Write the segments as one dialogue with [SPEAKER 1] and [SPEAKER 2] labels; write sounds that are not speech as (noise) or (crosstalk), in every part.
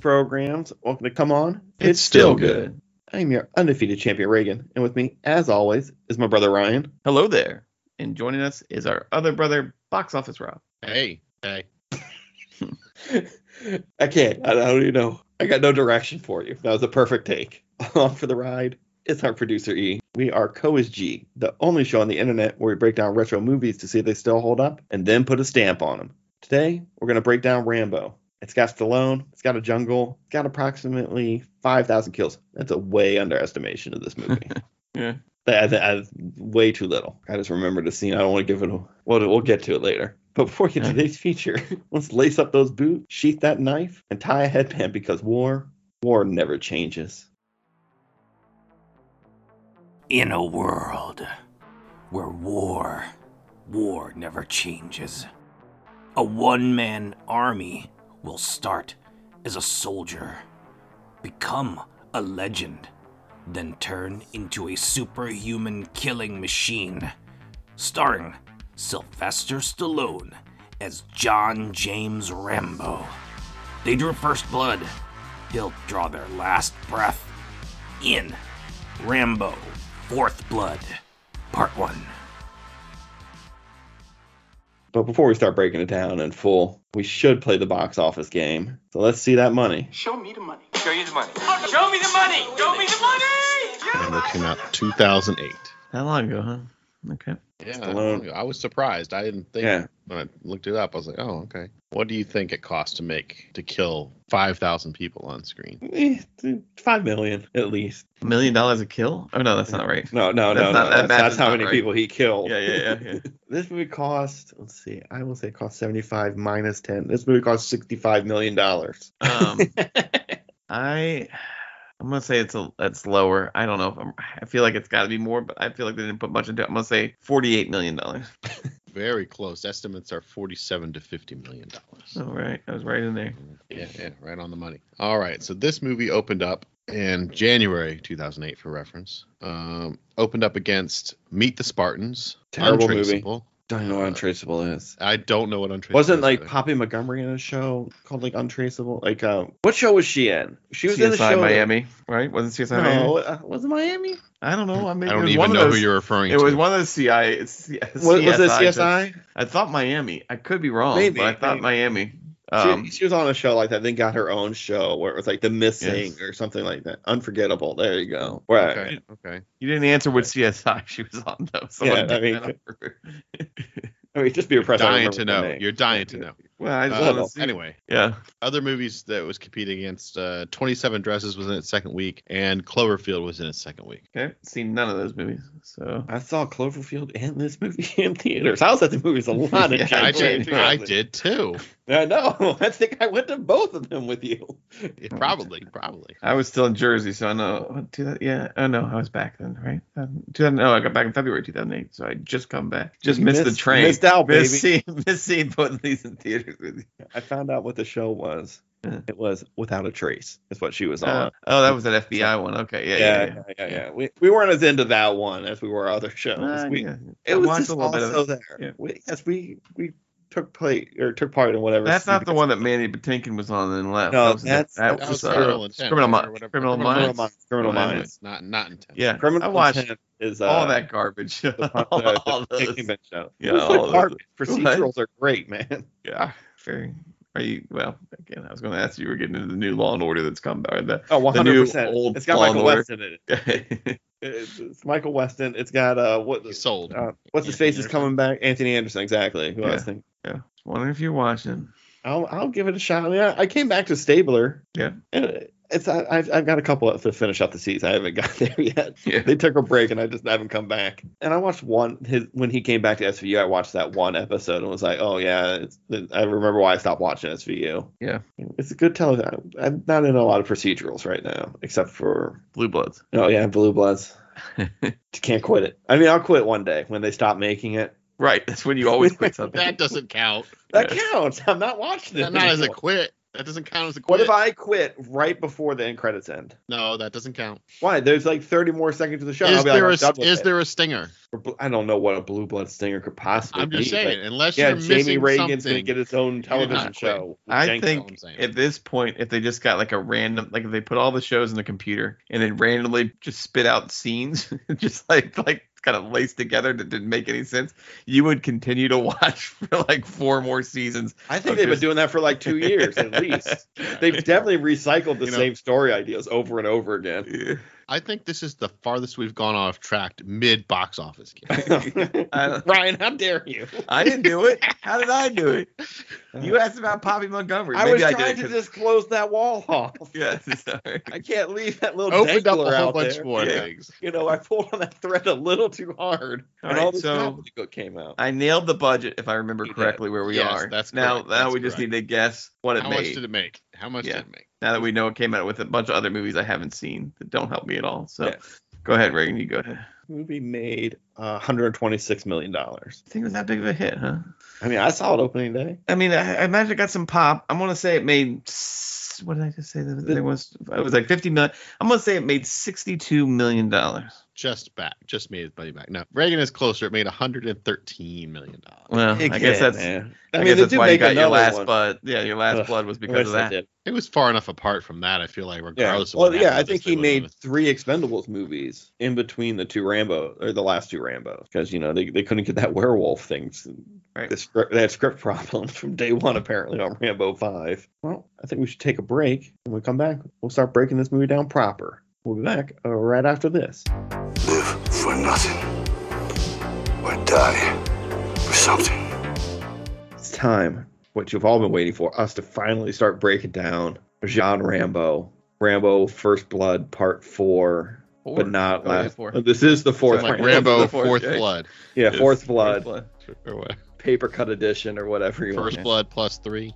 [SPEAKER 1] programs. Welcome to Come On.
[SPEAKER 2] It's still good.
[SPEAKER 1] I'm your undefeated champion, Reagan. And with me, as always, is my brother, Ryan.
[SPEAKER 2] Hello there. And joining us is our other brother, Box Office Rob.
[SPEAKER 3] Hey, hey.
[SPEAKER 1] I can't. I don't even know. I got no direction for you. That was a perfect take. (laughs) Along for the ride is our producer, E. We are Co is G, the only show on the internet where we break down retro movies to see if they still hold up and then put a stamp on them. Today, we're going to break down Rambo. It's got Stallone, it's got a jungle, it's got approximately 5,000 kills. That's a way underestimation of this movie.
[SPEAKER 2] (laughs) Yeah.
[SPEAKER 1] That, that- that's way too little. I just remembered a scene. I don't want to give it a. Well, we'll get to it later. But before we get to
[SPEAKER 2] Yeah.
[SPEAKER 1] today's feature, let's lace up those boots, sheath that knife, and tie a headband because war, war never changes.
[SPEAKER 4] In a world where war, war never changes, a one man army will start as a soldier, become a legend, then turn into a superhuman killing machine. Starring Sylvester Stallone as John James Rambo. They drew first blood, he'll draw their last breath in Rambo Fourth Blood, Part 1.
[SPEAKER 1] But before we start breaking it down in full, we should play the box office game. So let's see that money.
[SPEAKER 5] Show me the money.
[SPEAKER 6] Show you the money.
[SPEAKER 5] Show me the money. Show me the money.
[SPEAKER 3] Rambo came out 2008.
[SPEAKER 2] That long ago, huh? Okay.
[SPEAKER 3] Yeah,
[SPEAKER 1] Stallone.
[SPEAKER 3] I was surprised. I didn't think
[SPEAKER 1] Yeah.
[SPEAKER 3] when I looked it up. I was like, oh, okay. What do you think it costs to make to kill 5,000 people on screen?
[SPEAKER 1] Eh, Five million at least.
[SPEAKER 2] A million dollars a kill? Oh, no, that's not right.
[SPEAKER 1] No, no, no, no.
[SPEAKER 2] That's not- that
[SPEAKER 1] That's,
[SPEAKER 2] math
[SPEAKER 1] that's
[SPEAKER 2] is
[SPEAKER 1] how
[SPEAKER 2] not
[SPEAKER 1] many
[SPEAKER 2] right.
[SPEAKER 1] people he killed.
[SPEAKER 2] (laughs) Yeah, yeah, yeah. yeah.
[SPEAKER 1] This movie cost, let's see, I will say it cost 75 minus 10. This movie cost $65 million.
[SPEAKER 2] Um, (laughs) I. I'm gonna say it's a it's lower. I don't know if I'm. I feel like it's got to be more, but I feel like they didn't put much into it. I'm gonna say 48 million dollars.
[SPEAKER 3] Very close. Estimates are 47 to 50 million dollars.
[SPEAKER 2] All right, I was right in there.
[SPEAKER 3] Yeah, yeah, right on the money. All right, so this movie opened up in January 2008, for reference. Um, opened up against Meet the Spartans.
[SPEAKER 1] Terrible movie.
[SPEAKER 3] Untraceable.
[SPEAKER 1] Don't know what Untraceable is.
[SPEAKER 3] I don't know what Untraceable.
[SPEAKER 1] Wasn't
[SPEAKER 3] is
[SPEAKER 1] like
[SPEAKER 3] either.
[SPEAKER 1] Poppy Montgomery in a show called like Untraceable? Like, uh, what show was she in? She was in a
[SPEAKER 2] CSI
[SPEAKER 1] show.
[SPEAKER 2] Miami, right? Wasn't CSI Miami?
[SPEAKER 1] No, uh, was it Miami?
[SPEAKER 2] I don't know. I mean,
[SPEAKER 3] I
[SPEAKER 2] it
[SPEAKER 3] don't
[SPEAKER 2] was one
[SPEAKER 3] even
[SPEAKER 2] of
[SPEAKER 3] know who
[SPEAKER 2] those-
[SPEAKER 3] you're referring
[SPEAKER 2] It
[SPEAKER 3] to.
[SPEAKER 2] was one of those CI. It's,
[SPEAKER 1] Was, was it CSI?
[SPEAKER 2] I thought Miami. I could be wrong,
[SPEAKER 1] Maybe,
[SPEAKER 2] but I thought
[SPEAKER 1] maybe.
[SPEAKER 2] Miami.
[SPEAKER 1] She,
[SPEAKER 2] Um,
[SPEAKER 1] she was on a show like that, then got her own show where it was like The Missing
[SPEAKER 2] Yes.
[SPEAKER 1] or something like that. Unforgettable. There you go. Right.
[SPEAKER 3] Okay. Okay.
[SPEAKER 2] you didn't answer with CSI she was on though. So
[SPEAKER 1] Yeah,
[SPEAKER 2] did
[SPEAKER 1] I mean-
[SPEAKER 2] that on
[SPEAKER 1] (laughs)
[SPEAKER 2] her.
[SPEAKER 1] I mean, just be impressed. I
[SPEAKER 3] Dying
[SPEAKER 1] remember
[SPEAKER 3] to
[SPEAKER 1] her
[SPEAKER 3] know.
[SPEAKER 1] name.
[SPEAKER 3] You're dying to know.
[SPEAKER 2] well, I just
[SPEAKER 1] Uh,
[SPEAKER 2] wanna
[SPEAKER 3] well,
[SPEAKER 2] see-
[SPEAKER 3] anyway,
[SPEAKER 2] Yeah.
[SPEAKER 3] other movies that was competing against uh, 27 Dresses was in its second week, and Cloverfield was in its second week.
[SPEAKER 2] Okay. Seen none of those movies. So
[SPEAKER 1] I saw Cloverfield and this movie (laughs) in theaters. I was at the movies a lot. in
[SPEAKER 2] Yeah,
[SPEAKER 3] I
[SPEAKER 2] I
[SPEAKER 1] January
[SPEAKER 3] did. I
[SPEAKER 1] 2000. (laughs)
[SPEAKER 3] did too. (laughs)
[SPEAKER 1] I know. (laughs) I think I went to both of them with you.
[SPEAKER 3] It probably, probably.
[SPEAKER 2] I was still in Jersey, so I know. Two thou- yeah. Oh no, I was back then, right? Um, 2000, no, I got back in February 2008, so I just come back. Just
[SPEAKER 1] You
[SPEAKER 2] missed, the
[SPEAKER 1] missed-
[SPEAKER 2] train.
[SPEAKER 1] missed out,
[SPEAKER 2] Missed seeing, (laughs) missed seeing both of these in theaters with you.
[SPEAKER 1] I found out what the show was.
[SPEAKER 2] Yeah.
[SPEAKER 1] It was Without a Trace. Is what she was on.
[SPEAKER 2] Uh, oh, that was an FBI one. Okay. Yeah. Yeah.
[SPEAKER 1] yeah,
[SPEAKER 2] yeah.
[SPEAKER 1] yeah, yeah, yeah. We, we weren't as into that one as we were other shows.
[SPEAKER 2] Uh,
[SPEAKER 1] we,
[SPEAKER 2] yeah.
[SPEAKER 1] It
[SPEAKER 2] I
[SPEAKER 1] was
[SPEAKER 2] watched
[SPEAKER 1] just
[SPEAKER 2] a little bit of
[SPEAKER 1] also
[SPEAKER 2] it.
[SPEAKER 1] there.
[SPEAKER 2] Yeah.
[SPEAKER 1] We, yes, we we took play or took part in whatever.
[SPEAKER 2] That's not the
[SPEAKER 1] because-
[SPEAKER 2] one that Manny Patinkin was on and left.
[SPEAKER 1] No,
[SPEAKER 2] That was-
[SPEAKER 1] that's-
[SPEAKER 2] that
[SPEAKER 1] that
[SPEAKER 2] was,
[SPEAKER 1] was
[SPEAKER 2] uh,
[SPEAKER 1] Criminal
[SPEAKER 3] Intent,
[SPEAKER 2] Criminal
[SPEAKER 3] or
[SPEAKER 2] Mi-
[SPEAKER 3] whatever-
[SPEAKER 2] Criminal
[SPEAKER 3] Criminal
[SPEAKER 1] Criminal
[SPEAKER 2] Minds.
[SPEAKER 1] Minds. Criminal
[SPEAKER 2] Criminal
[SPEAKER 1] Minds.
[SPEAKER 3] Not, not intense.
[SPEAKER 2] Yeah,
[SPEAKER 1] Criminal
[SPEAKER 2] I watched
[SPEAKER 1] Intent is uh, (laughs)
[SPEAKER 2] all that garbage. (laughs)
[SPEAKER 1] The, the,
[SPEAKER 2] all (laughs)
[SPEAKER 1] the
[SPEAKER 2] those.
[SPEAKER 1] Taking Bench show.
[SPEAKER 2] Yeah,
[SPEAKER 1] Those are
[SPEAKER 2] all those. (laughs)
[SPEAKER 1] garbage.
[SPEAKER 2] What?
[SPEAKER 1] procedurals are great, man. (laughs)
[SPEAKER 2] Yeah, very. Are you well? Again, I was going to ask you. We're getting into the new Law and Order that's come by. The, (laughs)
[SPEAKER 1] Oh, 100
[SPEAKER 2] new
[SPEAKER 1] percent.
[SPEAKER 2] old
[SPEAKER 1] It's got
[SPEAKER 2] Law and
[SPEAKER 1] Michael
[SPEAKER 2] Order.
[SPEAKER 1] West in it. It's, it's Michael Weston. It's got uh what
[SPEAKER 3] He's sold.
[SPEAKER 1] uh, what's his
[SPEAKER 3] Anthony
[SPEAKER 1] face is
[SPEAKER 3] Anderson.
[SPEAKER 1] coming back. Anthony Anderson, exactly. Who I was
[SPEAKER 2] Yeah.
[SPEAKER 1] thinking.
[SPEAKER 2] yeah, wondering if you're watching.
[SPEAKER 1] I'll I'll give it a shot. I mean, I, I came back to Stabler.
[SPEAKER 2] Yeah.
[SPEAKER 1] And it's I, I've I've got a couple to finish up the season. I haven't (laughs) got there yet.
[SPEAKER 2] Yeah,
[SPEAKER 1] They took a break and I just haven't come back. And I watched one his when he came back to SVU. I watched that one episode and was like, oh yeah, it's, I remember why I stopped watching SVU.
[SPEAKER 2] Yeah.
[SPEAKER 1] It's a good television. I'm not in a lot of procedurals right now, except for
[SPEAKER 2] Blue Bloods.
[SPEAKER 1] oh yeah, Blue
[SPEAKER 2] (laughs)
[SPEAKER 1] Bloods. Can't quit it. I mean, I'll quit one day when they stop making it.
[SPEAKER 3] (laughs)
[SPEAKER 2] right, that's when you always quit something.
[SPEAKER 1] (laughs)
[SPEAKER 3] That doesn't count.
[SPEAKER 1] That
[SPEAKER 2] Yeah.
[SPEAKER 1] counts. I'm not watching it.
[SPEAKER 3] Not as a
[SPEAKER 1] anymore.
[SPEAKER 3] quit. That doesn't count as a quit.
[SPEAKER 1] What if I quit right before the end credits end?
[SPEAKER 3] No, that doesn't count.
[SPEAKER 1] Why? There's like 30 more seconds of the show. I'll
[SPEAKER 3] Is
[SPEAKER 1] be like,
[SPEAKER 3] there
[SPEAKER 1] I'm
[SPEAKER 3] a
[SPEAKER 1] done with
[SPEAKER 3] is
[SPEAKER 1] it.
[SPEAKER 3] there a stinger?
[SPEAKER 1] Or bl- I don't know what a blue blood stinger could possibly
[SPEAKER 3] I'm
[SPEAKER 1] be.
[SPEAKER 3] just saying,
[SPEAKER 1] but
[SPEAKER 3] unless
[SPEAKER 1] Yeah,
[SPEAKER 3] you're
[SPEAKER 1] Jamie
[SPEAKER 3] missing
[SPEAKER 1] Reagan's
[SPEAKER 3] something.
[SPEAKER 1] gonna get his own television
[SPEAKER 3] not quit.
[SPEAKER 1] show. with
[SPEAKER 2] I
[SPEAKER 1] Jenga.
[SPEAKER 2] think
[SPEAKER 3] That's all I'm saying.
[SPEAKER 2] at this point, if they just got like a random, like if they put all the shows in the computer and then randomly just spit out scenes, (laughs) just like like kind of laced together that didn't make any sense, you would continue to (laughs) watch for like four more seasons.
[SPEAKER 1] I think they've been
[SPEAKER 2] just-
[SPEAKER 1] doing that for like two years
[SPEAKER 3] (laughs)
[SPEAKER 1] at least. They've definitely recycled the
[SPEAKER 3] You know-
[SPEAKER 1] same story ideas over and over
[SPEAKER 3] (laughs)
[SPEAKER 1] again. (laughs)
[SPEAKER 3] I think this is the farthest we've gone off track mid box office.
[SPEAKER 1] (laughs)
[SPEAKER 2] I,
[SPEAKER 1] Ryan, how dare you?
[SPEAKER 2] (laughs) I didn't do it. How did I
[SPEAKER 1] (laughs)
[SPEAKER 2] do it? You asked about Poppy Montgomery.
[SPEAKER 1] I
[SPEAKER 2] Maybe
[SPEAKER 1] was
[SPEAKER 2] I
[SPEAKER 1] trying
[SPEAKER 2] did
[SPEAKER 1] to
[SPEAKER 2] it. 'cause-
[SPEAKER 1] just close that wall off.
[SPEAKER 2] (laughs) Yes, sorry.
[SPEAKER 1] I can't leave that little
[SPEAKER 3] Opened up
[SPEAKER 1] dangler
[SPEAKER 3] a whole
[SPEAKER 1] out
[SPEAKER 3] bunch
[SPEAKER 1] there.
[SPEAKER 3] more
[SPEAKER 2] Yeah.
[SPEAKER 3] things.
[SPEAKER 1] You know, I pulled on that thread a little too hard,
[SPEAKER 2] All
[SPEAKER 1] and
[SPEAKER 2] right,
[SPEAKER 1] all this
[SPEAKER 2] so-
[SPEAKER 1] comedy book came out.
[SPEAKER 2] I nailed the budget if I remember
[SPEAKER 1] You did.
[SPEAKER 2] correctly where we
[SPEAKER 3] Yes,
[SPEAKER 2] are.
[SPEAKER 3] that's
[SPEAKER 2] now
[SPEAKER 3] correct.
[SPEAKER 2] now
[SPEAKER 3] That's
[SPEAKER 2] we just
[SPEAKER 3] correct.
[SPEAKER 2] need to guess what it
[SPEAKER 3] How much
[SPEAKER 2] made.
[SPEAKER 3] did it make? How much
[SPEAKER 2] Yeah.
[SPEAKER 3] did it make?
[SPEAKER 2] now that we know it came out with a bunch of other movies I haven't seen that don't help me at all. So
[SPEAKER 1] Yeah.
[SPEAKER 2] go ahead, Reagan. You go ahead.
[SPEAKER 1] movie made uh, 126 million dollars.
[SPEAKER 2] I think it was that big of a hit, huh?
[SPEAKER 1] I mean, I saw it opening day.
[SPEAKER 2] I mean, I, I imagine it got some pop. I'm gonna say it made. s- What did I just say? That there was it was like 50 million. I'm gonna say it made 62 million dollars.
[SPEAKER 3] Just back. Just made his money back. No, Reagan is closer. It made 113 million dollars.
[SPEAKER 2] Well, Uh, I guess that's. I, mean, guess
[SPEAKER 1] they
[SPEAKER 2] that's
[SPEAKER 1] do
[SPEAKER 2] why you
[SPEAKER 1] make
[SPEAKER 2] got your
[SPEAKER 1] another
[SPEAKER 2] last
[SPEAKER 1] one.
[SPEAKER 2] blood. Yeah, your last
[SPEAKER 1] Ugh,
[SPEAKER 2] blood (laughs) was because
[SPEAKER 1] Yes,
[SPEAKER 2] of
[SPEAKER 1] they
[SPEAKER 2] that.
[SPEAKER 1] did.
[SPEAKER 3] It was far enough apart from that. I feel like
[SPEAKER 1] Yeah.
[SPEAKER 3] regardless. Of
[SPEAKER 1] Well,
[SPEAKER 3] what
[SPEAKER 1] yeah,
[SPEAKER 3] happened
[SPEAKER 1] I
[SPEAKER 3] with
[SPEAKER 1] think
[SPEAKER 3] this,
[SPEAKER 1] he
[SPEAKER 3] they would've
[SPEAKER 1] made three Expendables movies in between the two Rambo or the last two Rambos because you know they, they couldn't get that werewolf thing. So
[SPEAKER 2] Right.
[SPEAKER 1] The script, they had script (laughs) problems from day one apparently on Rambo Five. Well, I think we should take a break. When we come back, we'll start breaking this movie down proper. We'll be back uh, right after this.
[SPEAKER 6] live for nothing or die for something.
[SPEAKER 1] It's time, what you've all been waiting for, us to finally start breaking down Jean Rambo, Rambo First Blood Part Four,
[SPEAKER 2] Four.
[SPEAKER 1] but not
[SPEAKER 2] Oh, yeah,
[SPEAKER 1] last.
[SPEAKER 2] four.
[SPEAKER 1] This is the fourth.
[SPEAKER 3] Like
[SPEAKER 2] Sounds
[SPEAKER 1] one.
[SPEAKER 3] Rambo
[SPEAKER 2] The fourth,
[SPEAKER 3] Fourth,
[SPEAKER 2] yeah.
[SPEAKER 3] Blood
[SPEAKER 1] (laughs) yeah,
[SPEAKER 2] Yes,
[SPEAKER 1] Fourth Blood.
[SPEAKER 2] blood.
[SPEAKER 3] or what?
[SPEAKER 1] paper cut edition or whatever you
[SPEAKER 3] First
[SPEAKER 1] want.
[SPEAKER 3] Blood plus three.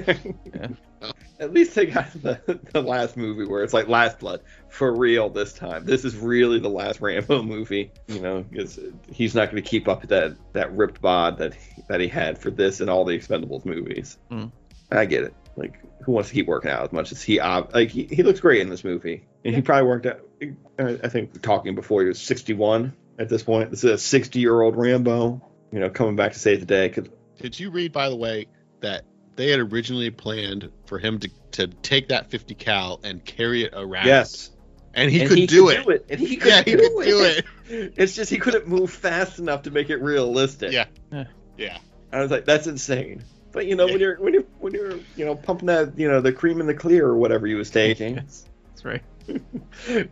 [SPEAKER 1] (laughs) At least they got the, the last movie where it's like Last Blood for real this time. This is really the last Rambo (laughs) movie, you know, because he's not going to keep up that that ripped bod that he- that he had for this and all the Expendables movies.
[SPEAKER 2] Mm.
[SPEAKER 1] I get it. Like, who wants to keep working out as much as he? ob- Like, he, he looks great in this movie, and he probably worked out. uh, I I think talking before he was 61 at this point. This is a 60 year old Rambo, you know, coming back to save the day. 'cause
[SPEAKER 3] Did you read, by the way, that they had originally planned for him to, to take that 50 cal and carry it around?
[SPEAKER 1] Yes.
[SPEAKER 3] And he
[SPEAKER 1] And
[SPEAKER 3] could do, it.
[SPEAKER 1] And he could,
[SPEAKER 3] Yeah, he
[SPEAKER 1] do,
[SPEAKER 3] could
[SPEAKER 1] it.
[SPEAKER 3] do it.
[SPEAKER 1] It's just he couldn't move fast enough to make it realistic.
[SPEAKER 3] Yeah. Yeah.
[SPEAKER 1] I was like, that's insane. But you know, when you're when you're when you're you know pumping that you know the cream in the clear or whatever he was taking, (laughs)
[SPEAKER 2] Yes, that's right.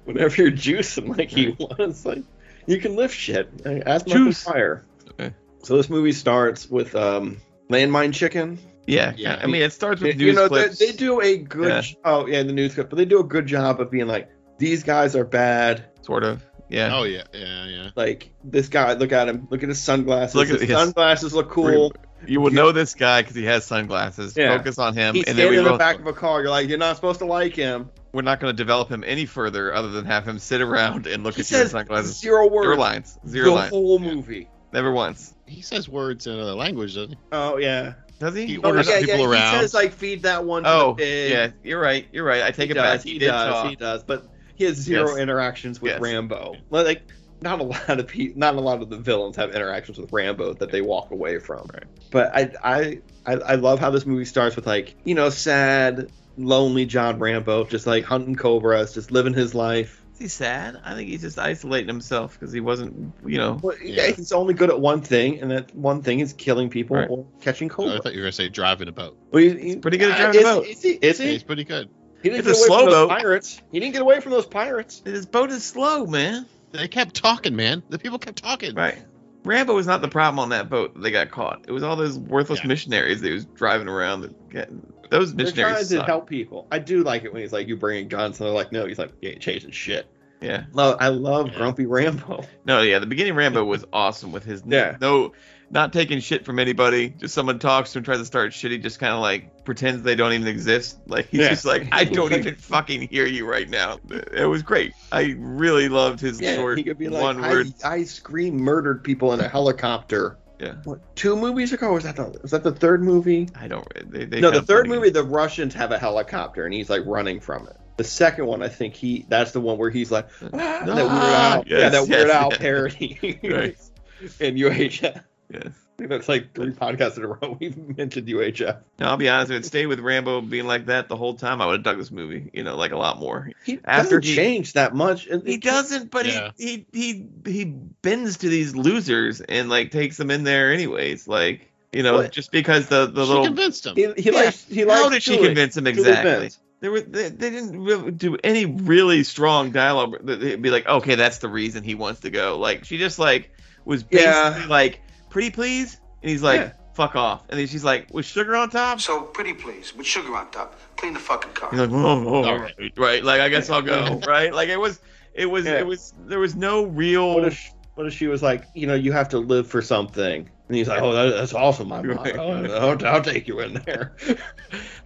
[SPEAKER 1] whenever you're juicing like he was, like you can lift shit. I- Ask Michael
[SPEAKER 2] Juice.
[SPEAKER 1] Fire.
[SPEAKER 2] Okay.
[SPEAKER 1] So this movie starts with um, landmine chicken.
[SPEAKER 2] Yeah,
[SPEAKER 3] Yeah.
[SPEAKER 2] I mean, it starts (laughs) with news
[SPEAKER 1] you know, they,
[SPEAKER 2] clips.
[SPEAKER 1] they do a good.
[SPEAKER 2] Yeah.
[SPEAKER 1] j- Oh yeah, the news clip, but they do a good job of being like, these guys are bad.
[SPEAKER 2] sort of. Yeah.
[SPEAKER 3] Oh, yeah. Yeah, yeah.
[SPEAKER 1] Like this guy, look at him. Look at his sunglasses.
[SPEAKER 2] Look at
[SPEAKER 1] his
[SPEAKER 2] his-
[SPEAKER 1] sunglasses look cool.
[SPEAKER 2] You will
[SPEAKER 1] You-
[SPEAKER 2] know this guy because he has sunglasses.
[SPEAKER 1] Yeah.
[SPEAKER 2] Focus on him,
[SPEAKER 1] He's
[SPEAKER 2] and then we
[SPEAKER 1] standing in
[SPEAKER 2] will,
[SPEAKER 1] the back of a car. You're like, you're not supposed to like him.
[SPEAKER 2] we're not going to develop him any further other than have him sit around and look
[SPEAKER 1] He
[SPEAKER 2] at you with
[SPEAKER 1] says
[SPEAKER 2] sunglasses.
[SPEAKER 1] zero words.
[SPEAKER 2] Zero lines. Zero
[SPEAKER 1] the
[SPEAKER 2] lines.
[SPEAKER 1] whole movie.
[SPEAKER 2] Never once.
[SPEAKER 3] He says words in another language, doesn't he?
[SPEAKER 1] Oh yeah.
[SPEAKER 2] Does he?
[SPEAKER 3] He
[SPEAKER 1] Oh,
[SPEAKER 3] orders
[SPEAKER 1] yeah,
[SPEAKER 3] people
[SPEAKER 1] yeah.
[SPEAKER 3] around.
[SPEAKER 1] He says like feed that one. To
[SPEAKER 2] Oh,
[SPEAKER 1] the pig.
[SPEAKER 2] yeah. You're right. You're right. I take
[SPEAKER 1] He
[SPEAKER 2] it
[SPEAKER 1] does.
[SPEAKER 2] back.
[SPEAKER 1] He
[SPEAKER 2] did
[SPEAKER 1] does.
[SPEAKER 2] talk.
[SPEAKER 1] He does. But he has zero
[SPEAKER 2] Yes.
[SPEAKER 1] interactions with
[SPEAKER 2] Yes.
[SPEAKER 1] Rambo. Like, not a lot of people, not a lot of the villains have interactions with Rambo that they walk away from.
[SPEAKER 2] Right.
[SPEAKER 1] But I, I, I, I love how this movie starts with like, you know, sad, lonely John Rambo, just like hunting cobras, just living his life.
[SPEAKER 2] Is he sad? I think he's just isolating himself because he wasn't, you know.
[SPEAKER 1] Well,
[SPEAKER 3] Yeah.
[SPEAKER 1] yeah. he's only good at one thing, and that one thing is killing people
[SPEAKER 2] Right.
[SPEAKER 1] or catching
[SPEAKER 3] Oh, I
[SPEAKER 1] cobras.
[SPEAKER 3] thought you were going to say driving a boat.
[SPEAKER 1] Well, he- he-
[SPEAKER 2] pretty good at
[SPEAKER 1] uh,
[SPEAKER 2] driving
[SPEAKER 1] is-
[SPEAKER 2] a boat.
[SPEAKER 1] Is he? Is he?
[SPEAKER 3] He's pretty good.
[SPEAKER 1] He didn't
[SPEAKER 2] It's
[SPEAKER 1] get
[SPEAKER 2] a
[SPEAKER 1] away
[SPEAKER 2] slow
[SPEAKER 1] from those
[SPEAKER 2] boat.
[SPEAKER 1] pirates. He didn't get away from those pirates.
[SPEAKER 2] His boat is slow, man.
[SPEAKER 3] They kept talking, man. The people kept talking.
[SPEAKER 2] Right. Rambo was not the problem on that boat. that They got caught. It was all those worthless
[SPEAKER 3] Yeah.
[SPEAKER 2] missionaries that he was driving around. That got, those
[SPEAKER 1] They're
[SPEAKER 2] missionaries
[SPEAKER 1] trying to
[SPEAKER 2] suck.
[SPEAKER 1] help people. I do like it when he's like, "You bringing guns?" And they're like, "No." He's like, "You ain't chasing shit."
[SPEAKER 2] Yeah.
[SPEAKER 1] Love, I love
[SPEAKER 3] Yeah.
[SPEAKER 1] Grumpy Rambo.
[SPEAKER 2] No, yeah, the beginning Rambo was awesome with his
[SPEAKER 1] Yeah.
[SPEAKER 2] no, not taking shit from anybody. Just someone talks to him, tries to start shit. He just kind of like pretends they don't even exist. Like he's
[SPEAKER 1] Yeah.
[SPEAKER 2] just like, I don't (laughs) even fucking hear you right now. It was great. I really loved his
[SPEAKER 1] (laughs) Yeah,
[SPEAKER 2] short
[SPEAKER 1] he could be like,
[SPEAKER 2] one
[SPEAKER 1] I,
[SPEAKER 2] word.
[SPEAKER 1] "I scream murdered people in a helicopter."
[SPEAKER 2] Yeah,
[SPEAKER 1] What two movies ago? Was that the was that the third movie?
[SPEAKER 2] I don't. They, they
[SPEAKER 1] no, the
[SPEAKER 2] kinda
[SPEAKER 1] third
[SPEAKER 2] play
[SPEAKER 1] movie, the Russians have a helicopter and he's like running from it. The second one, I think he that's the one where he's like "Ah," that weird
[SPEAKER 3] Ah,
[SPEAKER 1] owl, yeah,
[SPEAKER 2] yes,
[SPEAKER 1] that weird
[SPEAKER 2] yes,
[SPEAKER 1] owl
[SPEAKER 2] yes.
[SPEAKER 1] parody (laughs)
[SPEAKER 2] Right.
[SPEAKER 1] in UHF.
[SPEAKER 2] again. Yes.
[SPEAKER 1] I think That's like three podcasts in a row (laughs) we've mentioned UHF.
[SPEAKER 2] No, I'll be honest. If it stayed with Rambo being like that the whole time, I would have dug this movie. You know, like a lot more.
[SPEAKER 1] He
[SPEAKER 2] After
[SPEAKER 1] After
[SPEAKER 2] he-
[SPEAKER 1] doesn't change that much. and
[SPEAKER 2] He doesn't, but
[SPEAKER 3] Yeah.
[SPEAKER 2] he, he he he bends to these losers and like takes them in there anyways. Like you know,
[SPEAKER 1] What?
[SPEAKER 2] just because the the
[SPEAKER 3] she
[SPEAKER 2] little
[SPEAKER 3] convinced him.
[SPEAKER 1] He, he
[SPEAKER 2] Yeah.
[SPEAKER 1] likes. He likes
[SPEAKER 2] how did she
[SPEAKER 1] Julie.
[SPEAKER 2] convince him
[SPEAKER 1] Julie
[SPEAKER 2] exactly?
[SPEAKER 1] Benz.
[SPEAKER 2] There were they, they didn't really do any really strong dialogue. that They'd be like, okay, that's the reason he wants to go. Like she just like was basically
[SPEAKER 1] Yeah.
[SPEAKER 2] like, pretty please, and he's like,
[SPEAKER 1] Yeah.
[SPEAKER 2] fuck off, and then she's like, with sugar on top.
[SPEAKER 6] So pretty please, with sugar on top. Clean the fucking car.
[SPEAKER 2] He's like, oh, oh,
[SPEAKER 3] All
[SPEAKER 2] right. right, like I guess
[SPEAKER 1] (laughs)
[SPEAKER 2] I'll go, right? Like it was, it was,
[SPEAKER 1] Yeah.
[SPEAKER 2] it was. There was no real.
[SPEAKER 1] What if, she- what if she was like, you know, you have to live for something? And he's like, oh, that, that's awesome. I'm, oh,
[SPEAKER 2] Right.
[SPEAKER 1] I'll, I'll, I'll take you in there. (laughs)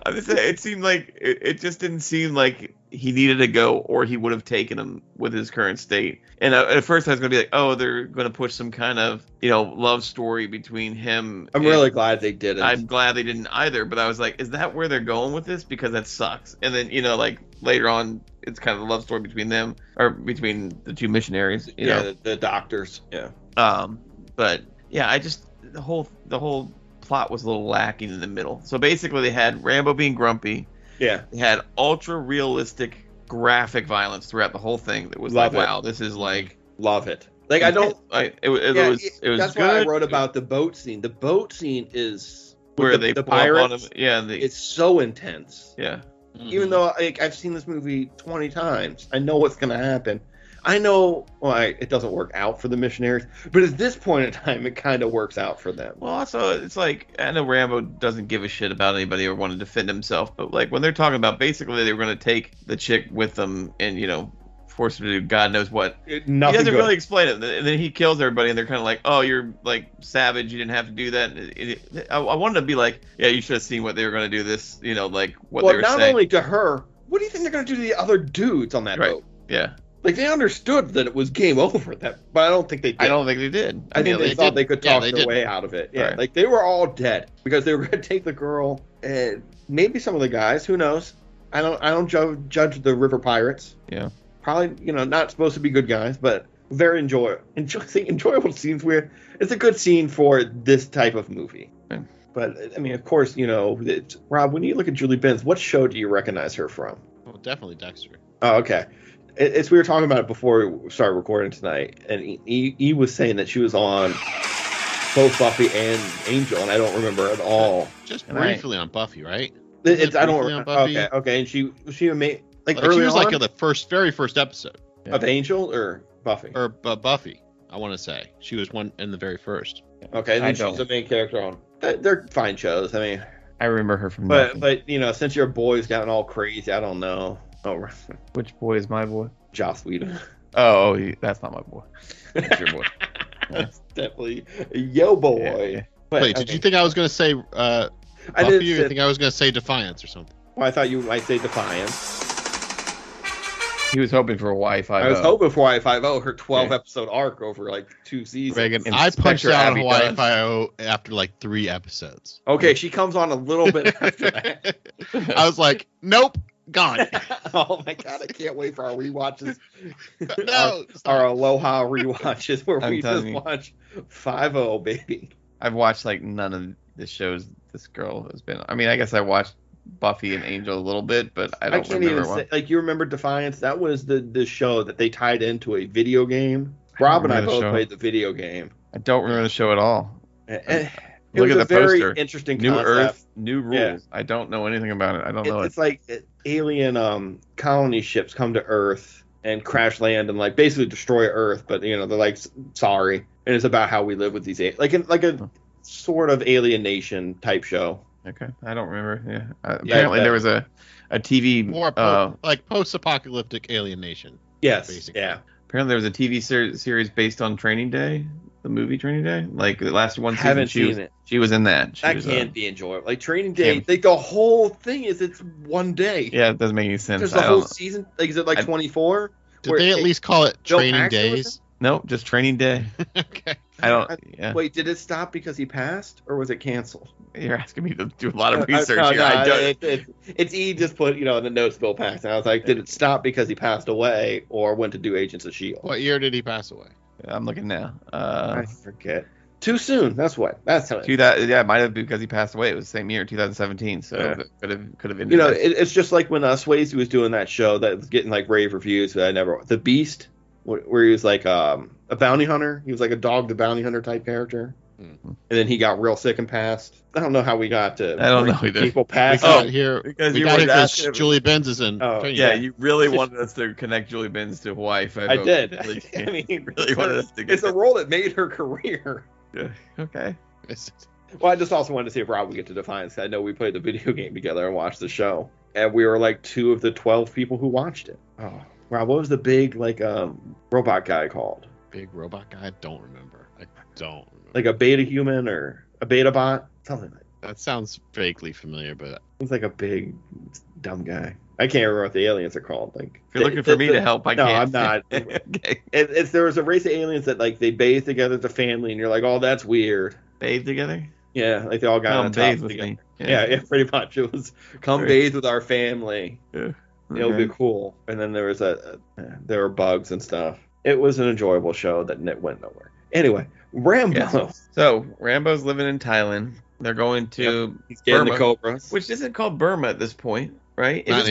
[SPEAKER 2] I was saying, it seemed like it, it just didn't seem like he needed to go, or he would have taken him with his current state. And I, at first, I was gonna be like, oh, they're gonna push some kind of you know love story between him.
[SPEAKER 1] I'm
[SPEAKER 2] and-
[SPEAKER 1] really glad they did it.
[SPEAKER 2] I'm glad they didn't either, but I was like, is that where they're going with this? Because that sucks. And then you know, like later on, it's kind of a love story between them or between the two missionaries. You
[SPEAKER 1] yeah,
[SPEAKER 2] know?
[SPEAKER 1] the, the doctors. Yeah.
[SPEAKER 2] Um, but yeah, I just the whole the whole plot was a little lacking in the middle. So basically, they had Rambo being grumpy.
[SPEAKER 1] Yeah.
[SPEAKER 2] They had ultra realistic graphic violence throughout the whole thing. That was
[SPEAKER 1] Love
[SPEAKER 2] like,
[SPEAKER 1] it.
[SPEAKER 2] wow, this is like
[SPEAKER 1] Love it. Like, I don't.
[SPEAKER 2] I it, it
[SPEAKER 1] yeah,
[SPEAKER 2] was
[SPEAKER 1] it-
[SPEAKER 2] it was
[SPEAKER 1] that's
[SPEAKER 2] good.
[SPEAKER 1] why I wrote about the boat scene. The boat scene is. with
[SPEAKER 2] where
[SPEAKER 1] the,
[SPEAKER 2] they
[SPEAKER 1] the
[SPEAKER 2] pull up on
[SPEAKER 1] pirates.
[SPEAKER 2] him. Yeah, the,
[SPEAKER 1] It's so intense.
[SPEAKER 2] yeah.
[SPEAKER 1] even though like, I've seen this movie 20 times. I know what's going to happen. I know why it doesn't work out for the missionaries, but at this point in time, it kind of works out for them.
[SPEAKER 2] Well, also it's like I know Rambo doesn't give a shit about anybody or want to defend himself, but like when they're talking about basically they were going to take the chick with them and you know force her to do God knows what
[SPEAKER 1] It, nothing
[SPEAKER 2] he doesn't
[SPEAKER 1] good.
[SPEAKER 2] really explain it. And then he kills everybody, and they're kind of like, "Oh, you're like savage. You didn't have to do that." And it- it- I, I wanted to be like, "Yeah, you should have seen what they were going to do. This, you know, like what
[SPEAKER 1] well,
[SPEAKER 2] they were
[SPEAKER 1] not
[SPEAKER 2] saying."
[SPEAKER 1] only to her, what do you think they're going to do to the other dudes on that
[SPEAKER 2] Right.
[SPEAKER 1] boat?
[SPEAKER 2] yeah,
[SPEAKER 1] Like they understood that it was game over at that, but I don't think they did.
[SPEAKER 2] I don't think they did.
[SPEAKER 1] I think
[SPEAKER 2] mean,
[SPEAKER 1] they,
[SPEAKER 3] they
[SPEAKER 1] thought
[SPEAKER 3] didn't.
[SPEAKER 1] they could
[SPEAKER 3] Yeah,
[SPEAKER 1] talk
[SPEAKER 3] they
[SPEAKER 1] their
[SPEAKER 3] didn't.
[SPEAKER 1] way out of it. Yeah,
[SPEAKER 2] Right.
[SPEAKER 1] like they were all dead because they were (laughs) going to take the girl and maybe some of the guys. Who knows? I don't. I don't ju- judge the river pirates.
[SPEAKER 2] Yeah.
[SPEAKER 1] probably you know not supposed to be good guys, but very enjoy (laughs) enjoy see, enjoyable scenes. Where it's a good scene for this type of movie.
[SPEAKER 2] Yeah.
[SPEAKER 1] But I mean, of course, you know, it's, Rob. When you look at Julie Benz, what show do you recognize her from?
[SPEAKER 3] Oh, definitely Dexter.
[SPEAKER 1] Oh, okay. It, it's we were talking about it before we started recording tonight, and he, he, he was saying that she was on both Buffy and Angel, and I don't remember at all.
[SPEAKER 3] Just
[SPEAKER 2] And I-
[SPEAKER 3] briefly on Buffy, right?
[SPEAKER 1] It- it's I don't
[SPEAKER 3] Briefly on
[SPEAKER 1] remember.
[SPEAKER 3] Buffy.
[SPEAKER 1] Okay, okay, and she she made like,
[SPEAKER 3] Like,
[SPEAKER 1] early
[SPEAKER 3] she was
[SPEAKER 1] on
[SPEAKER 3] like in the first, very first episode,
[SPEAKER 1] of Angel or Buffy.
[SPEAKER 3] or uh, Buffy. I want to say she was one in the very first.
[SPEAKER 1] okay, and
[SPEAKER 2] I
[SPEAKER 1] then she's
[SPEAKER 2] don't.
[SPEAKER 1] the main character on. They're- They're fine shows. I mean,
[SPEAKER 2] I remember her from.
[SPEAKER 1] but but you know, since your boy's gotten all crazy, I don't know. Oh, (laughs)
[SPEAKER 2] which boy is my boy?
[SPEAKER 1] Joss Whedon,
[SPEAKER 2] Oh, he- that's not my boy. That's your boy.
[SPEAKER 1] that's (laughs) definitely yo boy.
[SPEAKER 2] Yeah.
[SPEAKER 1] But,
[SPEAKER 3] Wait, did
[SPEAKER 1] okay,
[SPEAKER 3] you think I was going to say uh,
[SPEAKER 1] I
[SPEAKER 3] Buffy?
[SPEAKER 1] didn't
[SPEAKER 3] you
[SPEAKER 1] say-
[SPEAKER 3] think I was going to say Defiance or something?
[SPEAKER 1] well, I thought you might say Defiance.
[SPEAKER 2] He was hoping for a Wi-Fi.
[SPEAKER 1] I was
[SPEAKER 2] though.
[SPEAKER 1] hoping for Hawaii Five O her twelve
[SPEAKER 2] Yeah.
[SPEAKER 1] episode arc over like two seasons.
[SPEAKER 3] Reagan,
[SPEAKER 2] And
[SPEAKER 3] I punched
[SPEAKER 2] Spectre
[SPEAKER 3] out on
[SPEAKER 2] Abbey
[SPEAKER 3] Hawaii
[SPEAKER 2] does.
[SPEAKER 3] Five-O after like three episodes.
[SPEAKER 1] Okay, she comes on a little
[SPEAKER 2] (laughs)
[SPEAKER 1] bit after that. (laughs)
[SPEAKER 3] I was like, (laughs) nope, gone. (laughs)
[SPEAKER 1] oh my god, I can't wait for our rewatches.
[SPEAKER 3] No,
[SPEAKER 1] Our, our
[SPEAKER 3] stop.
[SPEAKER 1] Aloha rewatches where
[SPEAKER 2] I'm
[SPEAKER 1] we
[SPEAKER 2] telling
[SPEAKER 1] just
[SPEAKER 2] you.
[SPEAKER 1] watch Five O baby.
[SPEAKER 2] I've watched like none of the shows this girl has been. I mean, I guess I watched Buffy and Angel a little bit, but I
[SPEAKER 1] I,
[SPEAKER 2] don't
[SPEAKER 1] can't
[SPEAKER 2] remember
[SPEAKER 1] even
[SPEAKER 2] one.
[SPEAKER 1] say like you remember Defiance? That was the the show that they tied into a video game. Rob and I
[SPEAKER 2] remember the
[SPEAKER 1] both
[SPEAKER 2] show.
[SPEAKER 1] played the video game.
[SPEAKER 2] I don't remember the show at all.
[SPEAKER 1] And- and it
[SPEAKER 2] Look
[SPEAKER 1] was
[SPEAKER 2] at
[SPEAKER 1] a
[SPEAKER 2] the
[SPEAKER 1] very
[SPEAKER 2] poster.
[SPEAKER 1] interesting
[SPEAKER 2] New
[SPEAKER 1] concept.
[SPEAKER 2] Earth, new rules.
[SPEAKER 1] Yeah.
[SPEAKER 2] I don't know anything about it. I don't
[SPEAKER 1] It-
[SPEAKER 2] know it.
[SPEAKER 1] it's like uh, alien um colony ships come to Earth and crash land and like basically destroy Earth, but you know they're like s- sorry, and it's about how we live with these a- like an, like
[SPEAKER 2] Huh.
[SPEAKER 1] a sort of alienation type show.
[SPEAKER 2] Okay, I don't remember. Yeah. Uh, apparently
[SPEAKER 1] that-
[SPEAKER 2] there was a a TV.
[SPEAKER 3] more po-
[SPEAKER 2] uh,
[SPEAKER 1] Oh.
[SPEAKER 3] like post-apocalyptic alienation.
[SPEAKER 1] Yes,
[SPEAKER 3] Basically.
[SPEAKER 1] yeah.
[SPEAKER 2] apparently there was a TV ser- series based on Training Day, the movie Training Day. Like it lasted one season.
[SPEAKER 1] Haven't
[SPEAKER 2] She was,
[SPEAKER 1] seen it.
[SPEAKER 2] she was in that. She
[SPEAKER 1] That
[SPEAKER 2] was, uh,
[SPEAKER 1] can't be enjoyable. Like Training Day,
[SPEAKER 2] Can't
[SPEAKER 1] like the whole thing is it's one day.
[SPEAKER 2] yeah, it doesn't make any sense.
[SPEAKER 1] There's
[SPEAKER 2] I
[SPEAKER 1] the whole
[SPEAKER 2] don't.
[SPEAKER 1] season. Like is it like
[SPEAKER 2] I-
[SPEAKER 1] 24?
[SPEAKER 3] Did
[SPEAKER 1] Where
[SPEAKER 3] they at
[SPEAKER 1] it-
[SPEAKER 3] least call it
[SPEAKER 1] Bill
[SPEAKER 3] training
[SPEAKER 1] Paxton was
[SPEAKER 3] days? (laughs)
[SPEAKER 2] Nope, just Training Day.
[SPEAKER 3] okay.
[SPEAKER 2] I
[SPEAKER 1] (laughs)
[SPEAKER 2] don't.
[SPEAKER 1] I-
[SPEAKER 2] Yeah,
[SPEAKER 1] Wait, did it stop because he passed, or was it canceled?
[SPEAKER 2] you're asking me to do a
[SPEAKER 1] (laughs)
[SPEAKER 2] lot
[SPEAKER 1] I-
[SPEAKER 2] of
[SPEAKER 1] I-
[SPEAKER 2] research.
[SPEAKER 1] Oh, no,
[SPEAKER 2] here.
[SPEAKER 1] no,
[SPEAKER 2] I don't-
[SPEAKER 1] it- it's- it's E just put you know in the notes Bill passed, and I was like, did it stop because he passed away, or went to do Agents of Shield?
[SPEAKER 3] What year did he pass away?
[SPEAKER 2] I'm looking now. Uh,
[SPEAKER 1] E I forget. Too soon. That's what. That's how. It,
[SPEAKER 2] two thousand. Yeah, it might have been because he passed away. It was the same year, 2017. So
[SPEAKER 1] Yeah.
[SPEAKER 2] it could have could have ended.
[SPEAKER 1] you know,
[SPEAKER 2] that.
[SPEAKER 1] it, it's just like when uh, Swayze was doing that show that was getting like rave reviews that I never. The Beast, wh- where he was like um, a bounty hunter. He was like a dog, the bounty hunter type character.
[SPEAKER 3] Hmm.
[SPEAKER 1] And then he got real sick and passed. I don't know how we got to.
[SPEAKER 2] I don't know either.
[SPEAKER 1] People
[SPEAKER 3] We
[SPEAKER 1] passed.
[SPEAKER 3] got
[SPEAKER 1] Oh,
[SPEAKER 3] Uh, here.
[SPEAKER 2] because
[SPEAKER 3] We
[SPEAKER 2] you
[SPEAKER 3] got
[SPEAKER 2] were
[SPEAKER 3] here
[SPEAKER 2] asking.
[SPEAKER 3] because Julie Benz is in.
[SPEAKER 1] Oh,
[SPEAKER 2] yeah, you
[SPEAKER 1] (laughs)
[SPEAKER 2] really wanted us to connect Julie Benz to Hawaii.
[SPEAKER 1] I did.
[SPEAKER 2] Really,
[SPEAKER 1] (laughs) I mean,
[SPEAKER 2] really wanted us to get
[SPEAKER 1] it's a role that made her career.
[SPEAKER 2] okay.
[SPEAKER 3] It's-
[SPEAKER 1] Well, I just also wanted to see if Rob would get to Defiance. 'cause I know we played the video (laughs) game together and watched the show, and we were like two of the twelve people who watched it. Oh, Rob, what was the big like um, robot guy called?
[SPEAKER 3] big robot guy. I don't remember. I don't. Remember.
[SPEAKER 1] Like a beta human or a beta bot? Something like.
[SPEAKER 3] that sounds vaguely familiar, but
[SPEAKER 1] It was like a big dumb guy. I can't remember what the aliens are called. Like
[SPEAKER 2] If you're looking for me to help, I
[SPEAKER 1] no,
[SPEAKER 2] can't.
[SPEAKER 1] I'm not.
[SPEAKER 2] okay.
[SPEAKER 1] (laughs) It, it's there was a race of aliens that like they bathe together as a family, and you're like, oh, that's weird.
[SPEAKER 2] (laughs) Bathe together.
[SPEAKER 1] (laughs) Yeah, like they all got on
[SPEAKER 2] Come
[SPEAKER 1] top
[SPEAKER 2] bathe with
[SPEAKER 1] together.
[SPEAKER 2] me.
[SPEAKER 1] Yeah, yeah, pretty much. It was come
[SPEAKER 2] Right.
[SPEAKER 1] bathe with our family. It'll
[SPEAKER 2] Okay.
[SPEAKER 1] be cool. And then there was a, a there were bugs and stuff. It was an enjoyable show that n- went nowhere. Anyway, Rambo (laughs)
[SPEAKER 2] So Rambo's living in Thailand. They're going to
[SPEAKER 1] he's getting
[SPEAKER 2] Burma.
[SPEAKER 1] the cobras.
[SPEAKER 2] which isn't called Burma at this point, right? Is
[SPEAKER 3] Not
[SPEAKER 2] it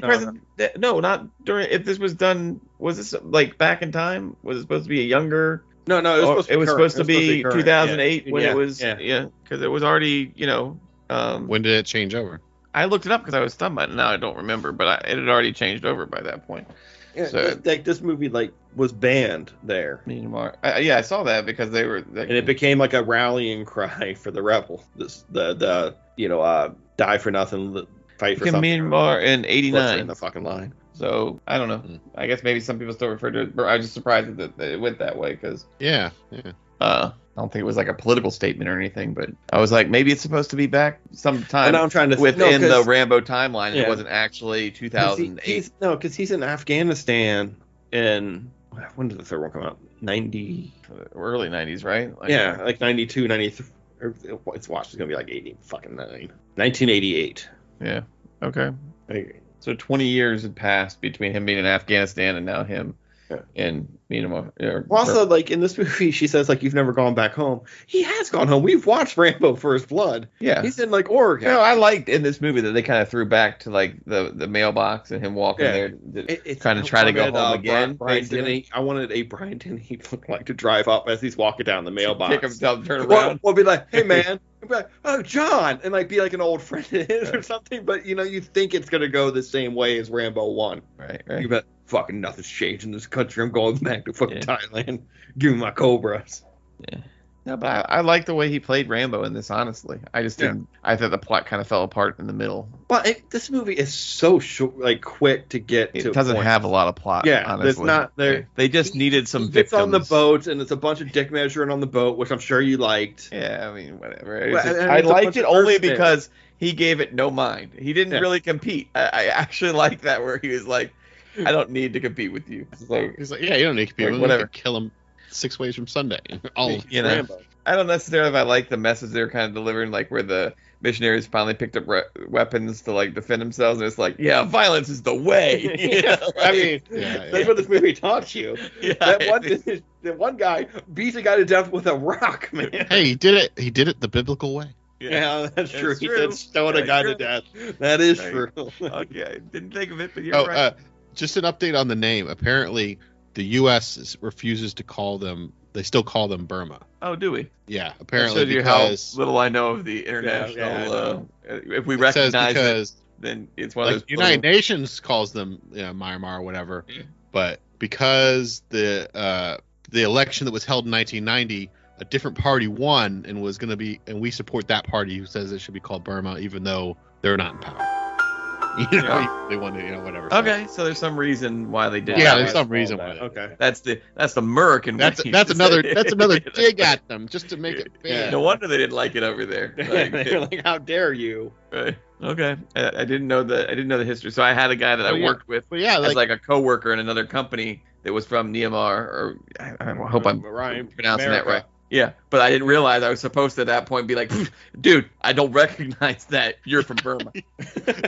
[SPEAKER 2] supposed
[SPEAKER 1] No, no, no,
[SPEAKER 2] to be in
[SPEAKER 3] anymore.
[SPEAKER 2] present? th- No. not during. If this was done, was this like back in time? Was it supposed to be a younger?
[SPEAKER 1] no, no,
[SPEAKER 2] It was,
[SPEAKER 1] supposed to be current.
[SPEAKER 2] supposed to
[SPEAKER 1] Oh, It was
[SPEAKER 2] be
[SPEAKER 1] current.
[SPEAKER 2] 2008
[SPEAKER 1] Yeah.
[SPEAKER 2] when
[SPEAKER 1] Yeah,
[SPEAKER 2] it was.
[SPEAKER 1] yeah.
[SPEAKER 2] Yeah, because it was already, you know. Um,
[SPEAKER 3] when did it change over?
[SPEAKER 2] I looked it up because I was stunned by it. Now I don't remember, but I, it had already changed over by that point.
[SPEAKER 1] Yeah,
[SPEAKER 2] So-
[SPEAKER 1] this- like this movie like was banned there,
[SPEAKER 2] Myanmar. I, I- yeah, I saw that because they were. They,
[SPEAKER 1] and it became like a rallying cry (laughs) for the rebel. This the the you know uh die for nothing, li- fight for
[SPEAKER 2] became
[SPEAKER 1] something.
[SPEAKER 2] Myanmar in
[SPEAKER 1] Butcher in
[SPEAKER 2] '89.
[SPEAKER 1] the fucking line.
[SPEAKER 2] So I don't know.
[SPEAKER 1] Hmm.
[SPEAKER 3] Mm.
[SPEAKER 2] I guess maybe some people still refer to it. But I was just surprised that, that it went that way because
[SPEAKER 3] Yeah, yeah.
[SPEAKER 2] uh, I don't think it was like a political statement or anything. But I was like, maybe it's supposed to be back sometime
[SPEAKER 1] And I'm trying to
[SPEAKER 2] within
[SPEAKER 1] no,
[SPEAKER 2] the
[SPEAKER 1] 'cause-
[SPEAKER 2] Rambo timeline. and
[SPEAKER 1] Yeah.
[SPEAKER 2] It wasn't actually
[SPEAKER 1] 'cause he-
[SPEAKER 2] 2008.
[SPEAKER 1] he's, no, because he's in Afghanistan and when did the third one come out? Ninety.
[SPEAKER 2] Early 90s, right? Like,
[SPEAKER 1] yeah, like 92, 93. or It's watched. It's gonna be like eighty fucking nine. 1988.
[SPEAKER 2] Yeah. Okay.
[SPEAKER 1] Like,
[SPEAKER 2] So 20 years had passed between him being in Afghanistan and now him
[SPEAKER 1] Yeah.
[SPEAKER 2] in Myanmar. or-
[SPEAKER 1] Well, also, like in this movie, she says like you've never gone back home. He has gone home. We've watched Rambo: First Blood.
[SPEAKER 2] yeah.
[SPEAKER 1] He's in like Oregon.
[SPEAKER 2] No, I liked in this movie that they kind of threw back to like the the mailbox and him walking
[SPEAKER 1] Yeah.
[SPEAKER 2] there.
[SPEAKER 1] It- it's
[SPEAKER 2] Trying to try to go
[SPEAKER 1] wanted,
[SPEAKER 2] home again,
[SPEAKER 1] Brian
[SPEAKER 2] basically.
[SPEAKER 1] Denny, I wanted a Brian Denny (laughs) like to drive up as he's walking down the mailbox.
[SPEAKER 2] Kick himself, turn around.
[SPEAKER 1] Well, we'll be like, hey man, we'll be like, oh John, and like be like an old (laughs) friend of his or
[SPEAKER 2] Right.
[SPEAKER 1] something. But you know, you think it's gonna go the same way as Rambo one.
[SPEAKER 2] Right,
[SPEAKER 1] You
[SPEAKER 2] right.
[SPEAKER 1] bet fucking nothing's changed in this country. I'm going back to fucking
[SPEAKER 2] Yeah.
[SPEAKER 1] Thailand. (laughs) Give me my cobras.
[SPEAKER 2] No, but I, I like the way he played Rambo in this. Honestly, I just
[SPEAKER 1] Yeah.
[SPEAKER 2] didn't. I thought the plot kind of fell apart in the middle.
[SPEAKER 1] But it, this movie is so short, like quick to get.
[SPEAKER 2] It
[SPEAKER 1] to a
[SPEAKER 2] doesn't
[SPEAKER 1] point.
[SPEAKER 2] have a lot of plot.
[SPEAKER 1] Yeah, there's
[SPEAKER 2] honestly.
[SPEAKER 1] not- there-
[SPEAKER 2] Yeah. They just
[SPEAKER 1] He-
[SPEAKER 2] needed some
[SPEAKER 1] He
[SPEAKER 2] victims.
[SPEAKER 1] gets on the boat, and it's a bunch of dick measuring on the boat, which I'm sure you liked.
[SPEAKER 2] Yeah, I mean, whatever. It's
[SPEAKER 1] Well,
[SPEAKER 2] just-
[SPEAKER 1] and
[SPEAKER 2] I
[SPEAKER 1] it's a
[SPEAKER 2] liked
[SPEAKER 1] bunch
[SPEAKER 2] it
[SPEAKER 1] of
[SPEAKER 2] only
[SPEAKER 1] persons.
[SPEAKER 2] because he gave it no mind. He didn't
[SPEAKER 1] Yeah.
[SPEAKER 2] really compete. I, I actually (laughs) like that where he was like, "I don't need to compete with you." It's like,
[SPEAKER 3] He's like, yeah, you don't need to be
[SPEAKER 2] Like,
[SPEAKER 3] like,
[SPEAKER 2] whatever.
[SPEAKER 3] whatever. Kill him six ways from Sunday. (laughs) All of
[SPEAKER 2] you know. (laughs)
[SPEAKER 1] Rambo.
[SPEAKER 2] I don't necessarily if I like the message they're kind of delivering, like where the missionaries finally picked up re- weapons to like defend themselves, and it's like, yeah, violence is
[SPEAKER 1] (laughs)
[SPEAKER 2] the way. (laughs) you know?
[SPEAKER 1] I mean,
[SPEAKER 3] Yeah, yeah.
[SPEAKER 1] that's what this movie taught you.
[SPEAKER 2] Yeah,
[SPEAKER 1] That one,
[SPEAKER 2] it's-
[SPEAKER 1] that one guy beats a guy to death with a rock, man.
[SPEAKER 3] hey, he did it. He did it the biblical way.
[SPEAKER 1] (laughs) Yeah, that's
[SPEAKER 2] That's
[SPEAKER 1] true. He
[SPEAKER 2] true.
[SPEAKER 1] did stone a
[SPEAKER 2] That's
[SPEAKER 1] guy to
[SPEAKER 2] true.
[SPEAKER 1] death. That is
[SPEAKER 2] Right.
[SPEAKER 1] true.
[SPEAKER 2] Okay, I didn't think of it, but you're
[SPEAKER 3] Oh,
[SPEAKER 2] right.
[SPEAKER 3] uh, just an update on the name. Apparently, the U.S. is- refuses to call them. They still call them Burma.
[SPEAKER 2] oh, do we?
[SPEAKER 3] Yeah,
[SPEAKER 2] That
[SPEAKER 3] apparently
[SPEAKER 2] shows you
[SPEAKER 3] because
[SPEAKER 2] how little I know of the international.
[SPEAKER 1] Yeah, yeah, I
[SPEAKER 2] uh, if we
[SPEAKER 3] it says
[SPEAKER 2] recognize it,
[SPEAKER 3] because
[SPEAKER 2] then it's one of
[SPEAKER 3] like
[SPEAKER 2] those
[SPEAKER 3] United Nations calls them you know, Myanmar or whatever,
[SPEAKER 2] Yeah.
[SPEAKER 3] but because the uh, the election that was held in 1990, a different party won and was going to be, and we support that party who says it should be called Burma, even though they're not in power. (laughs) You know, they won it, you know, whatever. so-
[SPEAKER 2] Okay, so there's some reason why they did.
[SPEAKER 3] Yeah,
[SPEAKER 2] that.
[SPEAKER 3] there's some reason why.
[SPEAKER 1] Okay.
[SPEAKER 2] That's the that's the American. (laughs)
[SPEAKER 3] That's
[SPEAKER 2] way
[SPEAKER 3] that's
[SPEAKER 2] to
[SPEAKER 3] another
[SPEAKER 2] say it. (laughs)
[SPEAKER 3] that's another dig at them just to make it
[SPEAKER 1] Yeah.
[SPEAKER 3] bad.
[SPEAKER 2] No wonder they didn't like it over there. (laughs)
[SPEAKER 1] (laughs)
[SPEAKER 2] Like,
[SPEAKER 1] They're like, how dare you?
[SPEAKER 2] Right. Okay. I, I didn't know the I didn't know the history. So I had a guy that
[SPEAKER 3] Oh,
[SPEAKER 2] I
[SPEAKER 3] yeah.
[SPEAKER 2] worked with
[SPEAKER 3] But yeah,
[SPEAKER 2] as
[SPEAKER 3] like,
[SPEAKER 2] like a coworker in another company that was from Myanmar, or I, I hope I'm
[SPEAKER 1] uh, Ryan,
[SPEAKER 2] pronouncing that right. Yeah, but I didn't realize I was supposed to at that point be like, dude, I don't recognize that you're from
[SPEAKER 3] (laughs)
[SPEAKER 2] Burma.
[SPEAKER 1] (laughs)
[SPEAKER 2] I, I,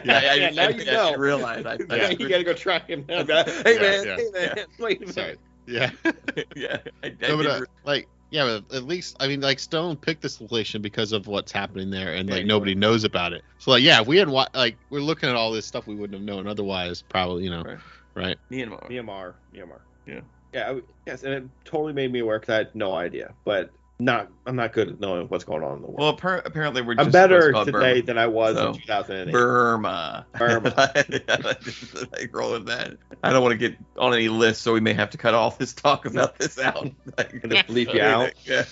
[SPEAKER 1] Yeah, now
[SPEAKER 2] I-
[SPEAKER 1] you
[SPEAKER 2] I
[SPEAKER 1] know. (laughs)
[SPEAKER 2] didn't realize. I, I-
[SPEAKER 1] Yeah, you gotta go try him now. Hey
[SPEAKER 3] Yeah,
[SPEAKER 1] man,
[SPEAKER 3] yeah.
[SPEAKER 1] hey man, wait a minute.
[SPEAKER 3] Sorry. Yeah.
[SPEAKER 2] (laughs) yeah, I, I
[SPEAKER 3] No, but,
[SPEAKER 2] didn't
[SPEAKER 3] uh, like yeah, but at least I mean like Stone picked this location because of what's happening there, and
[SPEAKER 2] Yeah,
[SPEAKER 3] like
[SPEAKER 2] he
[SPEAKER 3] nobody knows about it. So like yeah, if we had wa- like we're looking at all this stuff we wouldn't have known otherwise. Probably you know
[SPEAKER 2] Right.
[SPEAKER 3] right.
[SPEAKER 2] re- Myanmar.
[SPEAKER 1] Myanmar, Myanmar.
[SPEAKER 2] Yeah.
[SPEAKER 1] Yeah. I w yes, and it totally made me aware because I had no idea, but not. I'm not good at knowing what's going on in the world.
[SPEAKER 2] Well, appar- apparently we're just
[SPEAKER 1] I'm better
[SPEAKER 2] what's called
[SPEAKER 1] today than I was
[SPEAKER 2] So,
[SPEAKER 1] in 2008.
[SPEAKER 2] Burma.
[SPEAKER 1] Burma.
[SPEAKER 2] (laughs) like roll with that. I don't want to get on any list, so we may have to cut all this talk about this out. (laughs) Like,
[SPEAKER 1] Gonna bleep you out.
[SPEAKER 2] (laughs) Yeah.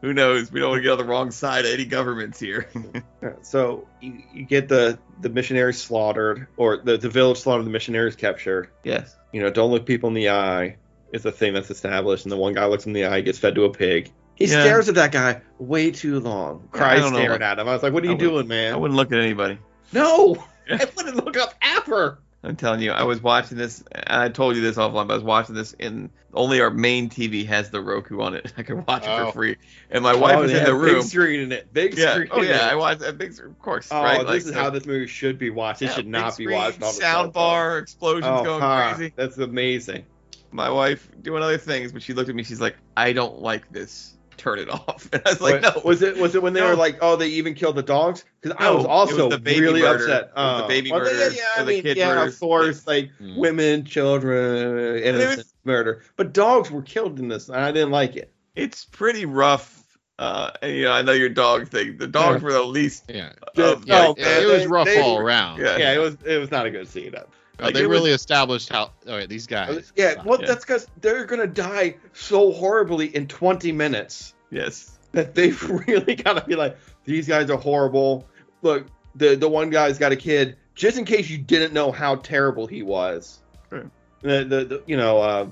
[SPEAKER 2] Who knows? We don't want to get on the wrong side of any governments here. (laughs)
[SPEAKER 1] Yeah, So you, you get the the missionaries slaughtered, or the the village slaughtered, the missionaries captured.
[SPEAKER 2] yes.
[SPEAKER 1] You know, don't look people in the eye is a thing that's established, and the one guy looks in the eye, gets fed to a pig. He
[SPEAKER 2] Yeah.
[SPEAKER 1] stares at that guy way too long.
[SPEAKER 2] Yeah,
[SPEAKER 1] Cries
[SPEAKER 2] I don't know,
[SPEAKER 1] staring
[SPEAKER 2] like-
[SPEAKER 1] at him. I was like, "What are
[SPEAKER 2] I
[SPEAKER 1] you
[SPEAKER 2] would-
[SPEAKER 1] doing, man?"
[SPEAKER 2] I wouldn't look at anybody.
[SPEAKER 1] no, (laughs)
[SPEAKER 2] Yeah.
[SPEAKER 1] I wouldn't look up at her.
[SPEAKER 2] (laughs) I'm telling you, I was watching this. And I told you this offline, but I was watching this, and only our main TV has the Roku on it. (laughs) I could watch it
[SPEAKER 3] Oh.
[SPEAKER 2] for free. And my wife
[SPEAKER 1] Oh,
[SPEAKER 2] was
[SPEAKER 1] they
[SPEAKER 2] in the
[SPEAKER 1] have
[SPEAKER 2] room.
[SPEAKER 1] Big screen in it. Big
[SPEAKER 2] Yeah.
[SPEAKER 1] screen.
[SPEAKER 2] Oh
[SPEAKER 1] in
[SPEAKER 2] yeah,
[SPEAKER 1] it.
[SPEAKER 2] I watched that big. Of course,
[SPEAKER 1] Oh,
[SPEAKER 2] right?
[SPEAKER 1] this
[SPEAKER 2] Like, uh,
[SPEAKER 1] is
[SPEAKER 2] the-
[SPEAKER 1] how this movie should be watched. It
[SPEAKER 2] yeah,
[SPEAKER 1] should
[SPEAKER 2] big
[SPEAKER 1] not be
[SPEAKER 2] screen,
[SPEAKER 1] watched on the
[SPEAKER 2] Sound bar explosions going
[SPEAKER 1] Oh, huh,
[SPEAKER 2] crazy.
[SPEAKER 1] That's amazing.
[SPEAKER 2] My wife doing other things, but she looked at me. She's like, "I don't like this. Turn it (laughs) off." And I was like,
[SPEAKER 1] Wa-
[SPEAKER 2] "No."
[SPEAKER 1] was it was it when they
[SPEAKER 2] No.
[SPEAKER 1] were like, oh, they even killed the dogs? Because I
[SPEAKER 2] No,
[SPEAKER 1] was
[SPEAKER 2] it was
[SPEAKER 1] also
[SPEAKER 2] the baby
[SPEAKER 1] really
[SPEAKER 2] murder.
[SPEAKER 1] upset. Oh.
[SPEAKER 2] It was the baby
[SPEAKER 1] well,
[SPEAKER 2] murder
[SPEAKER 1] Yeah, yeah, I
[SPEAKER 2] and the
[SPEAKER 1] mean,
[SPEAKER 2] kid
[SPEAKER 1] yeah,
[SPEAKER 2] murder. Mm-hmm.
[SPEAKER 1] of course,
[SPEAKER 2] (laughs)
[SPEAKER 1] like
[SPEAKER 3] Mm.
[SPEAKER 1] women, children, innocent murder. But dogs were killed in this, and I didn't like
[SPEAKER 2] (laughs)
[SPEAKER 1] it.
[SPEAKER 2] It's pretty rough. Uh, and, you know, I know your dog thing. The dogs were the least.
[SPEAKER 3] Yeah.
[SPEAKER 2] Of,
[SPEAKER 1] Yeah,
[SPEAKER 2] like,
[SPEAKER 1] yeah,
[SPEAKER 3] it, it
[SPEAKER 1] they-
[SPEAKER 3] was rough
[SPEAKER 1] they-
[SPEAKER 3] all around.
[SPEAKER 2] yeah.
[SPEAKER 1] Yeah, it was it was not a good scene.
[SPEAKER 3] Uh,
[SPEAKER 2] Like,
[SPEAKER 3] they
[SPEAKER 2] it was-
[SPEAKER 3] really established how. All right, these guys.
[SPEAKER 1] Yeah,
[SPEAKER 3] suck.
[SPEAKER 1] well,
[SPEAKER 2] Yeah.
[SPEAKER 1] that's because they're gonna die so horribly in 20 minutes.
[SPEAKER 2] yes.
[SPEAKER 1] that they've (laughs) really got to be like, these guys are horrible. Look, the the one guy's got a kid. Just in case you didn't know how terrible he was,
[SPEAKER 2] Right.
[SPEAKER 1] the, the, the you know uh,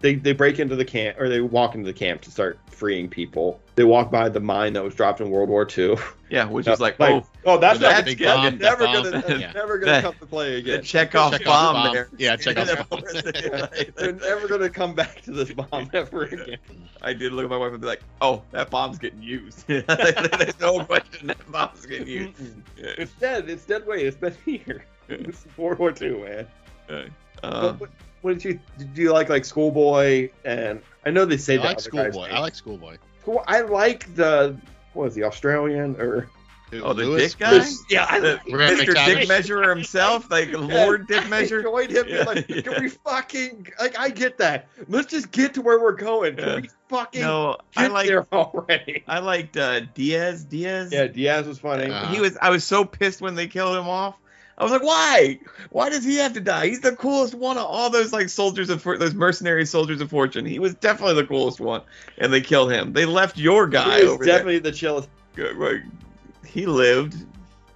[SPEAKER 1] they they break into the camp or they walk into the camp to start freeing people. They walk by the mine that was dropped in World War II.
[SPEAKER 2] Yeah, which
[SPEAKER 1] No,
[SPEAKER 2] is
[SPEAKER 1] (laughs)
[SPEAKER 2] like,
[SPEAKER 1] like,
[SPEAKER 2] oh,
[SPEAKER 1] Oh, that's
[SPEAKER 2] That's
[SPEAKER 1] not
[SPEAKER 2] big
[SPEAKER 1] that's
[SPEAKER 3] bomb,
[SPEAKER 1] never
[SPEAKER 3] bomb.
[SPEAKER 1] gonna (laughs) that's
[SPEAKER 3] Yeah.
[SPEAKER 1] never gonna
[SPEAKER 2] That-
[SPEAKER 1] come to play
[SPEAKER 2] the
[SPEAKER 1] again.
[SPEAKER 2] Chekhov
[SPEAKER 3] Check out
[SPEAKER 2] bomb,
[SPEAKER 3] the bomb.
[SPEAKER 2] there.
[SPEAKER 3] Yeah, check out the
[SPEAKER 2] (laughs)
[SPEAKER 3] bomb.
[SPEAKER 1] (laughs) They're never gonna come back to this bomb ever again. (laughs)
[SPEAKER 2] I did look at my wife and be like, "Oh, that bomb's getting used." (laughs) There's no question that bomb's
[SPEAKER 1] (laughs)
[SPEAKER 2] getting used. Yeah.
[SPEAKER 1] It's dead. It's dead weight. It's been (laughs) here. This is World War II, man.
[SPEAKER 2] Uh,
[SPEAKER 1] But what, what did you do? You like like Schoolboy and I know they say
[SPEAKER 3] I
[SPEAKER 1] that
[SPEAKER 3] like
[SPEAKER 1] other guy's
[SPEAKER 3] Schoolboy.
[SPEAKER 1] name.
[SPEAKER 3] I like Schoolboy.
[SPEAKER 1] Cool, I like the what was the Australian or
[SPEAKER 3] Who-
[SPEAKER 2] Oh, the
[SPEAKER 3] Lewis
[SPEAKER 2] dick guy?
[SPEAKER 3] Bruce-
[SPEAKER 1] (laughs) yeah I
[SPEAKER 2] the-
[SPEAKER 1] like
[SPEAKER 2] (laughs)
[SPEAKER 3] Grant
[SPEAKER 2] Mr. Dick
[SPEAKER 3] McTavish.
[SPEAKER 2] Measurer
[SPEAKER 1] (laughs)
[SPEAKER 2] himself, like Lord Dick
[SPEAKER 1] I
[SPEAKER 2] Measure.
[SPEAKER 1] (laughs) enjoyed him being
[SPEAKER 2] Yeah,
[SPEAKER 1] like, can
[SPEAKER 2] yeah.
[SPEAKER 1] we fucking like? I get that. Let's just get to where we're going. Can
[SPEAKER 2] Yeah.
[SPEAKER 1] we fucking
[SPEAKER 2] No,
[SPEAKER 1] get
[SPEAKER 2] I like
[SPEAKER 1] there already?
[SPEAKER 2] I liked uh, Diaz. Diaz.
[SPEAKER 1] Yeah, Diaz was funny.
[SPEAKER 3] Uh,
[SPEAKER 2] he was. I was so pissed when they killed him off. I was like, why? Why does he have to die? He's the coolest one of all those like soldiers of for- those mercenary soldiers of fortune. He was definitely the coolest one, and they killed him. They left your guy
[SPEAKER 1] he was
[SPEAKER 2] over
[SPEAKER 1] definitely the chillest.
[SPEAKER 2] there. Good, right. He lived.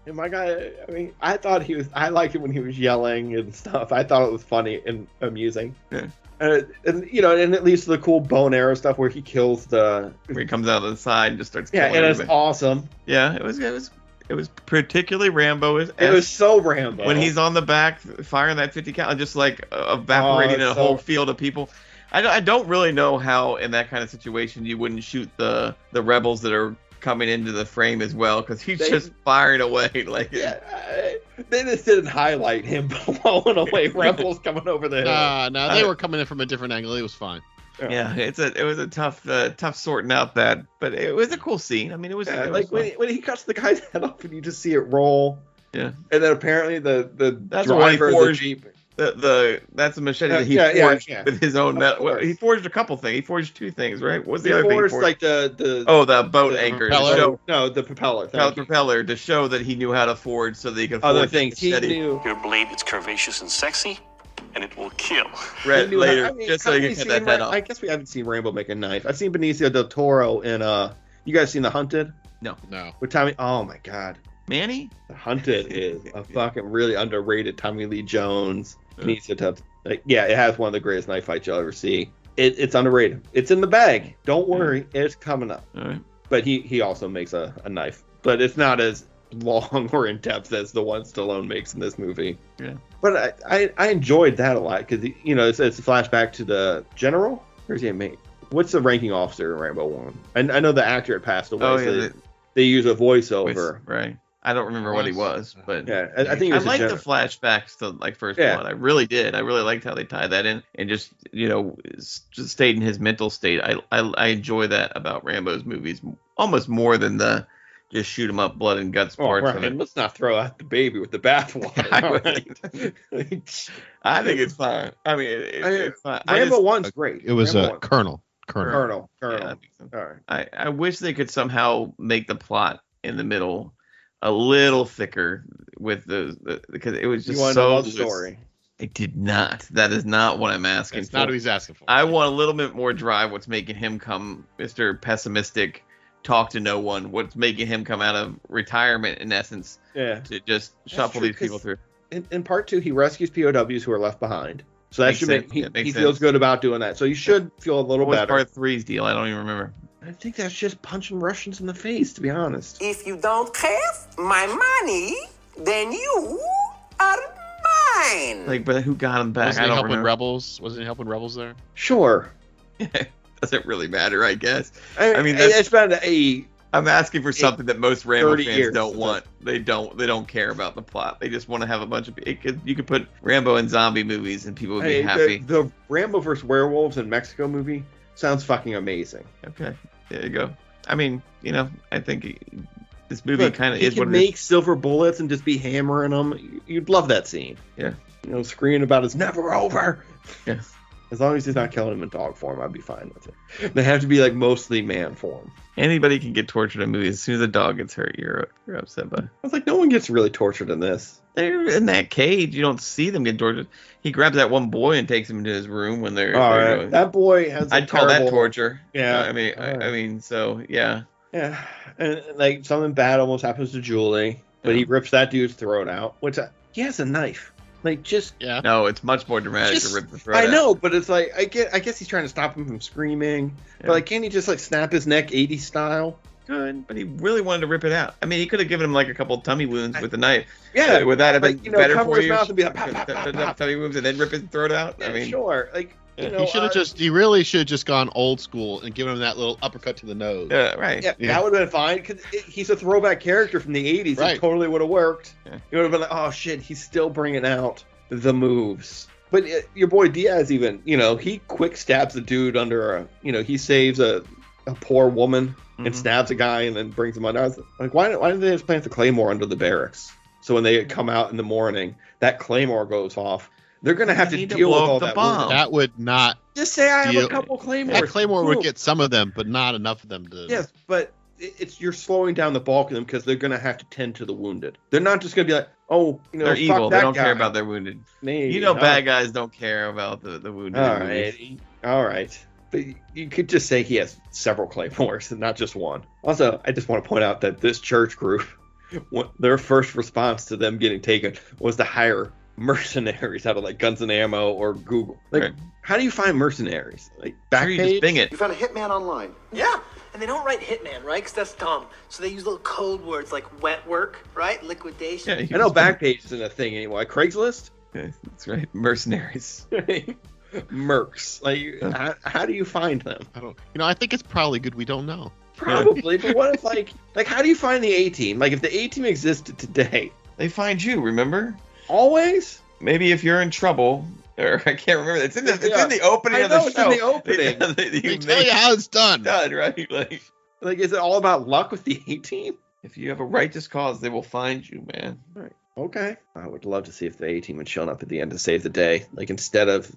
[SPEAKER 1] And my guy, I mean, I thought he was. I liked it when he was yelling and stuff. I thought it was funny and amusing.
[SPEAKER 2] Yeah.
[SPEAKER 1] Uh, and you know, and it leads to the cool bow and arrow stuff where he kills the.
[SPEAKER 2] Where he comes out of the side and just starts
[SPEAKER 1] Yeah,
[SPEAKER 2] killing
[SPEAKER 1] and it's
[SPEAKER 2] everybody.
[SPEAKER 1] awesome.
[SPEAKER 2] yeah, it was it was it was particularly Rambo is
[SPEAKER 1] It was so Rambo.
[SPEAKER 2] when he's on the back firing that 50 cal just like uh, evaporating
[SPEAKER 1] Oh,
[SPEAKER 2] in a
[SPEAKER 1] so-
[SPEAKER 2] whole field of people I don't, I don't really know how in that kind of situation you wouldn't shoot the the rebels that are coming into the frame as well because he's
[SPEAKER 1] They-
[SPEAKER 2] just firing away (laughs) like
[SPEAKER 1] Yeah, I- they just didn't highlight him (laughs) blowing
[SPEAKER 2] (laughs)
[SPEAKER 1] away rebels coming over the hill.
[SPEAKER 3] Nah, nah, they
[SPEAKER 2] I-
[SPEAKER 3] were coming in from a different angle. It was fine.
[SPEAKER 2] yeah it's a it was a tough uh, tough sorting out that but it was a cool scene i mean it was,
[SPEAKER 1] Yeah,
[SPEAKER 2] it was
[SPEAKER 1] like when,
[SPEAKER 2] fun.
[SPEAKER 1] when he cuts the guy's head off and you just see it roll.
[SPEAKER 2] Yeah.
[SPEAKER 1] And then apparently the the
[SPEAKER 2] That's why he
[SPEAKER 1] driver of the
[SPEAKER 2] forged-
[SPEAKER 1] jeep.
[SPEAKER 2] the, the that's a machete
[SPEAKER 1] Yeah,
[SPEAKER 2] that he
[SPEAKER 1] Uh, yeah, yeah,
[SPEAKER 2] forged
[SPEAKER 1] yeah.
[SPEAKER 2] with his own
[SPEAKER 1] Of
[SPEAKER 2] metal well,
[SPEAKER 1] course.
[SPEAKER 2] he forged a couple things he forged two things right what's the
[SPEAKER 1] He
[SPEAKER 2] other thing he
[SPEAKER 1] forged,
[SPEAKER 2] forged?
[SPEAKER 1] like the the
[SPEAKER 2] oh the boat
[SPEAKER 1] the
[SPEAKER 2] anchor to
[SPEAKER 3] propeller.
[SPEAKER 2] show
[SPEAKER 1] no the propeller.
[SPEAKER 2] Propeller,
[SPEAKER 1] Thank you.
[SPEAKER 2] propeller to show that he knew how to forge so that he could
[SPEAKER 1] Other
[SPEAKER 2] forge
[SPEAKER 1] things he
[SPEAKER 2] machete.
[SPEAKER 1] knew.
[SPEAKER 7] Your blade is curvaceous and sexy, and it will kill.
[SPEAKER 2] Red
[SPEAKER 1] He knew how-
[SPEAKER 2] later,
[SPEAKER 1] I mean,
[SPEAKER 2] just so
[SPEAKER 1] haven't
[SPEAKER 2] he
[SPEAKER 1] we
[SPEAKER 2] could cut
[SPEAKER 1] seen
[SPEAKER 2] that head
[SPEAKER 1] Ra-
[SPEAKER 2] off.
[SPEAKER 1] I guess we haven't seen Rambo make a knife. I've seen Benicio del Toro in uh. You guys seen the Hunted
[SPEAKER 3] No.
[SPEAKER 1] with Tommy? Oh my God,
[SPEAKER 2] Manny?
[SPEAKER 1] the (laughs) Hunted is a fucking really underrated Tommy Lee Jones. Benicio del like, yeah, it has one of the greatest knife fights you'll ever see. It, it's underrated. It's in the bag. Don't worry, it's coming up.
[SPEAKER 2] All right.
[SPEAKER 1] But he he also makes a, a knife, but it's not as long (laughs) or in depth as the one Stallone makes in this movie.
[SPEAKER 2] Yeah.
[SPEAKER 1] But I I, I enjoyed that a lot because you know it's, it's a flashback to the general. Where's he mate? What's the ranking officer in Rambo One? And I know the actor had passed away.
[SPEAKER 2] Oh
[SPEAKER 1] so
[SPEAKER 2] yeah,
[SPEAKER 1] they,
[SPEAKER 2] the-
[SPEAKER 1] they use a voiceover.
[SPEAKER 2] with- right. I don't remember what he was, but
[SPEAKER 1] Yeah, I, I think it
[SPEAKER 2] I
[SPEAKER 1] was a
[SPEAKER 2] like the
[SPEAKER 1] general.
[SPEAKER 2] flashbacks to like first
[SPEAKER 1] Yeah.
[SPEAKER 2] one. I really did. I really liked how they tied that in and just you know s- just stayed in his mental state. I I, I enjoy that about Rambo's movies almost more than the just shoot 'em up, blood and guts
[SPEAKER 1] Oh,
[SPEAKER 2] parts of
[SPEAKER 1] Ryan,
[SPEAKER 2] it.
[SPEAKER 1] let's not throw out the baby with the bathwater.
[SPEAKER 2] (laughs) I
[SPEAKER 1] all
[SPEAKER 2] would-
[SPEAKER 1] (laughs) right?
[SPEAKER 2] I think it's fine. I mean, it, it-
[SPEAKER 1] I-
[SPEAKER 2] it's fine. I
[SPEAKER 1] Rambo
[SPEAKER 2] just-
[SPEAKER 1] One's great.
[SPEAKER 3] It was
[SPEAKER 1] Rambo
[SPEAKER 3] a
[SPEAKER 1] One-
[SPEAKER 3] colonel. Colonel.
[SPEAKER 1] Colonel.
[SPEAKER 2] yeah,
[SPEAKER 1] Colonel.
[SPEAKER 2] I think so.
[SPEAKER 1] All right.
[SPEAKER 2] I, I wish they could somehow make the plot in the middle a little thicker with the, the because it was
[SPEAKER 1] You
[SPEAKER 2] just
[SPEAKER 1] want a
[SPEAKER 2] so
[SPEAKER 1] love
[SPEAKER 2] loose.
[SPEAKER 1] story?
[SPEAKER 2] I did not. That is not what I'm asking.
[SPEAKER 3] That's not
[SPEAKER 2] for.
[SPEAKER 3] what he's asking for.
[SPEAKER 2] I want a little bit more drive. What's making him come, Mister Pessimistic, talk to no one? What's making him come out of retirement in essence
[SPEAKER 1] Yeah.
[SPEAKER 2] to just shuffle
[SPEAKER 1] true,
[SPEAKER 2] these people
[SPEAKER 1] 'cause-
[SPEAKER 2] through?
[SPEAKER 1] in, in part two, he rescues POWs who are left behind. So that
[SPEAKER 2] Makes
[SPEAKER 1] should
[SPEAKER 2] sense.
[SPEAKER 1] make he,
[SPEAKER 2] Yeah, makes
[SPEAKER 1] he feels
[SPEAKER 2] sense.
[SPEAKER 1] good about doing that. So you should feel a little
[SPEAKER 2] What was
[SPEAKER 1] better.
[SPEAKER 2] part three's deal? I don't even remember.
[SPEAKER 1] I think that's just punching Russians in the face, to be honest.
[SPEAKER 8] If you don't have my money, then you are mine.
[SPEAKER 2] Like, but who got him back?
[SPEAKER 3] Wasn't
[SPEAKER 2] I
[SPEAKER 3] he
[SPEAKER 2] don't
[SPEAKER 3] helping
[SPEAKER 2] remember.
[SPEAKER 3] rebels? Wasn't he helping rebels there?
[SPEAKER 1] Sure.
[SPEAKER 2] (laughs) Doesn't really matter, I guess.
[SPEAKER 1] I,
[SPEAKER 2] I mean,
[SPEAKER 1] mean,
[SPEAKER 2] that's-
[SPEAKER 1] it's been a
[SPEAKER 2] I'm asking for something that most Rambo
[SPEAKER 1] 30
[SPEAKER 2] fans
[SPEAKER 1] years.
[SPEAKER 2] don't want. They don't. They don't care about the plot. They just want to have a bunch of. It could, you could put Rambo in zombie movies and people would be
[SPEAKER 1] a-
[SPEAKER 2] happy.
[SPEAKER 1] The, the Rambo vs. Werewolves in Mexico movie sounds fucking amazing.
[SPEAKER 2] Okay, there you go. I mean, you know, I think it- this movie
[SPEAKER 1] Look,
[SPEAKER 2] kind of
[SPEAKER 1] he
[SPEAKER 2] is
[SPEAKER 1] could
[SPEAKER 2] what it is.
[SPEAKER 1] make silver bullets and just be hammering them. You'd love that scene.
[SPEAKER 2] Yeah.
[SPEAKER 1] You know, screaming about it's never over.
[SPEAKER 2] Yeah.
[SPEAKER 1] As long as he's not killing him in dog form, I'd be fine with it. They have to be like mostly man form.
[SPEAKER 2] Anybody can get tortured in movies. As soon as a dog gets hurt, you're you're upset by. it.
[SPEAKER 1] I was like, no one gets really tortured in this.
[SPEAKER 2] They're in that cage. You don't see them get tortured. He grabs that one boy and takes him into his room when they're.
[SPEAKER 1] All
[SPEAKER 2] they're
[SPEAKER 1] right,
[SPEAKER 2] doing-
[SPEAKER 1] that boy has. a
[SPEAKER 2] I'd call that
[SPEAKER 1] terrible-
[SPEAKER 2] torture.
[SPEAKER 1] Yeah.
[SPEAKER 2] I mean, I, I
[SPEAKER 1] Alright.
[SPEAKER 2] mean, so yeah.
[SPEAKER 1] Yeah, and like something bad almost happens to Julie, but he
[SPEAKER 2] Yeah.
[SPEAKER 1] rips that dude's throat out. Which I, he has a knife. Like just,
[SPEAKER 3] Yeah.
[SPEAKER 2] No, it's much more dramatic
[SPEAKER 1] Just-
[SPEAKER 2] to rip the throat.
[SPEAKER 1] I
[SPEAKER 2] out.
[SPEAKER 1] know, but it's like I get. I guess he's trying to stop him from screaming.
[SPEAKER 2] Yeah.
[SPEAKER 1] But like, can't he just like snap his neck 80 style?
[SPEAKER 2] good, but he really wanted to rip it out. I mean, he could have given him like a couple tummy wounds with the knife.
[SPEAKER 1] (laughs) Yeah,
[SPEAKER 2] would that have been
[SPEAKER 1] like, you know,
[SPEAKER 2] better
[SPEAKER 1] cover
[SPEAKER 2] for
[SPEAKER 1] his
[SPEAKER 2] you?
[SPEAKER 1] mouth and be like, pop, pop,
[SPEAKER 2] (laughs) Th-
[SPEAKER 1] pop,
[SPEAKER 2] th-
[SPEAKER 1] pop.
[SPEAKER 2] tummy wounds and then rip his throat out. I
[SPEAKER 1] Yeah,
[SPEAKER 2] mean,
[SPEAKER 1] sure. Like you know,
[SPEAKER 3] he should have
[SPEAKER 1] uh,
[SPEAKER 3] just. He really should have just gone old school and given him that little uppercut to the nose.
[SPEAKER 2] (laughs) yeah, right.
[SPEAKER 1] Yeah,
[SPEAKER 3] Yeah.
[SPEAKER 1] that would have been fine because he's a throwback character from the 80s.
[SPEAKER 3] Right.
[SPEAKER 1] It totally would have worked.
[SPEAKER 2] Yeah.
[SPEAKER 1] It would have been like, oh shit, he's still bringing out the moves. But uh, your boy Diaz, even, you know, he quick stabs a dude under a, you know, he saves a, a poor woman and
[SPEAKER 2] Mhm.
[SPEAKER 1] stabs a guy and then brings him under. I was like, why, didn't- why didn't they just plant the claymore under the barracks? So when they come out in the morning, that claymore goes off. They're going to have
[SPEAKER 2] They
[SPEAKER 1] to
[SPEAKER 2] need to
[SPEAKER 1] deal
[SPEAKER 2] blow
[SPEAKER 1] with
[SPEAKER 2] up
[SPEAKER 1] all
[SPEAKER 2] the
[SPEAKER 1] that.
[SPEAKER 2] bomb.
[SPEAKER 1] wound.
[SPEAKER 3] That would not.
[SPEAKER 1] Just say I have
[SPEAKER 3] Deal-
[SPEAKER 1] a couple claymores.
[SPEAKER 3] That Claymore would
[SPEAKER 1] Boom.
[SPEAKER 3] get some of them, but not enough of them to.
[SPEAKER 1] Yes, but i- it's you're slowing down the bulk of them because they're going to have to tend to the wounded. They're not just going to be like, oh, you know,
[SPEAKER 2] They're
[SPEAKER 1] fuck
[SPEAKER 2] evil.
[SPEAKER 1] That
[SPEAKER 2] They don't
[SPEAKER 1] guy.
[SPEAKER 2] care about their wounded.
[SPEAKER 1] Maybe.
[SPEAKER 2] You know,
[SPEAKER 1] not.
[SPEAKER 2] bad guys don't care about the the wounded. in
[SPEAKER 1] All
[SPEAKER 2] movies.
[SPEAKER 1] right, all right. But y- you could just say he has several claymores and not just one. Also, I just want to point out that this church group, (laughs) what, their first response to them getting taken was to hire mercenaries out of like Guns and Ammo or Google. Like,
[SPEAKER 2] Right.
[SPEAKER 1] how do you find mercenaries? Like
[SPEAKER 2] Sure, you
[SPEAKER 1] Backpage?
[SPEAKER 2] just bing it.
[SPEAKER 6] You found a hitman online.
[SPEAKER 9] Yeah, and they don't write hitman, right? 'Cause that's dumb. So they use little code words like wet work, right? Liquidation.
[SPEAKER 2] Yeah, you
[SPEAKER 1] I know
[SPEAKER 2] just bing
[SPEAKER 1] Backpage isn't a thing anymore. Craigslist.
[SPEAKER 2] it. That's right. Mercenaries.
[SPEAKER 1] (laughs) mercs. Like, how, how do you find (laughs) them?
[SPEAKER 3] I don't. You know, I think it's probably good we don't know.
[SPEAKER 1] Probably, but what if like, like how do you find the A team? Like, if the A team existed today,
[SPEAKER 2] They find you. Remember?
[SPEAKER 1] always.
[SPEAKER 2] Maybe if you're in trouble, or (laughs) I can't remember. It's in the it's
[SPEAKER 1] Yeah.
[SPEAKER 2] in the opening
[SPEAKER 1] I
[SPEAKER 2] of the
[SPEAKER 1] know, it's in
[SPEAKER 2] show.
[SPEAKER 1] the opening.
[SPEAKER 2] (laughs) They-
[SPEAKER 3] They
[SPEAKER 2] you
[SPEAKER 3] tell
[SPEAKER 2] make
[SPEAKER 3] you how it's done.
[SPEAKER 2] done right. Like
[SPEAKER 1] (laughs) Like, is it all about luck with the A team?
[SPEAKER 2] if you have a righteous cause, they will find you, man.
[SPEAKER 1] Okay, I would love to see if the A team had shown up at the end to save the day. Like instead of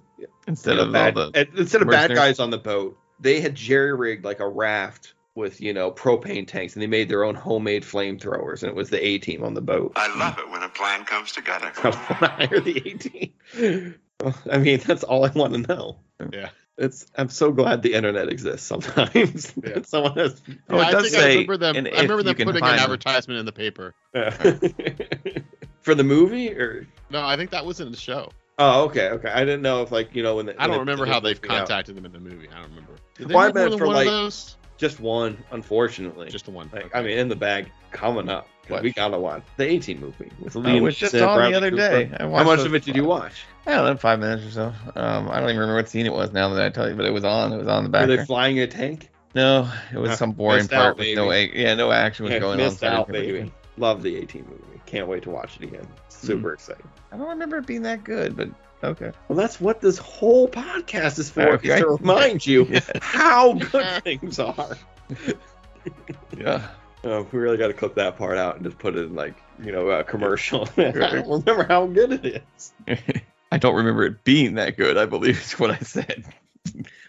[SPEAKER 2] Instead
[SPEAKER 1] you know,
[SPEAKER 2] of
[SPEAKER 1] bad,
[SPEAKER 2] all the
[SPEAKER 1] and- instead of bad
[SPEAKER 2] mercenaries.
[SPEAKER 1] guys on the boat, they had jerry rigged like a raft with you know propane tanks, and they made their own homemade flamethrowers, and it was the A team on the boat.
[SPEAKER 6] I love it when a plan comes together.
[SPEAKER 1] I (laughs) want to hire the 18. (laughs) I mean, that's all I want to know.
[SPEAKER 3] Yeah.
[SPEAKER 1] It's. I'm so glad the internet exists sometimes. (laughs)
[SPEAKER 3] Yeah.
[SPEAKER 1] Someone has.
[SPEAKER 2] Oh,
[SPEAKER 3] Yeah,
[SPEAKER 2] it does
[SPEAKER 3] I think
[SPEAKER 2] say,
[SPEAKER 3] I remember them.
[SPEAKER 2] and
[SPEAKER 3] I
[SPEAKER 2] if
[SPEAKER 3] remember them
[SPEAKER 2] you can
[SPEAKER 3] putting an
[SPEAKER 2] find them.
[SPEAKER 3] advertisement in the paper.
[SPEAKER 1] (laughs) For the movie, or
[SPEAKER 3] No, I think that was in the show.
[SPEAKER 1] oh, okay, okay. I didn't know if like you know when. The,
[SPEAKER 3] I don't
[SPEAKER 1] when they-
[SPEAKER 3] remember how they've
[SPEAKER 1] yeah.
[SPEAKER 3] contacted them in the movie. I don't remember. Did they
[SPEAKER 1] Well, I
[SPEAKER 3] make more
[SPEAKER 1] meant
[SPEAKER 3] than
[SPEAKER 1] for,
[SPEAKER 3] one
[SPEAKER 1] like-
[SPEAKER 3] of those?
[SPEAKER 1] Just one, unfortunately.
[SPEAKER 3] Just the one.
[SPEAKER 1] like,
[SPEAKER 3] Okay.
[SPEAKER 1] I mean, in the bag coming up. 'cause
[SPEAKER 2] What?
[SPEAKER 1] We gotta watch the 18 movie with
[SPEAKER 2] I
[SPEAKER 1] Liam.
[SPEAKER 2] was just
[SPEAKER 1] Neeson,
[SPEAKER 2] on
[SPEAKER 1] Bradley
[SPEAKER 2] the other
[SPEAKER 1] Cooper.
[SPEAKER 2] day. I
[SPEAKER 1] How
[SPEAKER 2] watched
[SPEAKER 1] much
[SPEAKER 2] those
[SPEAKER 1] of it did you
[SPEAKER 2] five-
[SPEAKER 1] watch?
[SPEAKER 2] I don't know, five minutes or so. Um, I don't even remember what scene it was now that I tell you, but it was on. It was on in the
[SPEAKER 1] Were
[SPEAKER 2] back.
[SPEAKER 1] they flying in a tank?
[SPEAKER 2] No, it was
[SPEAKER 1] Ah,
[SPEAKER 2] some boring
[SPEAKER 1] missed
[SPEAKER 2] part
[SPEAKER 1] out,
[SPEAKER 2] with no, ac- yeah, no action was
[SPEAKER 1] Yeah,
[SPEAKER 2] going
[SPEAKER 1] missed
[SPEAKER 2] on. so I
[SPEAKER 1] out,
[SPEAKER 2] couldn't
[SPEAKER 1] baby.
[SPEAKER 2] remember.
[SPEAKER 1] Love the 18 movie. Can't wait to watch it again. Super excited.
[SPEAKER 2] I don't remember it being that good, but okay.
[SPEAKER 1] Well, that's what this whole podcast is for, is
[SPEAKER 2] Okay.
[SPEAKER 1] to remind (laughs) (laughs) you
[SPEAKER 2] (laughs) Yeah.
[SPEAKER 1] how good things are.
[SPEAKER 2] Yeah.
[SPEAKER 1] Uh, we really got to clip that part out and just put it in, like, you know, a (laughs) commercial. I don't remember how good it is.
[SPEAKER 2] I don't remember it being that good. I believe (laughs) is what I said.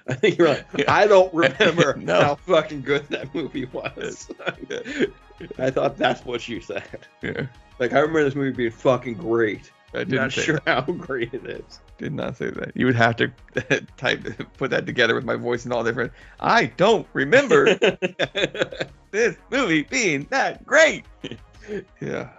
[SPEAKER 1] I think you're like, I don't (laughs) remember
[SPEAKER 2] No.
[SPEAKER 1] how fucking good that movie was. (laughs) I thought that's what you said.
[SPEAKER 2] Yeah,
[SPEAKER 1] Like, I remember this movie being fucking great.
[SPEAKER 2] I didn't
[SPEAKER 1] Not
[SPEAKER 2] say
[SPEAKER 1] sure how great it is.
[SPEAKER 2] Did not say that. You would have to (laughs) type put that together with my voice and all different. I don't remember
[SPEAKER 1] (laughs)
[SPEAKER 2] this movie being that great. (laughs) yeah.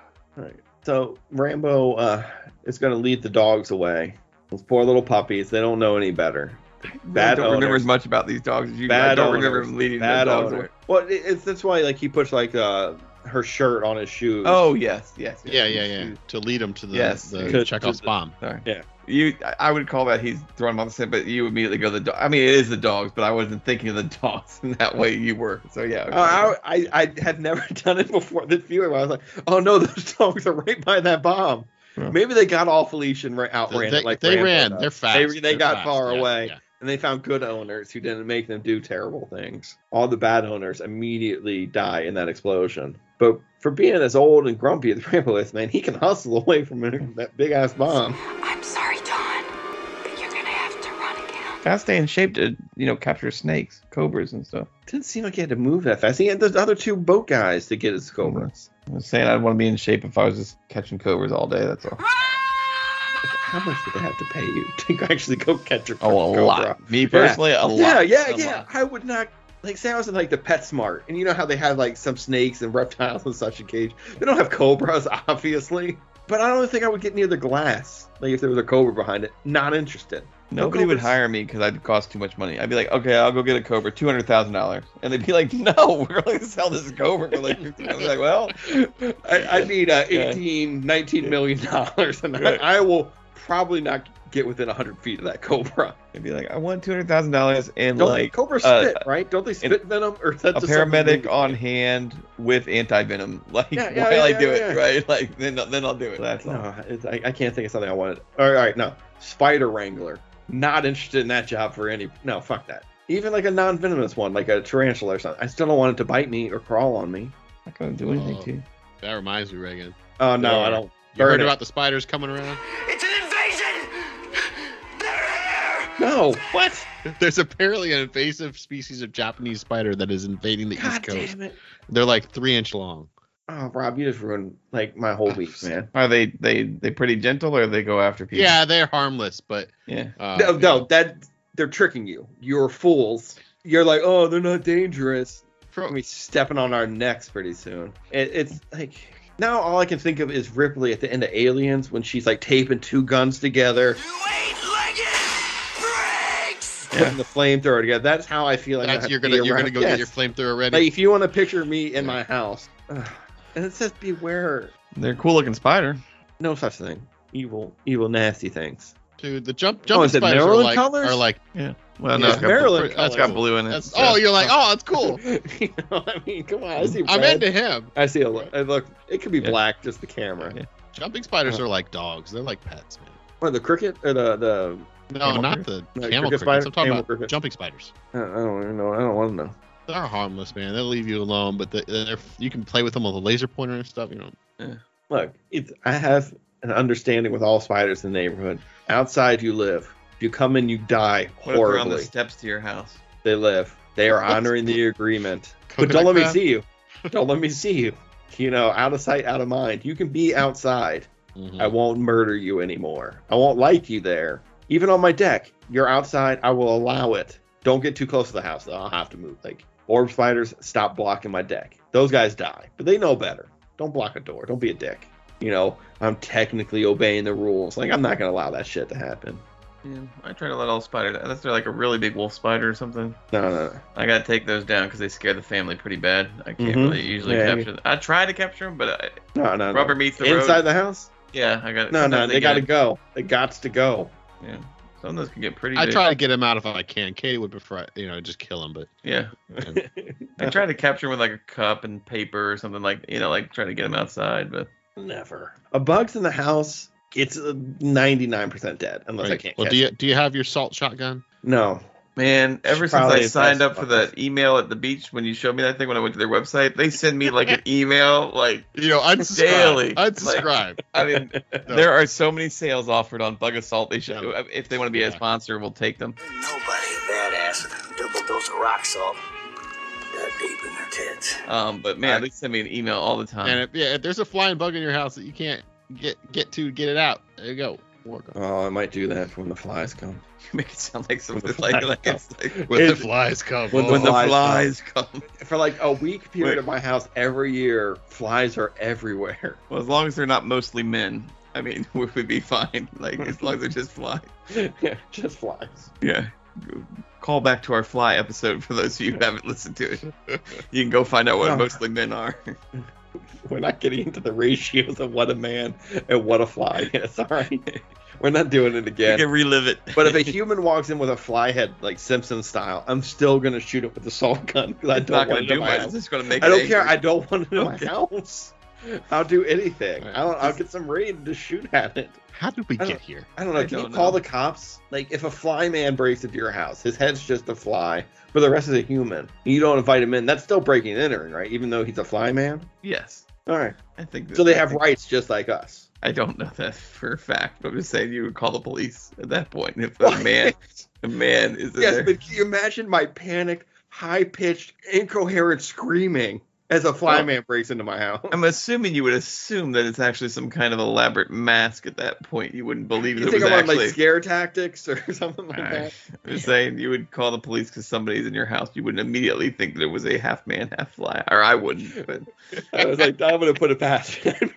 [SPEAKER 1] So Rambo uh, is going to lead the dogs away. Those poor little puppies, they don't know any better.
[SPEAKER 2] I
[SPEAKER 1] Bad
[SPEAKER 2] don't remember
[SPEAKER 1] owners.
[SPEAKER 2] as much about these dogs as you.
[SPEAKER 1] Bad
[SPEAKER 2] I don't
[SPEAKER 1] owners.
[SPEAKER 2] remember him leading
[SPEAKER 1] Bad
[SPEAKER 2] the dogs.
[SPEAKER 1] owner.
[SPEAKER 2] away.
[SPEAKER 1] Well, it- it's that's why like he puts like uh, her shirt on his shoes.
[SPEAKER 2] Oh yes, yes. yes.
[SPEAKER 3] Yeah, yeah, yeah. To lead him to the,
[SPEAKER 2] Yes.
[SPEAKER 3] the
[SPEAKER 1] To-
[SPEAKER 3] Chekhov's
[SPEAKER 1] to the-
[SPEAKER 3] bomb.
[SPEAKER 2] Sorry.
[SPEAKER 1] Yeah.
[SPEAKER 2] You, I- I would call that he's throwing him off the scent, but you immediately go the. Do- I mean, it is the dogs, but I wasn't thinking of the (laughs) dogs in that way. You were, so yeah.
[SPEAKER 1] Uh, I, I I had never (laughs) done it before this viewing. I was like, oh no, (laughs) those dogs are right by that bomb.
[SPEAKER 2] Yeah.
[SPEAKER 1] Maybe they got off leash and ra- outran
[SPEAKER 3] they
[SPEAKER 1] it. Like
[SPEAKER 3] they
[SPEAKER 1] Rambo
[SPEAKER 3] ran.
[SPEAKER 1] does.
[SPEAKER 3] They're fast.
[SPEAKER 1] They, they
[SPEAKER 3] They're
[SPEAKER 1] got
[SPEAKER 3] fast.
[SPEAKER 1] far
[SPEAKER 3] Yeah,
[SPEAKER 1] away.
[SPEAKER 3] yeah.
[SPEAKER 1] and they found good owners who didn't make them do terrible things. All the bad owners immediately die in that explosion. But for being as old and grumpy as (laughs) Rambo is, man, he can hustle away from that big ass bomb.
[SPEAKER 10] I'm sorry, Don, but you're gonna have to run again.
[SPEAKER 2] gotta stay in shape to, you know, capture snakes, cobras, and stuff.
[SPEAKER 1] Didn't seem like he had to move that fast. He had those other two boat guys to get his cobras.
[SPEAKER 2] I was saying I'd want to be in shape if I was just catching cobras all day. That's all.
[SPEAKER 1] How much did they have to pay you (laughs) to actually go catch your
[SPEAKER 2] Oh, a
[SPEAKER 1] cobra?
[SPEAKER 2] lot. Me personally, a lot.
[SPEAKER 1] Yeah, yeah,
[SPEAKER 2] A
[SPEAKER 1] yeah.
[SPEAKER 2] lot.
[SPEAKER 1] I would not like say I was in like the PetSmart, and you know how they have like some snakes and reptiles in such a cage. They don't have cobras, (laughs) obviously. But I don't think I would get near the glass. Like if there was a cobra behind it, not interested.
[SPEAKER 2] Nobody would
[SPEAKER 1] cobras.
[SPEAKER 2] hire me because I'd cost too much money. I'd be like, okay, I'll go get a cobra, two hundred thousand dollars, and they'd be like, no, (laughs) we're going to sell this cobra for like. 50. I was like, well,
[SPEAKER 1] I, I need uh,
[SPEAKER 2] Yeah.
[SPEAKER 1] 18, 19 million dollars, and
[SPEAKER 2] Right.
[SPEAKER 1] I, I will probably not get within hundred feet of that cobra.
[SPEAKER 2] I'd be like, I want two hundred thousand dollars and
[SPEAKER 1] Don't
[SPEAKER 2] like
[SPEAKER 1] cobras
[SPEAKER 2] uh,
[SPEAKER 1] spit, right? Don't they spit venom or is that
[SPEAKER 2] a
[SPEAKER 1] just something
[SPEAKER 2] paramedic
[SPEAKER 1] they-
[SPEAKER 2] on hand with anti venom. (laughs) Like,
[SPEAKER 1] Yeah, yeah,
[SPEAKER 2] while I
[SPEAKER 1] yeah,
[SPEAKER 2] do
[SPEAKER 1] yeah.
[SPEAKER 2] it, right? Like, then then I'll do it. That's all.
[SPEAKER 1] No, it's, I, I can't think of something I wanted. All right, no. Spider Wrangler. Not interested in that job for any. No, fuck that. Even like a non venomous one, like a tarantula or something. I still don't want it to bite me or crawl on me.
[SPEAKER 2] I'm not gonna do anything
[SPEAKER 3] Oh.
[SPEAKER 2] to you.
[SPEAKER 3] That reminds me, Reagan.
[SPEAKER 1] Oh, no,
[SPEAKER 3] Yeah.
[SPEAKER 1] I don't.
[SPEAKER 3] You
[SPEAKER 1] Burn
[SPEAKER 3] heard
[SPEAKER 1] it.
[SPEAKER 3] about the spiders coming around? (laughs)
[SPEAKER 5] It's an invasion! They're here!
[SPEAKER 1] No. What?
[SPEAKER 3] There's apparently an invasive species of Japanese spider that is invading the
[SPEAKER 1] God
[SPEAKER 3] East Coast.
[SPEAKER 1] damn it.
[SPEAKER 3] They're like three inch long.
[SPEAKER 1] Oh, Rob, you just ruined like my whole week, man.
[SPEAKER 2] Are they they they pretty gentle or they go after people?
[SPEAKER 3] Yeah, they're harmless, but
[SPEAKER 2] yeah.
[SPEAKER 3] uh,
[SPEAKER 1] no,
[SPEAKER 3] you
[SPEAKER 1] no,
[SPEAKER 3] know,
[SPEAKER 1] that they're tricking you. You're fools. You're like, oh, they're not dangerous. They're gonna be stepping on our necks pretty soon. It, it's like now all I can think of is Ripley at the end of Aliens when she's like taping two guns together,
[SPEAKER 5] You eight-legged bricks!
[SPEAKER 1] putting the flamethrower together. That's how I feel. Like I
[SPEAKER 3] that's,
[SPEAKER 1] have
[SPEAKER 3] you're
[SPEAKER 1] to
[SPEAKER 3] gonna
[SPEAKER 1] be
[SPEAKER 3] you're gonna
[SPEAKER 1] around-
[SPEAKER 3] go
[SPEAKER 1] Yes.
[SPEAKER 3] get your flamethrower ready.
[SPEAKER 1] Like if you want to picture me in my house, Ugh. and it says beware,
[SPEAKER 2] They're cool looking spider.
[SPEAKER 1] no such thing. Evil, evil, nasty things.
[SPEAKER 3] Dude, the jump
[SPEAKER 1] Oh,
[SPEAKER 3] jumping
[SPEAKER 1] is it
[SPEAKER 3] spiders are
[SPEAKER 1] Maryland
[SPEAKER 3] like,
[SPEAKER 1] colors?
[SPEAKER 3] are like
[SPEAKER 2] Well,
[SPEAKER 1] no,
[SPEAKER 2] no,
[SPEAKER 1] Yeah, it's got Maryland blue-
[SPEAKER 2] That's
[SPEAKER 3] colours.
[SPEAKER 2] got blue in it.
[SPEAKER 3] that's,
[SPEAKER 2] so-
[SPEAKER 3] oh, you're like oh, that's
[SPEAKER 1] (laughs)
[SPEAKER 3] cool.
[SPEAKER 1] you know, what I mean, come on, I see.
[SPEAKER 3] I'm
[SPEAKER 1] red.
[SPEAKER 3] into him.
[SPEAKER 1] I see a look. I look it could be
[SPEAKER 2] Yeah.
[SPEAKER 1] black, just the camera.
[SPEAKER 2] Yeah.
[SPEAKER 3] Jumping spiders are like dogs. They're like pets, man.
[SPEAKER 1] Or the cricket, or the the.
[SPEAKER 3] No,
[SPEAKER 2] Camel
[SPEAKER 3] not the
[SPEAKER 1] No,
[SPEAKER 3] camel
[SPEAKER 1] cricket
[SPEAKER 3] crickets.
[SPEAKER 1] spider-
[SPEAKER 3] I'm talking
[SPEAKER 1] camel
[SPEAKER 3] about
[SPEAKER 1] cricket.
[SPEAKER 3] jumping spiders.
[SPEAKER 1] I don't- I don't even know. I don't want to know.
[SPEAKER 3] They're harmless, man. They'll leave you alone, but they- they're, you can play with them with a laser pointer and stuff. You know,
[SPEAKER 1] Look, it's, I have an understanding with all spiders in the neighborhood. Outside, you live. If you come in, you die
[SPEAKER 2] What if they're on the
[SPEAKER 1] horribly.
[SPEAKER 2] steps to your house?
[SPEAKER 1] They live. They are honoring the
[SPEAKER 2] (laughs)
[SPEAKER 1] agreement. But
[SPEAKER 3] Coconut
[SPEAKER 1] don't let me
[SPEAKER 3] crab?
[SPEAKER 1] see you. Don't let me see you. You know, out of sight, out of mind. You can be outside.
[SPEAKER 3] Mhm.
[SPEAKER 1] I won't murder you anymore. I won't like you there. Even on my deck, you're outside. I will allow it. Don't get too close to the house, though. I'll have to move. Like orb spiders, stop blocking my deck. Those guys die, but they know better. Don't block a door. Don't be a dick. You know, I'm technically obeying the rules. Like I'm not gonna allow that shit to happen.
[SPEAKER 2] Yeah, I tried to let all spider. down. Unless they're like a really big wolf spider or something.
[SPEAKER 1] No, no, no.
[SPEAKER 2] I gotta take those down because they scare the family pretty bad. I can't
[SPEAKER 1] Mhm.
[SPEAKER 2] really usually
[SPEAKER 1] Yeah,
[SPEAKER 2] capture. Them. I try to capture them, but I,
[SPEAKER 1] No, no, no.
[SPEAKER 2] rubber meets the road.
[SPEAKER 1] Inside the house?
[SPEAKER 2] Yeah, I got.
[SPEAKER 1] No, no, they
[SPEAKER 2] got
[SPEAKER 1] gotta go. They got to go.
[SPEAKER 2] Yeah, some of those can get pretty.
[SPEAKER 3] I
[SPEAKER 2] big.
[SPEAKER 3] try to get him out if I can. Katie would prefer, you know, just kill him, but
[SPEAKER 2] Yeah,
[SPEAKER 3] Yeah.
[SPEAKER 2] I tried to capture 'em with like a cup and paper or something like you know, like try to get them outside, but
[SPEAKER 1] (laughs) Never. A bug's in the house. It's ninety nine percent dead unless I
[SPEAKER 3] Right.
[SPEAKER 1] can't.
[SPEAKER 3] Well,
[SPEAKER 1] catch
[SPEAKER 3] do you
[SPEAKER 1] it.
[SPEAKER 3] do you have your salt shotgun?
[SPEAKER 1] No.
[SPEAKER 2] Man, ever
[SPEAKER 1] Should
[SPEAKER 2] since I
[SPEAKER 1] probably
[SPEAKER 2] signed
[SPEAKER 1] invest
[SPEAKER 2] up for
[SPEAKER 1] in
[SPEAKER 2] that email at the beach when you showed me that thing when I went to their website, they send me like an email. Like,
[SPEAKER 3] You know, unsubscribe.
[SPEAKER 2] Daily.
[SPEAKER 3] Unsubscribe.
[SPEAKER 1] (laughs)
[SPEAKER 2] I mean,
[SPEAKER 3] No.
[SPEAKER 2] there are so many sales offered on Bug Assault. They should,
[SPEAKER 3] Yeah.
[SPEAKER 2] if they want to be a
[SPEAKER 3] Yeah.
[SPEAKER 2] sponsor, we'll take them.
[SPEAKER 5] Nobody badass with a double dose of rock salt that deep in their tits.
[SPEAKER 2] Um, but man,
[SPEAKER 3] I-
[SPEAKER 2] they send me an email all the time.
[SPEAKER 3] (laughs) and if, yeah, if there's a flying bug in your house that you can't get get to, get it out. There you go. Work on
[SPEAKER 1] Oh, I might do that when the flies come.
[SPEAKER 2] you (laughs) make it sound like something
[SPEAKER 1] With (laughs) the
[SPEAKER 2] like,
[SPEAKER 1] flies
[SPEAKER 2] like it's like
[SPEAKER 3] it. When the
[SPEAKER 1] It's-
[SPEAKER 3] flies come.
[SPEAKER 1] when the
[SPEAKER 2] when the
[SPEAKER 1] flies
[SPEAKER 2] flies come.
[SPEAKER 1] For like a week period
[SPEAKER 2] Wait.
[SPEAKER 1] at my house every year, flies are everywhere. (laughs)
[SPEAKER 2] Well, as long as they're not mostly men, I mean, (laughs) we would be fine. Like as long as they're just flies.
[SPEAKER 1] Just flies.
[SPEAKER 2] Yeah. Call back to our fly episode for those of you who haven't listened to it. You can go find out what
[SPEAKER 1] Oh.
[SPEAKER 2] mostly men are. (laughs)
[SPEAKER 1] We're not getting into the ratios of what a man and what a fly (laughs) is. All right. We're not doing it
[SPEAKER 2] You
[SPEAKER 1] again.
[SPEAKER 2] can relive it.
[SPEAKER 1] (laughs) But
[SPEAKER 2] (laughs)
[SPEAKER 1] if a human walks in with a fly head, like Simpson style, I'm still gonna shoot it with the salt gun because I
[SPEAKER 2] it's not
[SPEAKER 1] don't want
[SPEAKER 2] going
[SPEAKER 1] it
[SPEAKER 2] to
[SPEAKER 1] in
[SPEAKER 2] do
[SPEAKER 1] my
[SPEAKER 2] much. It's
[SPEAKER 1] house.
[SPEAKER 2] just going to make.
[SPEAKER 1] I
[SPEAKER 2] it
[SPEAKER 1] don't care.
[SPEAKER 2] angry.
[SPEAKER 1] I don't want it in Oh my house. I'll do anything.
[SPEAKER 3] Right.
[SPEAKER 1] I'll, I'll get some rain to shoot at it.
[SPEAKER 3] How did we
[SPEAKER 1] I
[SPEAKER 3] get here?
[SPEAKER 1] I don't know.
[SPEAKER 2] I
[SPEAKER 1] Can
[SPEAKER 2] don't
[SPEAKER 1] you call
[SPEAKER 2] know.
[SPEAKER 1] the cops? Like, if a fly man breaks into your house, his head's just a fly, but the rest is a human. and You don't invite him in. That's still breaking and entering, right? Even though he's a fly man.
[SPEAKER 2] Yes,
[SPEAKER 1] All right.
[SPEAKER 2] I think.
[SPEAKER 1] So
[SPEAKER 2] that-
[SPEAKER 1] they
[SPEAKER 2] I
[SPEAKER 1] have
[SPEAKER 2] think-
[SPEAKER 1] rights just like us.
[SPEAKER 2] I don't know that for a fact, but I'm just saying you would call the police at that point if a man, a man is in
[SPEAKER 1] Yes,
[SPEAKER 2] there.
[SPEAKER 1] but can you imagine my panicked, high pitched, incoherent screaming as a fly
[SPEAKER 2] Oh.
[SPEAKER 1] man breaks into my
[SPEAKER 2] (laughs)
[SPEAKER 1] house?
[SPEAKER 2] I'm assuming you would assume that it's actually some kind of elaborate mask at that point. You wouldn't believe that
[SPEAKER 1] you
[SPEAKER 2] it
[SPEAKER 1] think
[SPEAKER 2] was
[SPEAKER 1] I'm on
[SPEAKER 2] actually.
[SPEAKER 1] like scare tactics or (laughs) something like
[SPEAKER 2] Alright. (laughs)
[SPEAKER 1] that?
[SPEAKER 2] I'm just saying you would call the police because somebody's in your house. You wouldn't immediately think that it was a half man, half fly, or I wouldn't. But
[SPEAKER 1] I was like, I'm gonna put it (laughs) past. you." I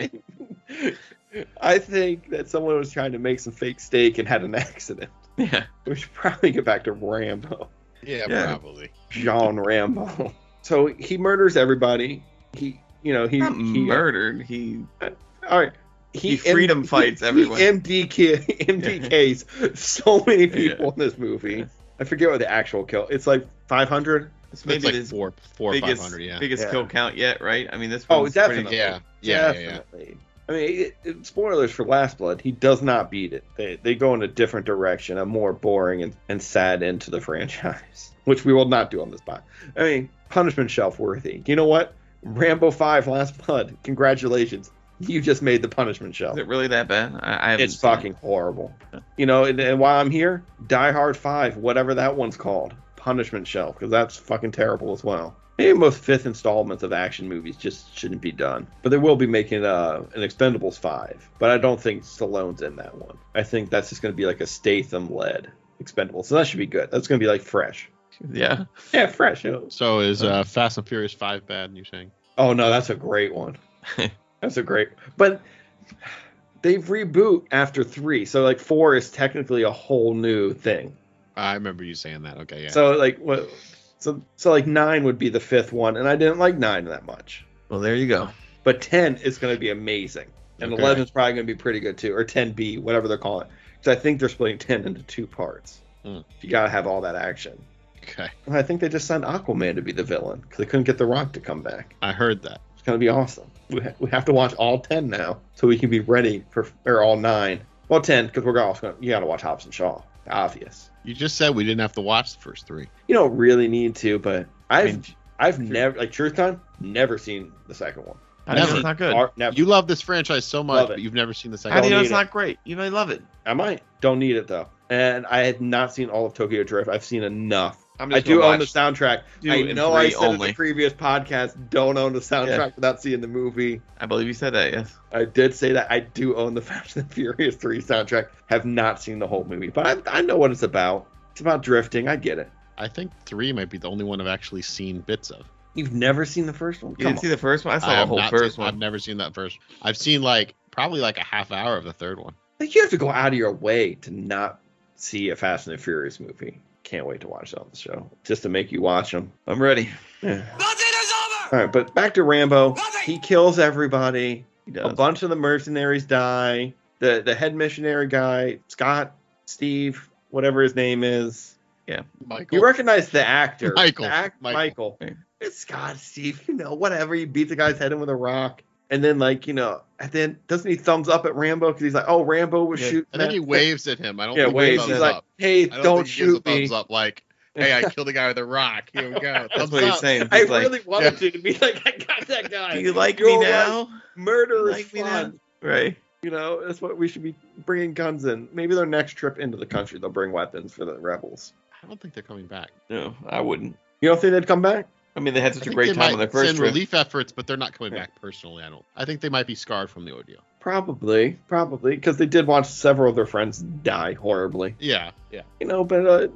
[SPEAKER 1] mean,
[SPEAKER 2] (laughs)
[SPEAKER 1] like, I, I think that someone was trying to make some fake steak and had an (laughs) accident.
[SPEAKER 2] (laughs) yeah,
[SPEAKER 1] (laughs) We should probably get back to Rambo.
[SPEAKER 3] Yeah,
[SPEAKER 2] Yeah.
[SPEAKER 3] probably.
[SPEAKER 1] John Rambo. So he murders everybody. He, you know, he,
[SPEAKER 2] not
[SPEAKER 1] he
[SPEAKER 2] murdered. He
[SPEAKER 1] all right.
[SPEAKER 2] He freedom fights everyone.
[SPEAKER 1] He (laughs) MDK, MDKs so many
[SPEAKER 2] Yeah.
[SPEAKER 1] people in this movie. I forget what the actual kill. It's like 500.
[SPEAKER 2] it's
[SPEAKER 3] Maybe
[SPEAKER 2] maybe
[SPEAKER 3] it's like
[SPEAKER 2] his
[SPEAKER 3] four, four, five
[SPEAKER 2] biggest
[SPEAKER 3] hundred. Yeah.
[SPEAKER 2] biggest
[SPEAKER 1] Yeah.
[SPEAKER 2] kill count yet, right? I mean, this
[SPEAKER 1] Oh,
[SPEAKER 2] one's pretty-
[SPEAKER 1] definitely.
[SPEAKER 3] yeah, yeah, yeah, yeah.
[SPEAKER 1] Definitely. I mean, it, it, spoilers for Last Blood. He does not beat it. They they go in a different direction, a more boring and, and sad end to the (laughs) franchise, which we will not do on this pod. I mean, punishment shelf worthy. You know what? Rambo Five: Last Blood. Congratulations, you just made the punishment shelf.
[SPEAKER 2] Is it really that bad? I, I haven't
[SPEAKER 1] It's
[SPEAKER 2] seen it.
[SPEAKER 1] fucking horrible. You know, and, and while I'm here, Die Hard 5, whatever that one's called, Punishment Shelf, because that's fucking terrible as well. Maybe most fifth installments of action movies just shouldn't be done. But they will be making uh, an Expendables 5, but I don't think Stallone's in that one. I think that's just going to be like a Statham led Expendables. So that should be good. That's going to be like fresh.
[SPEAKER 2] Yeah.
[SPEAKER 1] Yeah, fresh. Oh,
[SPEAKER 3] So is uh, Fast and Furious Five bad? You're saying?
[SPEAKER 1] Oh no, that's a great
[SPEAKER 3] (laughs)
[SPEAKER 1] one. that's a great. But they've reboot after three, so like four is technically a whole new thing.
[SPEAKER 3] I remember you saying that. Okay, yeah.
[SPEAKER 1] So like what? So so like nine would be the fifth one, and I didn't like nine that much.
[SPEAKER 2] Well, there you go.
[SPEAKER 1] But ten is going to be amazing, and
[SPEAKER 3] Okay.
[SPEAKER 1] eleven is probably going to be pretty good too, or ten B, whatever they're calling. it. Because I think they're splitting ten into two parts.
[SPEAKER 3] Hmm.
[SPEAKER 1] You got to have all that action.
[SPEAKER 3] okay,
[SPEAKER 1] And I think they just signed Aquaman to be the villain because they couldn't get The Rock to come back.
[SPEAKER 3] I heard that.
[SPEAKER 1] It's gonna be awesome. We, ha- we have to watch all ten now, so we can be ready for or all nine. Well, ten because we're also gonna you gotta watch Hobbs and Shaw. Obvious.
[SPEAKER 3] You just said we didn't have to watch the first three.
[SPEAKER 1] You don't really need to, but I've
[SPEAKER 2] mean,
[SPEAKER 1] I've never like Truth Time never seen the second one.
[SPEAKER 2] How do you know
[SPEAKER 3] Never.
[SPEAKER 2] it's not good?
[SPEAKER 1] Or- never.
[SPEAKER 3] You love this franchise so much,
[SPEAKER 1] Love it.
[SPEAKER 3] but you've never seen the
[SPEAKER 2] How
[SPEAKER 3] second.
[SPEAKER 2] do you
[SPEAKER 1] don't
[SPEAKER 2] know it's
[SPEAKER 1] need it.
[SPEAKER 2] not great? You may love it.
[SPEAKER 1] I might don't need it though, and I had not seen all of Tokyo Drift. I've seen enough.
[SPEAKER 2] I'm
[SPEAKER 1] I do own the soundtrack.
[SPEAKER 2] two
[SPEAKER 1] I
[SPEAKER 2] and
[SPEAKER 1] know I
[SPEAKER 2] three
[SPEAKER 1] said in
[SPEAKER 2] only.
[SPEAKER 1] the previous podcast, don't own the soundtrack
[SPEAKER 2] Yeah.
[SPEAKER 1] without seeing the movie.
[SPEAKER 2] I believe you said that. Yes.
[SPEAKER 1] I did say that I do own the (laughs) Fast and Furious 3 soundtrack. Have not seen the whole movie, but I, I know what it's about. It's about drifting. I get it.
[SPEAKER 3] I think three might be the only one I've actually seen bits of.
[SPEAKER 1] You've never seen the first one?
[SPEAKER 2] You
[SPEAKER 1] Come
[SPEAKER 2] didn't
[SPEAKER 1] on.
[SPEAKER 2] see the first one. I saw
[SPEAKER 3] I
[SPEAKER 2] the
[SPEAKER 3] have
[SPEAKER 2] whole
[SPEAKER 3] not
[SPEAKER 2] first
[SPEAKER 3] seen- I've
[SPEAKER 2] one.
[SPEAKER 3] never seen that first. I've seen like probably like a half hour of the third one.
[SPEAKER 1] Like you have to go out of your way to not see a Fast and the Furious movie. Can't wait to watch that on the show just to make you watch them. I'm ready. Yeah. All right, but back to Rambo. He kills everybody.
[SPEAKER 2] He
[SPEAKER 1] A
[SPEAKER 2] does.
[SPEAKER 1] bunch of the mercenaries die. The the head missionary guy, Scott, Steve, whatever his name is.
[SPEAKER 3] Michael.
[SPEAKER 1] You recognize the actor.
[SPEAKER 3] Michael.
[SPEAKER 1] The act- Michael.
[SPEAKER 3] Michael.
[SPEAKER 1] It's Scott, Steve, you know, whatever. He beats the guy's head in with a rock. And then, like, you know, and then doesn't he thumbs up at Rambo? Because he's like, oh, Rambo was
[SPEAKER 2] Yeah,
[SPEAKER 1] shooting.
[SPEAKER 3] And then
[SPEAKER 1] that-
[SPEAKER 3] he waves at him. I don't
[SPEAKER 1] Yeah,
[SPEAKER 3] think he
[SPEAKER 1] waves.
[SPEAKER 3] thumbs
[SPEAKER 1] He's like,
[SPEAKER 3] up.
[SPEAKER 1] hey,
[SPEAKER 3] I don't,
[SPEAKER 1] don't,
[SPEAKER 3] think he gives
[SPEAKER 1] shoot
[SPEAKER 3] a
[SPEAKER 1] me.
[SPEAKER 3] thumbs
[SPEAKER 2] (laughs)
[SPEAKER 3] up like, hey, I killed a guy with a rock. Here we go.
[SPEAKER 2] That's
[SPEAKER 3] Thumbs
[SPEAKER 2] what he's
[SPEAKER 3] up.
[SPEAKER 2] saying.
[SPEAKER 1] I
[SPEAKER 2] He's like,
[SPEAKER 1] really wanted you to be (laughs) like, I got that guy.
[SPEAKER 2] Do you like
[SPEAKER 1] You're
[SPEAKER 2] me
[SPEAKER 1] right.
[SPEAKER 2] now?
[SPEAKER 1] Murder is
[SPEAKER 2] Like me now?
[SPEAKER 1] fun.
[SPEAKER 2] Right.
[SPEAKER 1] You know, that's what we should be bringing guns in. Maybe their next trip into the country, they'll bring weapons for the rebels.
[SPEAKER 3] I don't think they're coming back.
[SPEAKER 2] No, I wouldn't.
[SPEAKER 1] You don't think they'd come back?
[SPEAKER 2] I mean, they had such
[SPEAKER 3] I
[SPEAKER 2] a
[SPEAKER 3] think
[SPEAKER 2] great
[SPEAKER 3] they
[SPEAKER 2] time on
[SPEAKER 3] might
[SPEAKER 2] their first
[SPEAKER 3] send
[SPEAKER 2] trip.
[SPEAKER 3] relief efforts, but they're not coming back personally. I don't. I think they might be scarred from the ordeal.
[SPEAKER 1] Probably, probably, because they did watch several of their friends die horribly.
[SPEAKER 3] Yeah, yeah.
[SPEAKER 1] You know, but uh,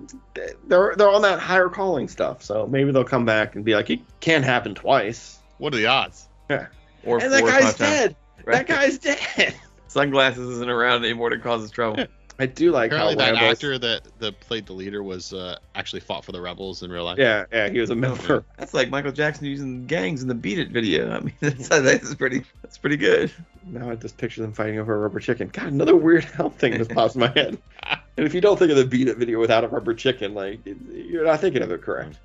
[SPEAKER 1] they're they're on that higher calling stuff, so maybe they'll come back and be like, it can't happen twice.
[SPEAKER 3] What are the odds?
[SPEAKER 2] Or
[SPEAKER 1] and that
[SPEAKER 2] four or
[SPEAKER 1] guy's
[SPEAKER 2] five times.
[SPEAKER 1] dead. That
[SPEAKER 2] Right.
[SPEAKER 1] guy's dead. (laughs)
[SPEAKER 2] Sunglasses isn't around anymore to cause us trouble.
[SPEAKER 1] I do like
[SPEAKER 3] Apparently,
[SPEAKER 1] how
[SPEAKER 3] that
[SPEAKER 1] Rambo's-
[SPEAKER 3] actor that, that played the leader was uh, actually fought for the rebels in real life.
[SPEAKER 1] Yeah, yeah, he was a member.
[SPEAKER 2] That's like Michael Jackson using gangs in the Beat It video. I mean, (laughs) that's, that's pretty. That's pretty good.
[SPEAKER 1] Now I just picture them fighting over a rubber chicken. God, another weird (laughs) hell thing just pops in my
[SPEAKER 3] (laughs)
[SPEAKER 1] head. And if you don't think of the beat it video without a rubber chicken, like you're not thinking of it correct.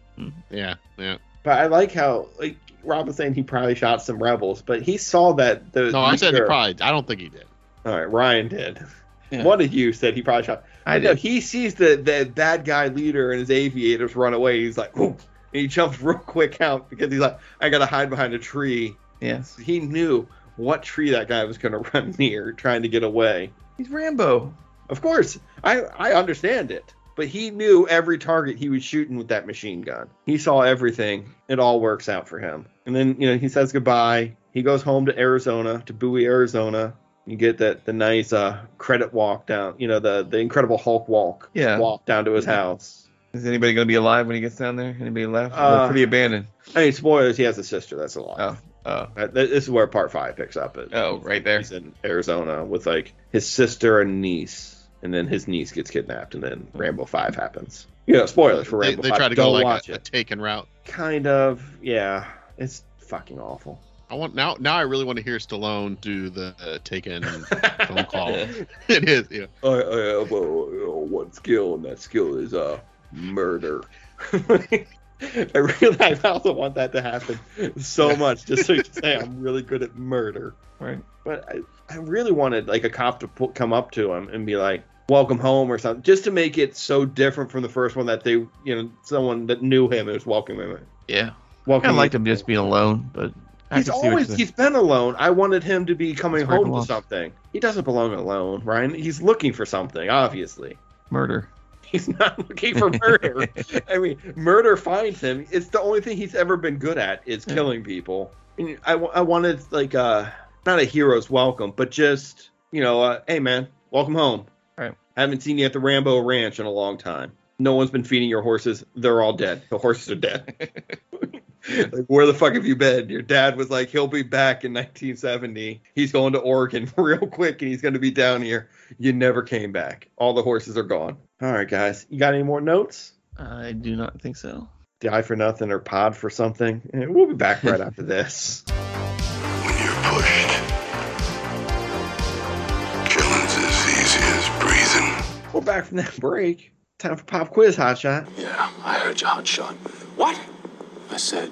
[SPEAKER 3] yeah, yeah.
[SPEAKER 1] But I like how like Rob was saying he probably shot some rebels, but he saw that the
[SPEAKER 3] No, I said he
[SPEAKER 1] leader-
[SPEAKER 3] probably. I don't think he did.
[SPEAKER 1] All right, Ryan did.
[SPEAKER 2] Yeah.
[SPEAKER 1] One of you said he probably shot.
[SPEAKER 2] I
[SPEAKER 1] know
[SPEAKER 2] did.
[SPEAKER 1] he sees the the bad guy leader and his aviators run away. He's like, "Ooh," and he jumps (laughs) real quick out because he's like, "I gotta hide behind a tree."
[SPEAKER 2] Yes.
[SPEAKER 1] He knew what tree that guy was gonna (laughs) run near, trying to get away.
[SPEAKER 2] He's Rambo.
[SPEAKER 1] Of course, I I understand it, but he knew every target he was shooting with that machine gun. He saw everything. It all works out for him. And then you know he says goodbye. He goes home to Arizona to Bowie, Arizona. You get that the nice uh, credit walk down, you know the the Incredible Hulk walk
[SPEAKER 2] Yeah.
[SPEAKER 1] walk down to his house.
[SPEAKER 2] Is anybody gonna be alive when he gets down there? Anybody left? Or
[SPEAKER 1] Uh,
[SPEAKER 2] pretty abandoned.
[SPEAKER 1] I mean, spoilers. He has a sister that's alive.
[SPEAKER 2] Oh. Oh.
[SPEAKER 1] Uh, th- this is where part five picks up. It-
[SPEAKER 2] Oh, right there.
[SPEAKER 1] He's in Arizona with like his sister and niece, and then his niece gets kidnapped, and then Rambo Five happens. You know, spoilers for
[SPEAKER 3] They,
[SPEAKER 1] Rambo
[SPEAKER 3] they
[SPEAKER 1] Five.
[SPEAKER 3] try to go
[SPEAKER 1] Don't
[SPEAKER 3] like
[SPEAKER 1] watch
[SPEAKER 3] a, a
[SPEAKER 1] it.
[SPEAKER 3] taken route.
[SPEAKER 1] Kind of, yeah. It's fucking awful.
[SPEAKER 3] I want now. Now I really want to hear Stallone do the uh, taken phone
[SPEAKER 11] (laughs)
[SPEAKER 3] call. (laughs) it is. Yeah.
[SPEAKER 1] I, I have one skill, and that skill is uh murder. (laughs) I really, I also want that to happen so much, just so you can say I'm really good at murder.
[SPEAKER 2] Right.
[SPEAKER 1] But I, I really wanted like a cop to pu- come up to him and be like, "Welcome home" or something, just to make it so different from the first one that they, you know, someone that knew him was welcoming him.
[SPEAKER 2] Yeah. I
[SPEAKER 1] Welcome.
[SPEAKER 2] kind of liked him just being alone, but I
[SPEAKER 1] He's
[SPEAKER 2] can see what you're
[SPEAKER 1] always
[SPEAKER 2] saying.
[SPEAKER 1] he's been alone. I wanted him to be coming
[SPEAKER 2] That's where he
[SPEAKER 1] home to
[SPEAKER 2] belongs.
[SPEAKER 1] something. He doesn't belong alone, Ryan. He's looking for something, obviously.
[SPEAKER 2] murder.
[SPEAKER 1] He's not looking for murder. I mean, murder finds him. It's the only thing he's ever been good at is
[SPEAKER 2] Yeah.
[SPEAKER 1] killing people. And I, wa- I wanted like a not a hero's welcome, but just you know, uh, hey man, welcome home.
[SPEAKER 2] Right.
[SPEAKER 1] Haven't seen you at the Rambo Ranch in a long time. No one's been feeding your horses. They're all dead. The horses are dead. like, where the fuck have you been? Your dad was like, he'll be back in 1970. He's going to Oregon (laughs) real quick, and he's going to be down here. You never came back. All the horses are gone. All right, guys. You got any more notes?
[SPEAKER 2] I do not think so.
[SPEAKER 1] Die for nothing or pod for something. Eh, We'll be back right after this.
[SPEAKER 6] When you're pushed, killing's as easy as breathing.
[SPEAKER 1] (laughs) We're back from that break. Time for pop quiz, Hotshot.
[SPEAKER 5] Yeah, I heard you hot shot.
[SPEAKER 8] What?
[SPEAKER 5] I said,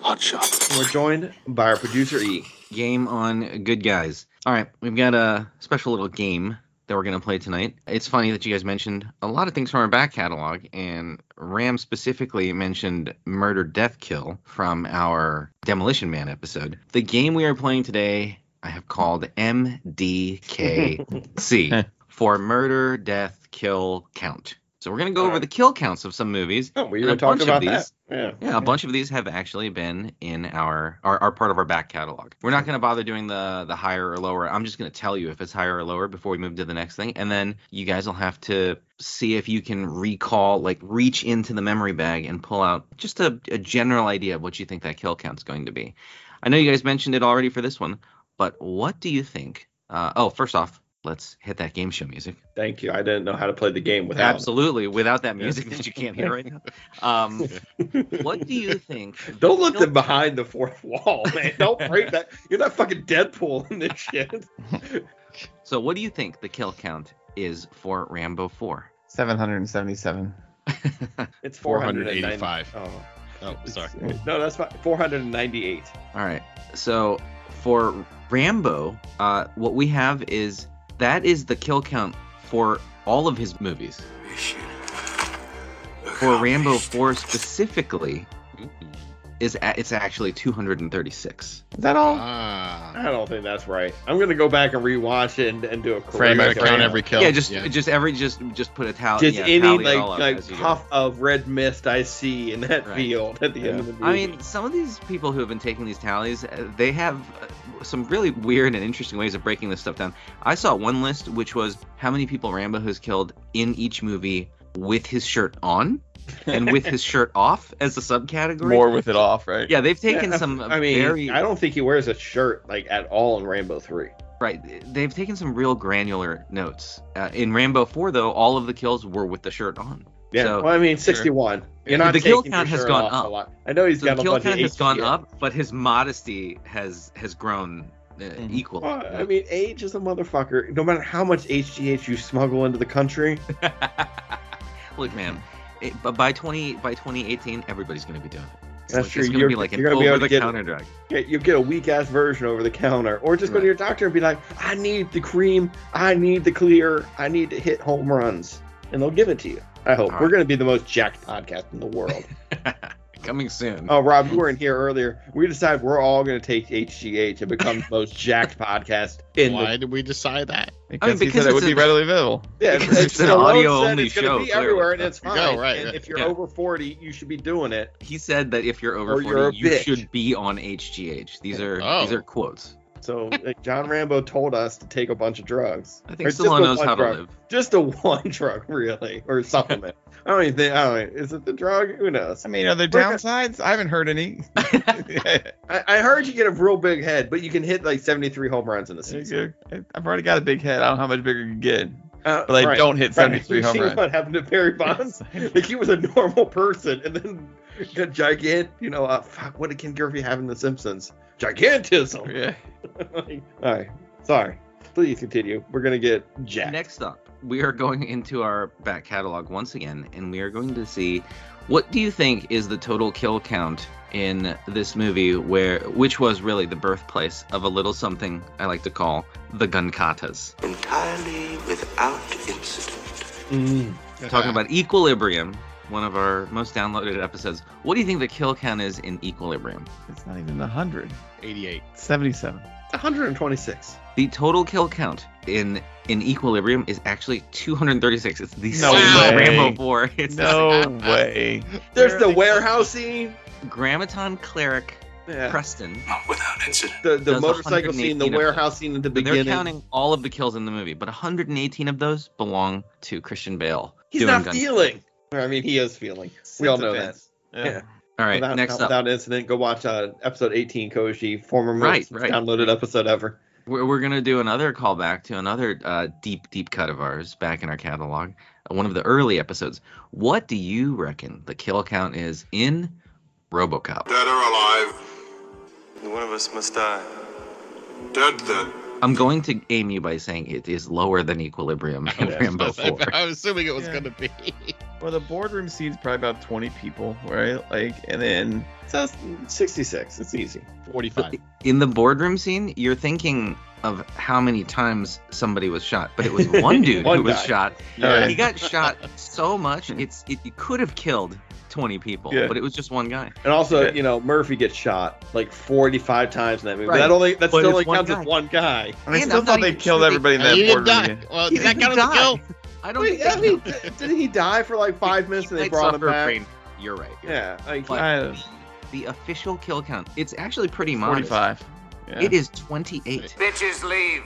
[SPEAKER 5] hot shot.
[SPEAKER 1] And We're joined by our producer E.
[SPEAKER 11] game on good guys. All right, we've got a special little game that we're going to play tonight. It's funny that you guys mentioned a lot of things from our back catalog, and Ram specifically mentioned Murder Death Kill from our Demolition Man episode. The game we are playing today, I have called MDKC for Murder Death Kill Count. So we're going to go over the kill counts of some movies.
[SPEAKER 1] Oh, we
[SPEAKER 11] And
[SPEAKER 1] were
[SPEAKER 11] a
[SPEAKER 1] talking
[SPEAKER 11] bunch
[SPEAKER 1] about
[SPEAKER 11] of
[SPEAKER 1] that.
[SPEAKER 11] these.
[SPEAKER 1] Yeah.
[SPEAKER 11] Yeah, a bunch of these have actually been in our are, are part of our back catalog. We're not going to bother doing the the higher or lower. I'm just going to tell you if it's higher or lower before we move to the next thing, and then you guys will have to see if you can recall, like reach into the memory bag and pull out just a, a general idea of what you think that kill count's going to be. I know you guys mentioned it already for this one, but what do you think? Uh, oh, first off, let's hit that game show music.
[SPEAKER 1] Thank you. I didn't know how to play the game without.
[SPEAKER 11] Absolutely, without that music that you can't hear right now. Um,
[SPEAKER 1] (laughs)
[SPEAKER 11] what do you think?
[SPEAKER 1] Don't let them behind the fourth wall, man. Don't break that. You're not fucking Deadpool in this shit.
[SPEAKER 11] So, what do you think the kill count is for Rambo 4?
[SPEAKER 2] 777.
[SPEAKER 1] It's 490
[SPEAKER 3] 485.
[SPEAKER 1] Oh.
[SPEAKER 3] Oh, sorry.
[SPEAKER 1] No, that's fine. 498.
[SPEAKER 11] (laughs) All right. So for Rambo, uh, what we have is that is the kill count for all of his movies.
[SPEAKER 5] Mission.
[SPEAKER 11] For Rambo 4 specifically, is a- it's actually 236.
[SPEAKER 2] Is that all?
[SPEAKER 3] Ah.
[SPEAKER 1] I don't think that's right. I'm gonna go back and rewatch it and, and do a
[SPEAKER 3] Frame
[SPEAKER 1] career
[SPEAKER 3] to count every kill.
[SPEAKER 11] Yeah, just just every just just put a tally.
[SPEAKER 1] Just
[SPEAKER 11] yeah,
[SPEAKER 1] any
[SPEAKER 11] tally it all
[SPEAKER 1] like
[SPEAKER 11] up
[SPEAKER 1] like
[SPEAKER 11] as you go.
[SPEAKER 1] puff of red mist I see in that
[SPEAKER 11] Right.
[SPEAKER 1] field at the end of the movie.
[SPEAKER 11] I mean, some of these people who have been taking these tallies, uh, they have uh, some really weird and interesting ways of breaking this stuff down. I saw one list which was how many people Rambo has killed in each movie with his shirt on and
[SPEAKER 1] (laughs)
[SPEAKER 11] with his shirt off as a subcategory.
[SPEAKER 2] More with it off, right?
[SPEAKER 11] Yeah, they've taken
[SPEAKER 1] Yeah, (laughs)
[SPEAKER 11] some. uh,
[SPEAKER 1] I mean,
[SPEAKER 11] very,
[SPEAKER 1] I don't think he wears a shirt like at all in Rambo Three.
[SPEAKER 11] right. They've taken some real granular notes. Uh, in Rambo Four, though, all of the kills were with the shirt on.
[SPEAKER 1] Yeah,
[SPEAKER 11] So-
[SPEAKER 1] well, I mean, 61. You're not
[SPEAKER 11] The kill
[SPEAKER 1] taking
[SPEAKER 11] count
[SPEAKER 1] your
[SPEAKER 11] has
[SPEAKER 1] shirt
[SPEAKER 11] gone
[SPEAKER 1] off
[SPEAKER 11] up.
[SPEAKER 1] A lot. I know he's
[SPEAKER 11] So
[SPEAKER 1] got
[SPEAKER 11] the
[SPEAKER 1] a
[SPEAKER 11] kill
[SPEAKER 1] bunch
[SPEAKER 11] count
[SPEAKER 1] of
[SPEAKER 11] has gone
[SPEAKER 1] HGH.
[SPEAKER 11] up, but his modesty has has grown uh,
[SPEAKER 2] Mhm.
[SPEAKER 11] equally.
[SPEAKER 1] Mm-hmm. Well, I mean, age is a motherfucker. No matter how much HGH you smuggle into the country,
[SPEAKER 11] (laughs) Look, man, it, but by twenty by twenty eighteen, everybody's gonna be doing it. It's
[SPEAKER 1] That's
[SPEAKER 11] like,
[SPEAKER 1] true.
[SPEAKER 11] It's gonna
[SPEAKER 1] You're-
[SPEAKER 11] be like an
[SPEAKER 1] you're gonna be able
[SPEAKER 11] over
[SPEAKER 1] to
[SPEAKER 11] the
[SPEAKER 1] get-
[SPEAKER 11] counter drug.
[SPEAKER 1] yeah, you'll get a weak ass version over the counter, or just go
[SPEAKER 11] Right.
[SPEAKER 1] to your doctor and be like, "I need the cream. I need the clear. I need to hit home runs," and they'll give it to you. I hope
[SPEAKER 11] All
[SPEAKER 1] we're
[SPEAKER 11] right.
[SPEAKER 1] going to be the most jacked podcast in the world. (laughs)
[SPEAKER 11] (laughs) Coming soon.
[SPEAKER 1] Oh, Rob, you weren't here earlier. We decided we're all going to take HGH and become the
[SPEAKER 11] (laughs)
[SPEAKER 1] most jacked podcast in
[SPEAKER 3] Why
[SPEAKER 1] the.
[SPEAKER 3] did we decide that?
[SPEAKER 2] Because,
[SPEAKER 11] I mean,
[SPEAKER 2] he
[SPEAKER 11] because
[SPEAKER 2] said it
[SPEAKER 11] it's
[SPEAKER 2] would be
[SPEAKER 11] a-
[SPEAKER 2] readily available.
[SPEAKER 1] (laughs) Yeah,
[SPEAKER 11] Because it's an
[SPEAKER 1] Stallone
[SPEAKER 11] audio
[SPEAKER 1] said
[SPEAKER 11] only
[SPEAKER 1] it's gonna
[SPEAKER 11] show,
[SPEAKER 1] Be
[SPEAKER 11] clearly.
[SPEAKER 1] everywhere and it's
[SPEAKER 3] There
[SPEAKER 1] fine.
[SPEAKER 3] you go, right,
[SPEAKER 1] and
[SPEAKER 3] right,
[SPEAKER 1] if you're
[SPEAKER 11] yeah.
[SPEAKER 1] over forty, you should be doing it.
[SPEAKER 11] He said that if you're over
[SPEAKER 1] Or
[SPEAKER 11] 40,
[SPEAKER 1] Oh, you're a
[SPEAKER 11] you
[SPEAKER 1] bitch.
[SPEAKER 11] should be on HGH. These are
[SPEAKER 3] Oh.
[SPEAKER 11] these are quotes.
[SPEAKER 1] So
[SPEAKER 11] (laughs)
[SPEAKER 1] like, John Rambo told us to take a bunch of drugs.
[SPEAKER 11] I
[SPEAKER 1] Or
[SPEAKER 11] think
[SPEAKER 1] just the
[SPEAKER 11] Stallone knows
[SPEAKER 1] one
[SPEAKER 11] how to
[SPEAKER 1] drug.
[SPEAKER 11] live.
[SPEAKER 1] Just a (laughs) one drug, really, or supplement. I don't even think. I don't. Is it the drug? Who knows?
[SPEAKER 2] I mean, are there
[SPEAKER 1] We're gonna-
[SPEAKER 2] downsides? I haven't heard any.
[SPEAKER 1] I, I heard you get a real big head, but you can hit like seventy-three home runs in a season.
[SPEAKER 2] I've already got a big head. I don't know how much bigger it can get,
[SPEAKER 1] Uh,
[SPEAKER 2] but I
[SPEAKER 1] right,
[SPEAKER 2] don't hit
[SPEAKER 1] right. (laughs)
[SPEAKER 2] 73
[SPEAKER 1] You've
[SPEAKER 2] home
[SPEAKER 1] seen
[SPEAKER 2] runs.
[SPEAKER 1] What happened to Barry Bonds? like he was a normal person, and then (laughs) got gigant. You know, uh, fuck. What did Ken Griffey have in The Simpsons? Gigantism.
[SPEAKER 2] (laughs) Yeah.
[SPEAKER 1] (laughs) Like, all right. Sorry. Please continue. We're gonna get jacked.
[SPEAKER 11] Next up, we are going into our back catalog once again, and we are going to see what do you think is the total kill count in this movie, where which was really the birthplace of a little something I like to call the gun katas.
[SPEAKER 5] Entirely without incident.
[SPEAKER 2] Mm.
[SPEAKER 11] Talking about Equilibrium, one of our most downloaded episodes. What do you think the kill count is in Equilibrium?
[SPEAKER 2] It's not even 100.
[SPEAKER 1] (laughs)
[SPEAKER 3] 88.
[SPEAKER 2] 77.
[SPEAKER 1] 126.
[SPEAKER 11] The total kill count in in Equilibrium is actually 236. It's the
[SPEAKER 2] No
[SPEAKER 11] same as
[SPEAKER 2] way.
[SPEAKER 11] Rambo 4. (laughs) It's
[SPEAKER 2] No way.
[SPEAKER 1] There's the warehouse scene.
[SPEAKER 11] Grammaton cleric
[SPEAKER 1] Yeah.
[SPEAKER 11] Preston
[SPEAKER 5] Not without incident.
[SPEAKER 1] The, the
[SPEAKER 11] Does
[SPEAKER 1] motorcycle scene, the
[SPEAKER 11] 118 of
[SPEAKER 1] warehouse scene at the
[SPEAKER 11] And they're
[SPEAKER 1] beginning.
[SPEAKER 11] counting all of the kills in the movie, but 118 of those belong to Christian Bale.
[SPEAKER 1] He's
[SPEAKER 11] doing
[SPEAKER 1] not
[SPEAKER 11] gun-
[SPEAKER 1] feeling. Or, I mean, he is feeling. We all know that.
[SPEAKER 2] Sycophant.
[SPEAKER 1] Yeah.
[SPEAKER 11] All right,
[SPEAKER 1] without,
[SPEAKER 11] next
[SPEAKER 1] not
[SPEAKER 11] up,
[SPEAKER 1] without incident, go watch uh, episode 18, Koji, former
[SPEAKER 11] Right,
[SPEAKER 1] most
[SPEAKER 11] right.
[SPEAKER 1] downloaded episode ever.
[SPEAKER 11] we're, we're gonna do another callback to another uh, deep, deep cut of ours back in our catalog, uh, one of the early episodes. What do you reckon the kill count is in RoboCop?
[SPEAKER 6] Dead or alive,
[SPEAKER 7] One of us must die.
[SPEAKER 6] dead then.
[SPEAKER 11] I'm going to aim you by saying it is lower
[SPEAKER 1] (laughs)
[SPEAKER 11] than Equilibrium in Rambo 4.
[SPEAKER 3] I was assuming it was
[SPEAKER 2] Yeah.
[SPEAKER 3] going to be.
[SPEAKER 2] Well, the boardroom scene's probably about 20 people, right? Like, and then
[SPEAKER 1] So it's 66. It's easy.
[SPEAKER 3] (laughs) 45.
[SPEAKER 11] In the boardroom scene, you're thinking of how many times somebody was shot, but
[SPEAKER 1] (laughs)
[SPEAKER 11] it was one dude
[SPEAKER 1] One
[SPEAKER 11] who was
[SPEAKER 1] guy.
[SPEAKER 11] shot
[SPEAKER 2] Yeah.
[SPEAKER 11] he got shot so much it's it, it could have killed 20 people
[SPEAKER 2] Yeah.
[SPEAKER 11] but it was just one guy
[SPEAKER 1] And also,
[SPEAKER 2] Yeah.
[SPEAKER 1] you know, Murphy gets shot like 45 times in that movie.
[SPEAKER 11] Right.
[SPEAKER 1] That only that
[SPEAKER 11] But
[SPEAKER 1] still only
[SPEAKER 11] it's one
[SPEAKER 1] counts
[SPEAKER 11] guy.
[SPEAKER 1] as one guy.
[SPEAKER 2] I
[SPEAKER 11] And
[SPEAKER 2] still
[SPEAKER 11] I'm not
[SPEAKER 2] thought they
[SPEAKER 11] even
[SPEAKER 2] killed
[SPEAKER 11] sure they-
[SPEAKER 2] everybody in
[SPEAKER 3] And he
[SPEAKER 2] that
[SPEAKER 3] didn't
[SPEAKER 2] boardroom.
[SPEAKER 3] die.
[SPEAKER 2] again.
[SPEAKER 3] Well,
[SPEAKER 11] He
[SPEAKER 3] did that
[SPEAKER 11] didn't
[SPEAKER 3] count as a
[SPEAKER 11] die.
[SPEAKER 3] kill?
[SPEAKER 11] i don't
[SPEAKER 1] Wait,
[SPEAKER 11] think
[SPEAKER 1] I
[SPEAKER 11] that
[SPEAKER 1] mean,
[SPEAKER 11] counts.
[SPEAKER 1] d- didn't he die for like five
[SPEAKER 11] (laughs) He
[SPEAKER 1] minutes and they
[SPEAKER 11] might
[SPEAKER 1] brought him
[SPEAKER 11] suffer a
[SPEAKER 1] back?
[SPEAKER 11] brain- you're right you're right.
[SPEAKER 1] Yeah, like,
[SPEAKER 11] But
[SPEAKER 2] I-
[SPEAKER 11] the, the official kill count it's actually pretty modest
[SPEAKER 2] 45. Yeah.
[SPEAKER 11] it is 28
[SPEAKER 5] Bitches leave.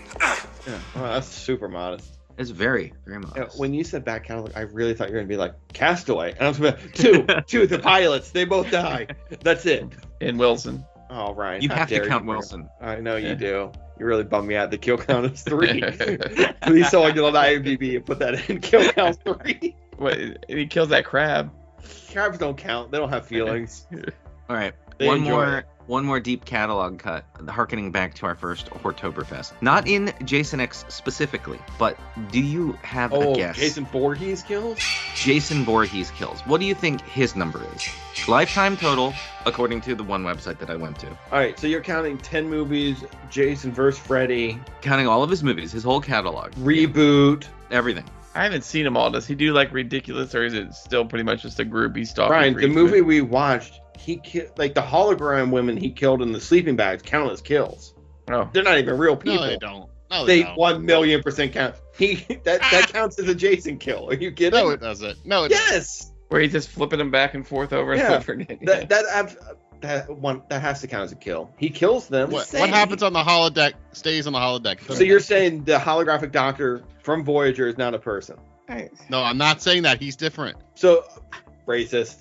[SPEAKER 1] yeah. Oh, that's super modest.
[SPEAKER 11] it's very very modest
[SPEAKER 1] Yeah, When you said back catalog, I really thought you were gonna be like (laughs) Castaway, and I was like, two, two, the pilots, they both die. That's it.
[SPEAKER 2] And Wilson.
[SPEAKER 1] Oh, Ryan.
[SPEAKER 11] You
[SPEAKER 1] how
[SPEAKER 11] have to
[SPEAKER 1] dare you
[SPEAKER 11] count
[SPEAKER 1] bring up-
[SPEAKER 11] Wilson.
[SPEAKER 1] I know you do. You really bummed me out. The kill count is
[SPEAKER 11] (laughs)
[SPEAKER 1] three. Please, someone get on IMDb and put that in. Kill (laughs) count three.
[SPEAKER 2] What, and he kills that crab. (laughs)
[SPEAKER 1] Crabs don't count. They don't have feelings.
[SPEAKER 11] All right,
[SPEAKER 1] They
[SPEAKER 11] one
[SPEAKER 1] enjoy
[SPEAKER 11] more,
[SPEAKER 1] it.
[SPEAKER 11] one more deep catalog cut, harkening back to our first Hortoberfest. Not in Jason X specifically, but do you have
[SPEAKER 1] Oh,
[SPEAKER 11] a guess?
[SPEAKER 1] Jason Voorhees kills?
[SPEAKER 11] Jason Voorhees kills. What do you think his number is? Lifetime total, according to the one website that I went to,
[SPEAKER 1] All right, so you're counting 10 movies Jason vs. Freddy,
[SPEAKER 11] counting all of his movies, his whole catalog,
[SPEAKER 1] Reboot.
[SPEAKER 11] everything.
[SPEAKER 2] I haven't seen them all. Does he do like ridiculous, or is it still pretty much just a groupie stalking?
[SPEAKER 1] Brian,
[SPEAKER 2] for
[SPEAKER 1] the
[SPEAKER 2] each
[SPEAKER 1] movie we watched, he killed, like the hologram women he killed in the sleeping bags, countless kills.
[SPEAKER 2] Oh,
[SPEAKER 1] They're not even real people.
[SPEAKER 3] No, they don't. No,
[SPEAKER 1] They
[SPEAKER 3] they, don't. Ah!
[SPEAKER 1] 1 million percent count. He, that, that counts as a Jason kill. Are you kidding?
[SPEAKER 3] No, it doesn't. No, it
[SPEAKER 1] yes!
[SPEAKER 2] where he's just flipping them back and forth over
[SPEAKER 1] Yeah.
[SPEAKER 2] and over.
[SPEAKER 1] That, that, I've, that one that has to count as a kill. He kills them.
[SPEAKER 3] doesn't. What,
[SPEAKER 1] Insane.
[SPEAKER 3] what happens on the holodeck stays on the holodeck.
[SPEAKER 1] So you're saying the holographic doctor from Voyager is not a person?
[SPEAKER 3] No, I'm not saying that. He's different.
[SPEAKER 1] So
[SPEAKER 11] (laughs)
[SPEAKER 1] racist.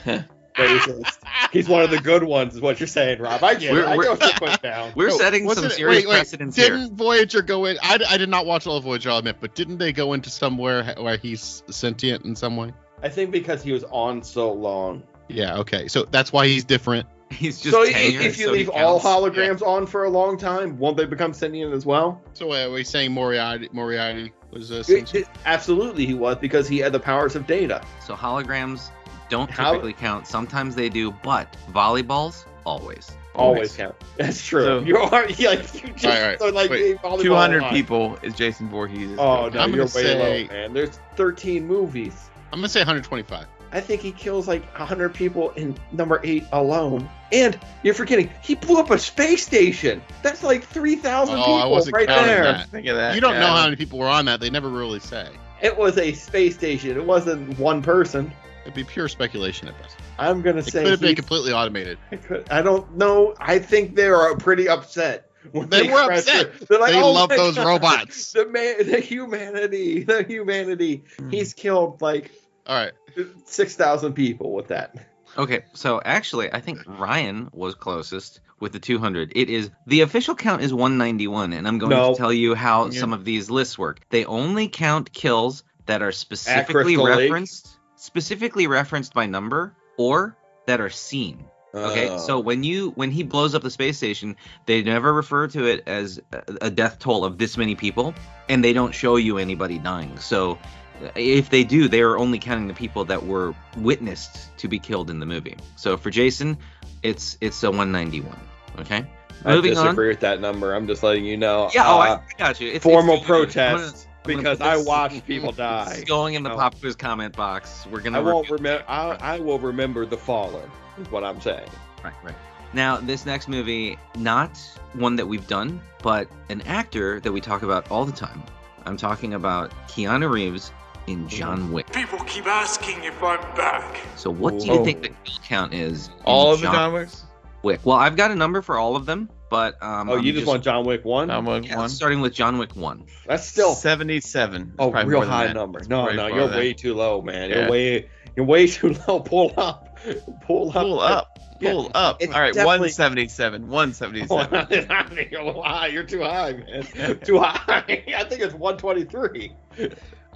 [SPEAKER 1] racist. He's one of the good ones, is what you're saying, Rob. I get it.
[SPEAKER 11] We're-
[SPEAKER 1] I
[SPEAKER 11] we're-
[SPEAKER 1] know what you're putting down.
[SPEAKER 11] We're
[SPEAKER 3] No,
[SPEAKER 11] setting
[SPEAKER 3] wasn't
[SPEAKER 11] some
[SPEAKER 3] it-
[SPEAKER 11] serious
[SPEAKER 3] wait, wait,
[SPEAKER 11] precedents
[SPEAKER 3] didn't
[SPEAKER 11] here.
[SPEAKER 3] Voyager go in? I, I did not watch all of Voyager, I'll admit, but didn't they go into somewhere h- where he's sentient in some way?
[SPEAKER 1] I think because he was on so long.
[SPEAKER 3] Yeah, okay. So that's why he's different.
[SPEAKER 11] (laughs) He's just
[SPEAKER 1] So if,
[SPEAKER 11] tenured,
[SPEAKER 1] if you
[SPEAKER 11] so he
[SPEAKER 1] leave all
[SPEAKER 11] counts.
[SPEAKER 1] holograms on for a long time, won't they become sentient as well?
[SPEAKER 3] So uh, are we saying Moriarty, Moriarty was a
[SPEAKER 1] It-
[SPEAKER 3] sentient?
[SPEAKER 1] it- absolutely, he was because he had the powers of data.
[SPEAKER 11] So holograms don't
[SPEAKER 1] How-
[SPEAKER 11] typically count. Sometimes they do, but volleyballs always.
[SPEAKER 1] Always count. (laughs) That's true.
[SPEAKER 2] So-
[SPEAKER 1] you are (laughs) yeah, like you just
[SPEAKER 3] All right,
[SPEAKER 1] so, like
[SPEAKER 3] wait.
[SPEAKER 1] volleyball
[SPEAKER 2] (laughs) Two hundred
[SPEAKER 1] line.
[SPEAKER 2] people is Jason Voorhees.
[SPEAKER 1] Oh no,
[SPEAKER 3] I'm gonna
[SPEAKER 1] you're way
[SPEAKER 3] say-
[SPEAKER 1] low, man. There's 13 movies.
[SPEAKER 3] I'm going to say 125.
[SPEAKER 1] I think he kills like 100 people in number eight alone. And you're forgetting, he blew up a space station. That's like 3,000
[SPEAKER 3] Oh, I
[SPEAKER 1] people
[SPEAKER 3] wasn't
[SPEAKER 1] right
[SPEAKER 3] counting
[SPEAKER 1] there.
[SPEAKER 3] that.
[SPEAKER 2] Think of that.
[SPEAKER 3] You don't know
[SPEAKER 2] guy.
[SPEAKER 3] how many people were on that. They never really say.
[SPEAKER 1] It was a space station. It wasn't one person.
[SPEAKER 3] It'd be pure speculation at best.
[SPEAKER 1] I'm going to
[SPEAKER 3] It
[SPEAKER 1] say.
[SPEAKER 3] could have been
[SPEAKER 1] he-
[SPEAKER 3] completely automated.
[SPEAKER 1] I (laughs) could- I don't know. I think they are pretty upset. When
[SPEAKER 3] They were
[SPEAKER 1] pressed
[SPEAKER 3] upset.
[SPEAKER 1] it. They're like,
[SPEAKER 3] they
[SPEAKER 1] "Oh
[SPEAKER 3] love
[SPEAKER 1] my
[SPEAKER 3] those
[SPEAKER 1] God,
[SPEAKER 3] robots. Hmm.
[SPEAKER 1] The, man, the humanity. The humanity. He's killed like
[SPEAKER 3] All right.
[SPEAKER 1] 6,000 people with that.
[SPEAKER 11] Okay, so actually, I think Ryan was closest with the 200. It is the official count is 191, and I'm going
[SPEAKER 1] No.
[SPEAKER 11] to tell you how
[SPEAKER 2] Yeah.
[SPEAKER 11] some of these lists work. They only count kills that are specifically
[SPEAKER 1] Crystal Lake.
[SPEAKER 11] referenced, specifically referenced by number, or that are seen. Okay,
[SPEAKER 1] Oh.
[SPEAKER 11] so when you when he blows up the space station, they never refer to it as a, a death toll of this many people, and they don't show you anybody dying. So uh, if they do, they are only counting the people that were witnessed to be killed in the movie. So for Jason, it's it's a 191. Okay, moving
[SPEAKER 1] I
[SPEAKER 11] on.
[SPEAKER 1] disagree with that number. I'm just letting you know.
[SPEAKER 11] Yeah, oh, I,
[SPEAKER 1] uh,
[SPEAKER 11] I got you. It's- It's,
[SPEAKER 1] formal
[SPEAKER 11] I'm gonna-
[SPEAKER 1] protest
[SPEAKER 11] gonna
[SPEAKER 1] because
[SPEAKER 11] put
[SPEAKER 1] I
[SPEAKER 11] this-
[SPEAKER 1] watched people
[SPEAKER 11] This is
[SPEAKER 1] die.
[SPEAKER 11] going in the
[SPEAKER 1] Oh.
[SPEAKER 11] pop quiz comment box. We're gonna.
[SPEAKER 1] I won't
[SPEAKER 11] review-
[SPEAKER 1] remember. I, I will remember the fallen. Is what I'm saying.
[SPEAKER 11] Right, right. Now, this next movie, not one that we've done, but an actor that we talk about all the time. I'm talking about Keanu Reeves in John Wick.
[SPEAKER 6] People keep asking if I'm back.
[SPEAKER 11] So, what do you
[SPEAKER 1] Whoa.
[SPEAKER 11] think the kill count is? in
[SPEAKER 2] All of the
[SPEAKER 11] John
[SPEAKER 2] John Wicks.
[SPEAKER 11] Wick. Well, I've got a number for all of them, but um,
[SPEAKER 1] oh,
[SPEAKER 11] I'm
[SPEAKER 1] you just, want John Wick one?
[SPEAKER 2] John Wick
[SPEAKER 11] yeah,
[SPEAKER 2] one.
[SPEAKER 11] starting with John Wick one.
[SPEAKER 1] That's still
[SPEAKER 2] seventy-seven. It's
[SPEAKER 1] oh
[SPEAKER 2] probably
[SPEAKER 1] real
[SPEAKER 2] more than
[SPEAKER 1] high
[SPEAKER 2] that.
[SPEAKER 1] number.
[SPEAKER 2] It's
[SPEAKER 1] No,
[SPEAKER 2] probably
[SPEAKER 1] no,
[SPEAKER 2] more
[SPEAKER 1] you're
[SPEAKER 2] than
[SPEAKER 1] way too low, man.
[SPEAKER 2] Yeah.
[SPEAKER 1] You're way you're way (laughs) too low. Pull up. Pull up.
[SPEAKER 2] that. Pull
[SPEAKER 1] (laughs)
[SPEAKER 2] up.
[SPEAKER 1] Yeah.
[SPEAKER 2] Pull up.
[SPEAKER 1] It's
[SPEAKER 2] All right,
[SPEAKER 1] definitely-
[SPEAKER 2] one seventy-seven.
[SPEAKER 1] (laughs)
[SPEAKER 2] One seventy-seven.
[SPEAKER 1] you're, low high. you're too high, man. too high. (laughs) I think it's 123.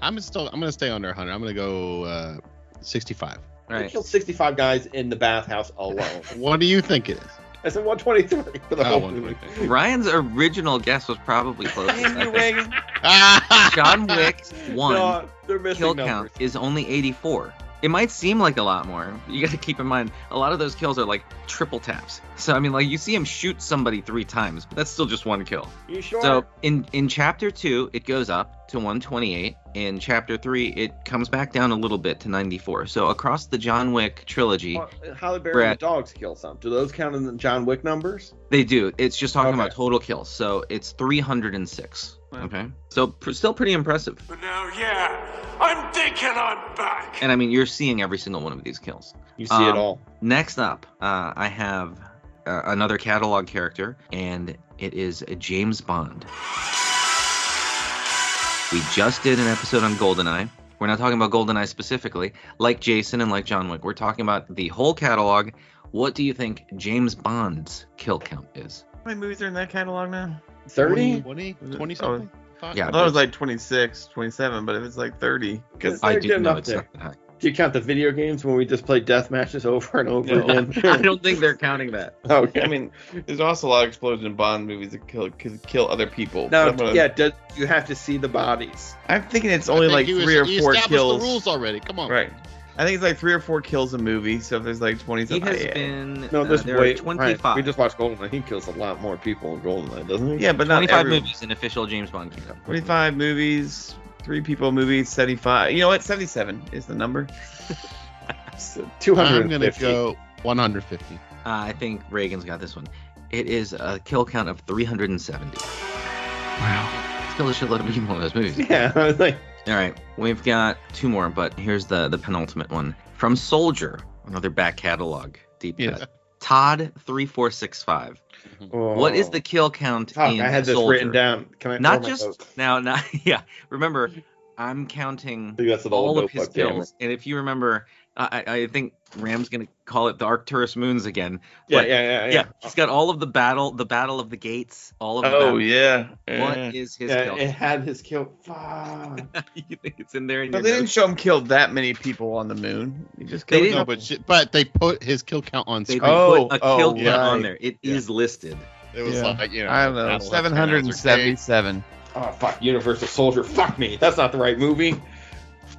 [SPEAKER 3] I'm still. I'm gonna stay under 100. I'm gonna go uh, 65.
[SPEAKER 11] All
[SPEAKER 1] He
[SPEAKER 11] right.
[SPEAKER 1] killed 65 guys in the bathhouse
[SPEAKER 2] (laughs)
[SPEAKER 1] alone.
[SPEAKER 3] What do you think it is?
[SPEAKER 1] I said 123 for the
[SPEAKER 3] Oh,
[SPEAKER 1] whole movie.
[SPEAKER 3] 125.
[SPEAKER 11] Ryan's original guess was
[SPEAKER 1] (laughs)
[SPEAKER 11] probably
[SPEAKER 2] (laughs)
[SPEAKER 11] closest. I think.
[SPEAKER 3] (laughs)
[SPEAKER 11] John Wick one
[SPEAKER 1] No, they're missing
[SPEAKER 11] kill count
[SPEAKER 1] numbers.
[SPEAKER 11] is only 84. It might seem like a lot more. You got to keep in mind a lot of those kills are like triple taps. So I mean, like you see him shoot somebody three times, but that's still just one kill.
[SPEAKER 1] You sure?
[SPEAKER 11] So in in chapter two, it goes up to 128. In chapter three, it comes back down a little bit to 94. So across the John Wick trilogy,
[SPEAKER 1] Well, Uh, Halle Berry
[SPEAKER 11] Brad.
[SPEAKER 1] and the dogs kill some. Do those count in the John Wick numbers?
[SPEAKER 11] They do. It's just talking
[SPEAKER 1] Okay.
[SPEAKER 11] about total kills. So it's 306.
[SPEAKER 2] Wow.
[SPEAKER 11] Okay. So pr- still pretty impressive.
[SPEAKER 6] But now, yeah, I'm thinking I'm back.
[SPEAKER 11] And I mean, you're seeing every single one of these kills.
[SPEAKER 1] You see it
[SPEAKER 11] Um,
[SPEAKER 1] all.
[SPEAKER 11] Next up, uh, I have uh, another catalog character, and it is James Bond. We just did an episode on GoldenEye. We're not talking about GoldenEye specifically, like Jason and like John Wick. We're talking about the whole catalog. What do you think James Bond's kill count is?
[SPEAKER 2] How many movies are in that catalog now? mm,
[SPEAKER 1] 30?
[SPEAKER 3] 20,
[SPEAKER 2] Oh,
[SPEAKER 3] 20 something? Thought-
[SPEAKER 11] Yeah,
[SPEAKER 2] I thought it was like 26, 27, but if it's like 30, because
[SPEAKER 1] They're
[SPEAKER 11] I
[SPEAKER 1] getting
[SPEAKER 11] do know
[SPEAKER 1] up
[SPEAKER 11] it's
[SPEAKER 1] there.
[SPEAKER 11] not that high.
[SPEAKER 1] Do you count the video games when we just play death matches over and over
[SPEAKER 11] No,
[SPEAKER 1] again?
[SPEAKER 11] (laughs) I don't think
[SPEAKER 1] (laughs)
[SPEAKER 11] they're counting that.
[SPEAKER 1] Okay.
[SPEAKER 2] (laughs) I mean, there's also a lot of explosion in Bond movies that kill could kill other people.
[SPEAKER 1] now,
[SPEAKER 2] But I'm gonna-
[SPEAKER 1] yeah, does, you have to see the bodies.
[SPEAKER 2] I'm thinking it's
[SPEAKER 3] I
[SPEAKER 2] only
[SPEAKER 3] think
[SPEAKER 2] like
[SPEAKER 3] you
[SPEAKER 2] three or
[SPEAKER 3] es-
[SPEAKER 2] four
[SPEAKER 3] established
[SPEAKER 2] kills.
[SPEAKER 3] the rules already. Come on.
[SPEAKER 2] Right. I think it's like three or four kills a movie. So if there's like 20
[SPEAKER 11] He
[SPEAKER 2] something.
[SPEAKER 11] has
[SPEAKER 2] yeah.
[SPEAKER 11] been
[SPEAKER 1] No,
[SPEAKER 11] uh,
[SPEAKER 1] this
[SPEAKER 11] there
[SPEAKER 1] way.
[SPEAKER 11] are 25.
[SPEAKER 1] We just watched Goldeneye. He kills a lot more people in Goldeneye, doesn't he?
[SPEAKER 2] yeah, but not
[SPEAKER 11] 25
[SPEAKER 2] every-
[SPEAKER 11] movies in official James Bond kingdom.
[SPEAKER 2] 25 movies, three people movies, 75. You know what? 77 is
[SPEAKER 1] (laughs)
[SPEAKER 2] the number. Oh,
[SPEAKER 1] two hundred.
[SPEAKER 3] I'm going to go 150.
[SPEAKER 11] Uh, I think Reagan's got this one. It is a kill count of 370. Wow. Still a shitload of people in those movies.
[SPEAKER 1] (laughs) (laughs) Yeah, I was like,
[SPEAKER 11] All right, we've got two more, but here's the the penultimate one from Soldier, another back catalog deep
[SPEAKER 3] Yes.
[SPEAKER 11] cut. Todd three four six five. What is the kill count
[SPEAKER 1] oh. Fuck,
[SPEAKER 11] in
[SPEAKER 1] I had this
[SPEAKER 11] Soldier?
[SPEAKER 1] written down. Can I?
[SPEAKER 11] Not
[SPEAKER 1] oh my
[SPEAKER 11] just
[SPEAKER 1] God.
[SPEAKER 11] now, (laughs) not yeah. Remember, I'm counting
[SPEAKER 1] I think that's an old
[SPEAKER 11] all of his
[SPEAKER 1] notebook, damn it.
[SPEAKER 11] kills, and if you remember, I, I I think Ram's gonna call it the Arcturus moons again.
[SPEAKER 1] Yeah,
[SPEAKER 11] But-
[SPEAKER 1] yeah, yeah, yeah.
[SPEAKER 11] Yeah, he's got all of the battle, the battle of the gates, all of. The
[SPEAKER 2] Oh,
[SPEAKER 11] battle.
[SPEAKER 2] yeah.
[SPEAKER 11] What
[SPEAKER 2] yeah.
[SPEAKER 11] is his
[SPEAKER 1] Yeah,
[SPEAKER 11] kill?
[SPEAKER 1] it had his kill. Fuck.
[SPEAKER 11] count? (laughs) you think it's in there? In
[SPEAKER 2] But
[SPEAKER 11] your
[SPEAKER 2] they
[SPEAKER 11] notes?
[SPEAKER 2] didn't show him kill that many people on the moon. He just
[SPEAKER 11] They
[SPEAKER 2] killed.
[SPEAKER 11] didn't-
[SPEAKER 3] No, but, sh- but they put his kill count on
[SPEAKER 11] They
[SPEAKER 3] screen.
[SPEAKER 2] Oh,
[SPEAKER 11] put a
[SPEAKER 2] oh,
[SPEAKER 11] kill count
[SPEAKER 2] yeah.
[SPEAKER 11] on there. It is
[SPEAKER 3] Yeah.
[SPEAKER 11] listed.
[SPEAKER 3] It was
[SPEAKER 2] Yeah.
[SPEAKER 3] like, you know,
[SPEAKER 2] I don't
[SPEAKER 3] Battle
[SPEAKER 2] know.
[SPEAKER 3] of the
[SPEAKER 2] Seven hundred and
[SPEAKER 3] Hexagons
[SPEAKER 2] seventy-seven.
[SPEAKER 1] Oh fuck, Universal Soldier. Fuck me. That's not the right movie.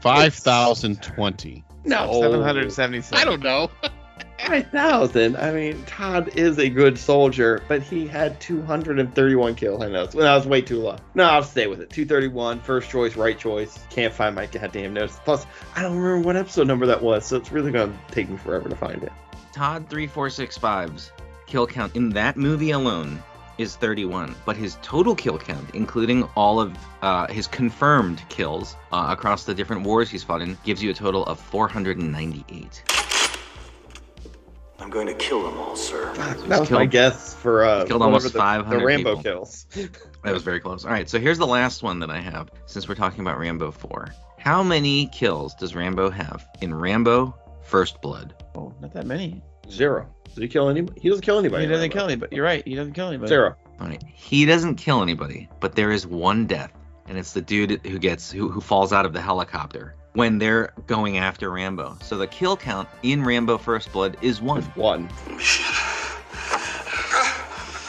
[SPEAKER 3] Arcade, 5,020. Oh.
[SPEAKER 1] No.
[SPEAKER 2] Seven hundred and seventy-seven.
[SPEAKER 3] I don't know.
[SPEAKER 1] Five thousand. I mean, Todd is a good soldier, but he had two hundred and thirty-one kills. I know it's- well, that was way too low. No, I'll stay with it. Two thirty-one, first choice, right choice. Can't find my goddamn notes. Plus, I don't remember what episode number that was, so it's really gonna take me forever to find it.
[SPEAKER 11] Todd 3465's kill count in that movie alone is 31, but his total kill count, including all of uh, his confirmed kills uh, across the different wars he's fought in, gives you a total of 498.
[SPEAKER 5] I'm going to kill them all, sir.
[SPEAKER 1] That was my
[SPEAKER 11] killed-
[SPEAKER 1] guess for uh,
[SPEAKER 11] he's killed
[SPEAKER 1] whatever
[SPEAKER 11] almost
[SPEAKER 1] the,
[SPEAKER 11] 500
[SPEAKER 1] the Rambo
[SPEAKER 11] people.
[SPEAKER 1] kills.
[SPEAKER 11] That was very close. All right, so here's the last one that I have since we're talking about Rambo 4. How many kills does Rambo have in Rambo First Blood?
[SPEAKER 2] Oh, not that many.
[SPEAKER 1] Zero. Did he kill anybody? He doesn't kill anybody.
[SPEAKER 2] he
[SPEAKER 1] in
[SPEAKER 2] doesn't
[SPEAKER 1] Rambo.
[SPEAKER 2] kill anybody. You're right. He doesn't kill anybody.
[SPEAKER 1] Zero.
[SPEAKER 11] All right. He doesn't kill anybody, but there is one death, and it's the dude who gets who, who falls out of the helicopter when they're going after Rambo. So the kill count in Rambo First Blood is one,
[SPEAKER 1] One.
[SPEAKER 5] Mission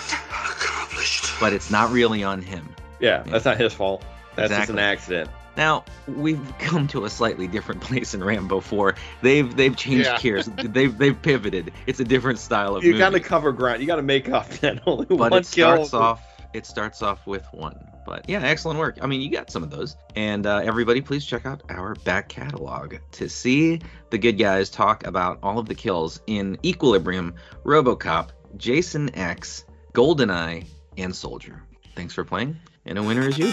[SPEAKER 5] accomplished.
[SPEAKER 11] but it's not really on him.
[SPEAKER 1] Yeah, that's not his fault. That's just an
[SPEAKER 11] Exactly.
[SPEAKER 1] accident.
[SPEAKER 11] Now we've come to a slightly different (laughs) place in Rambo Four. They've they've changed
[SPEAKER 3] Yeah.
[SPEAKER 11] gears. They've they've pivoted. It's a different style of
[SPEAKER 1] You
[SPEAKER 11] movie.
[SPEAKER 1] gotta cover ground. You gotta make up (laughs) that only
[SPEAKER 11] but
[SPEAKER 1] one
[SPEAKER 11] it
[SPEAKER 1] kill.
[SPEAKER 11] starts off it starts off with one but yeah excellent work i mean you got some of those and uh, everybody please check out our back catalog to see the good guys talk about all of the kills in equilibrium robocop jason x goldeneye and soldier thanks for playing and a winner is you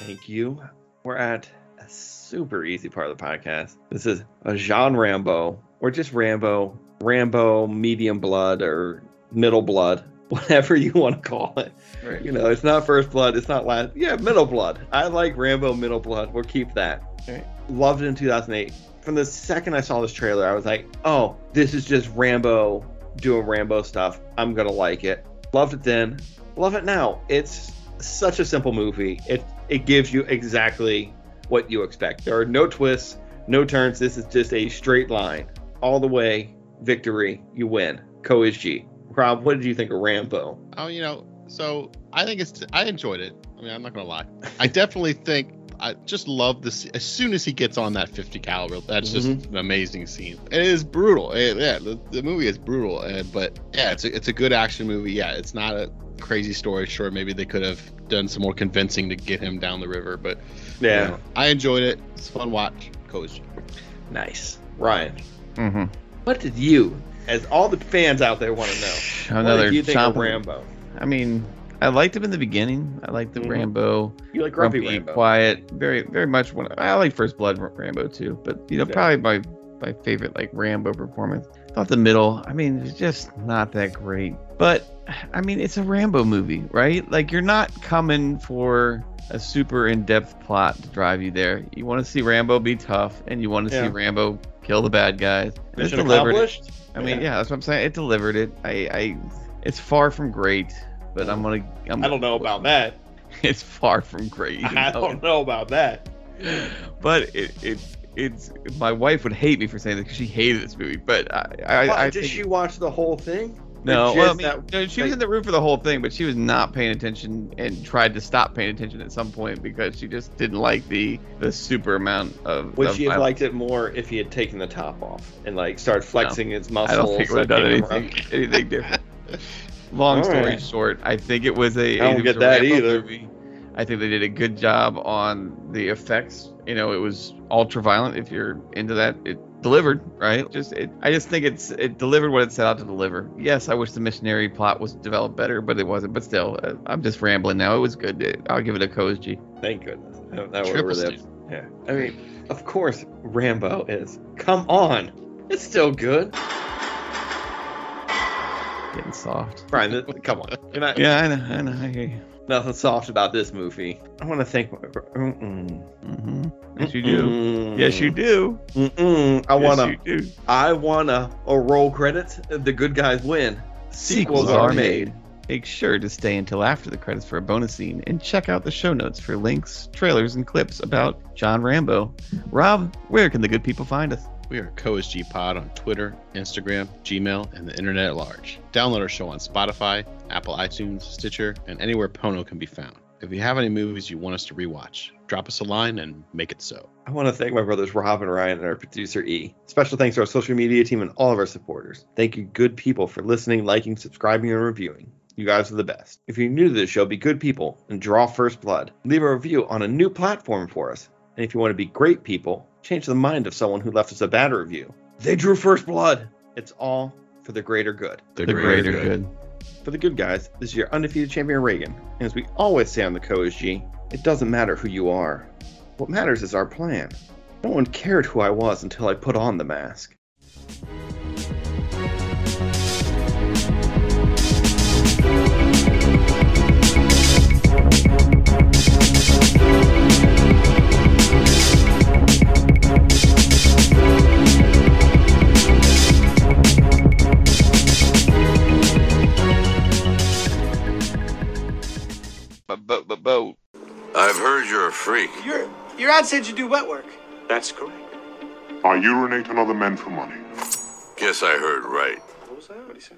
[SPEAKER 1] Thank you. We're at a super easy part of the podcast. This is a Jean Rambo, or just Rambo, Rambo medium blood or middle blood, (laughs) whatever you want to call it.
[SPEAKER 2] Right.
[SPEAKER 1] You know, it's not first blood, it's not last. Yeah, middle blood. I like Rambo middle blood. We'll keep that.
[SPEAKER 2] Right.
[SPEAKER 1] Loved it in 2008. From the second I saw this trailer, I was like, oh, this is just Rambo doing Rambo stuff. I'm going to like it. Loved it then. Love it now. It's such a simple movie. It it gives you exactly what you expect. There are no twists, no turns. This is just a straight line all the way. Victory, you win. Ko is G. Rob, what did you think of Rambo?
[SPEAKER 3] Oh, you know, so I think it's I enjoyed it. I mean, I'm not gonna lie. I definitely think I just love this. As soon as he gets on that 50 caliber, that's just an amazing scene. It is brutal. It- yeah, the, the movie is brutal, uh, but yeah, it's a, it's a good action movie. Yeah, it's not a crazy story. Sure, maybe they could have done some more convincing to get him down the river, but you know, I enjoyed it. It's a fun watch. Coach.
[SPEAKER 1] nice. Ryan,
[SPEAKER 2] Mm-hmm.
[SPEAKER 1] what did you, as all the fans out there want to know, what
[SPEAKER 2] Another
[SPEAKER 1] did you think of
[SPEAKER 2] chomping-
[SPEAKER 1] Rambo?
[SPEAKER 2] I mean, I liked him in the beginning. I liked the
[SPEAKER 1] Mhm.
[SPEAKER 2] Rambo.
[SPEAKER 1] You like Grumpy
[SPEAKER 2] grumpy,
[SPEAKER 1] Rambo?
[SPEAKER 2] quiet, very very much one. I like First Blood Ra- Rambo too, but you know
[SPEAKER 1] Yeah.
[SPEAKER 2] probably my my favorite like Rambo performance. Thought the middle, I mean, it's just not that great. But I mean, it's a Rambo movie, right? Like you're not coming for a super in-depth plot to drive you there. You want to see Rambo be tough, and you want to
[SPEAKER 1] Yeah.
[SPEAKER 2] see Rambo kill the bad guys. And
[SPEAKER 1] Mission
[SPEAKER 2] it delivered.
[SPEAKER 1] accomplished.
[SPEAKER 2] It. I mean,
[SPEAKER 1] Yeah.
[SPEAKER 2] yeah. that's what I'm saying. It delivered it. I, I, it's far from great, but I'm gonna. I'm,
[SPEAKER 1] I don't know about that.
[SPEAKER 2] (laughs) It's far from great. even
[SPEAKER 1] I
[SPEAKER 2] though
[SPEAKER 1] don't know about that.
[SPEAKER 2] (laughs) but it, it it's my wife would hate me for saying this because she hated this movie. But I I,
[SPEAKER 1] Why,
[SPEAKER 2] I
[SPEAKER 1] did
[SPEAKER 2] think,
[SPEAKER 1] she watch the whole thing?
[SPEAKER 2] no,
[SPEAKER 1] Or
[SPEAKER 2] well, I
[SPEAKER 1] just
[SPEAKER 2] mean, no, she was in the room for the whole thing, but she was not paying attention and tried to stop paying attention at some point because she just didn't like the the super amount of.
[SPEAKER 1] Would
[SPEAKER 2] of
[SPEAKER 1] she have
[SPEAKER 2] violence.
[SPEAKER 1] liked it more if he had taken the top off and like started flexing his
[SPEAKER 2] I
[SPEAKER 1] muscles?
[SPEAKER 2] don't think it would have
[SPEAKER 1] and
[SPEAKER 2] done
[SPEAKER 1] came around?
[SPEAKER 2] anything anything different. (laughs) Long
[SPEAKER 1] All
[SPEAKER 2] story
[SPEAKER 1] right.
[SPEAKER 2] short, I think it was a.
[SPEAKER 1] I don't
[SPEAKER 2] it was
[SPEAKER 1] get
[SPEAKER 2] a
[SPEAKER 1] that
[SPEAKER 2] Rambo
[SPEAKER 1] either.
[SPEAKER 2] Movie. I think they did a good job on the effects. You know, it was ultra violent. If you're into that, it delivered, right? Just, it, I just think it's it delivered what it set out to deliver. Yes, I wish the missionary plot was developed better, but it wasn't. But still, uh, I'm just rambling now. It was good. It- I'll give it a co's G.
[SPEAKER 1] Thank goodness. I don't know where
[SPEAKER 3] Triple
[SPEAKER 1] we're there. Yeah. I mean, of course, Rambo is. Come on. It's still good.
[SPEAKER 2] Getting soft.
[SPEAKER 1] Brian, th- come on. You're not,
[SPEAKER 2] Yeah, I know. I know. I hear you.
[SPEAKER 1] Nothing soft about this movie. I want to thank. Mm-mm.
[SPEAKER 2] hmm Yes, you do. Yes, you do.
[SPEAKER 1] Mm-mm. Mm-hmm. I
[SPEAKER 2] yes,
[SPEAKER 1] want to.
[SPEAKER 2] You do.
[SPEAKER 1] I want to. A roll credits. The good guys win. Sequels are made.
[SPEAKER 2] Make sure to stay until after the credits for a bonus scene and check out the show notes for links, trailers, and clips about John Rambo. Rob, where can the good people find us?
[SPEAKER 3] We are CoSG Pod on Twitter, Instagram, Gmail, and the internet at large. Download our show on Spotify, Apple iTunes, Stitcher, and anywhere Pono can be found. If you have any movies you want us to rewatch, drop us a line and make it so.
[SPEAKER 1] I want to thank my brothers Rob and Ryan and our producer E. Special thanks to our social media team and all of our supporters. Thank you, good people, for listening, liking, subscribing, and reviewing. You guys are the best. If you're new to this show, be good people and draw first blood. Leave a review on a new platform for us. And if you want to be great people, change the mind of someone who left us a bad review. They drew first blood. It's all for the greater good.
[SPEAKER 3] The,
[SPEAKER 1] For the good guys, this is your undefeated champion Reagan. And as we always say on the CoSG, it doesn't matter who you are. What matters is our plan. No one cared who I was until I put on the mask.
[SPEAKER 2] But, but, but, but.
[SPEAKER 5] I've heard you're a freak.
[SPEAKER 9] Your your ad said you do wet work.
[SPEAKER 7] That's correct.
[SPEAKER 6] I urinate on other men for money.
[SPEAKER 5] Guess I heard right.
[SPEAKER 7] What was that? What do you say?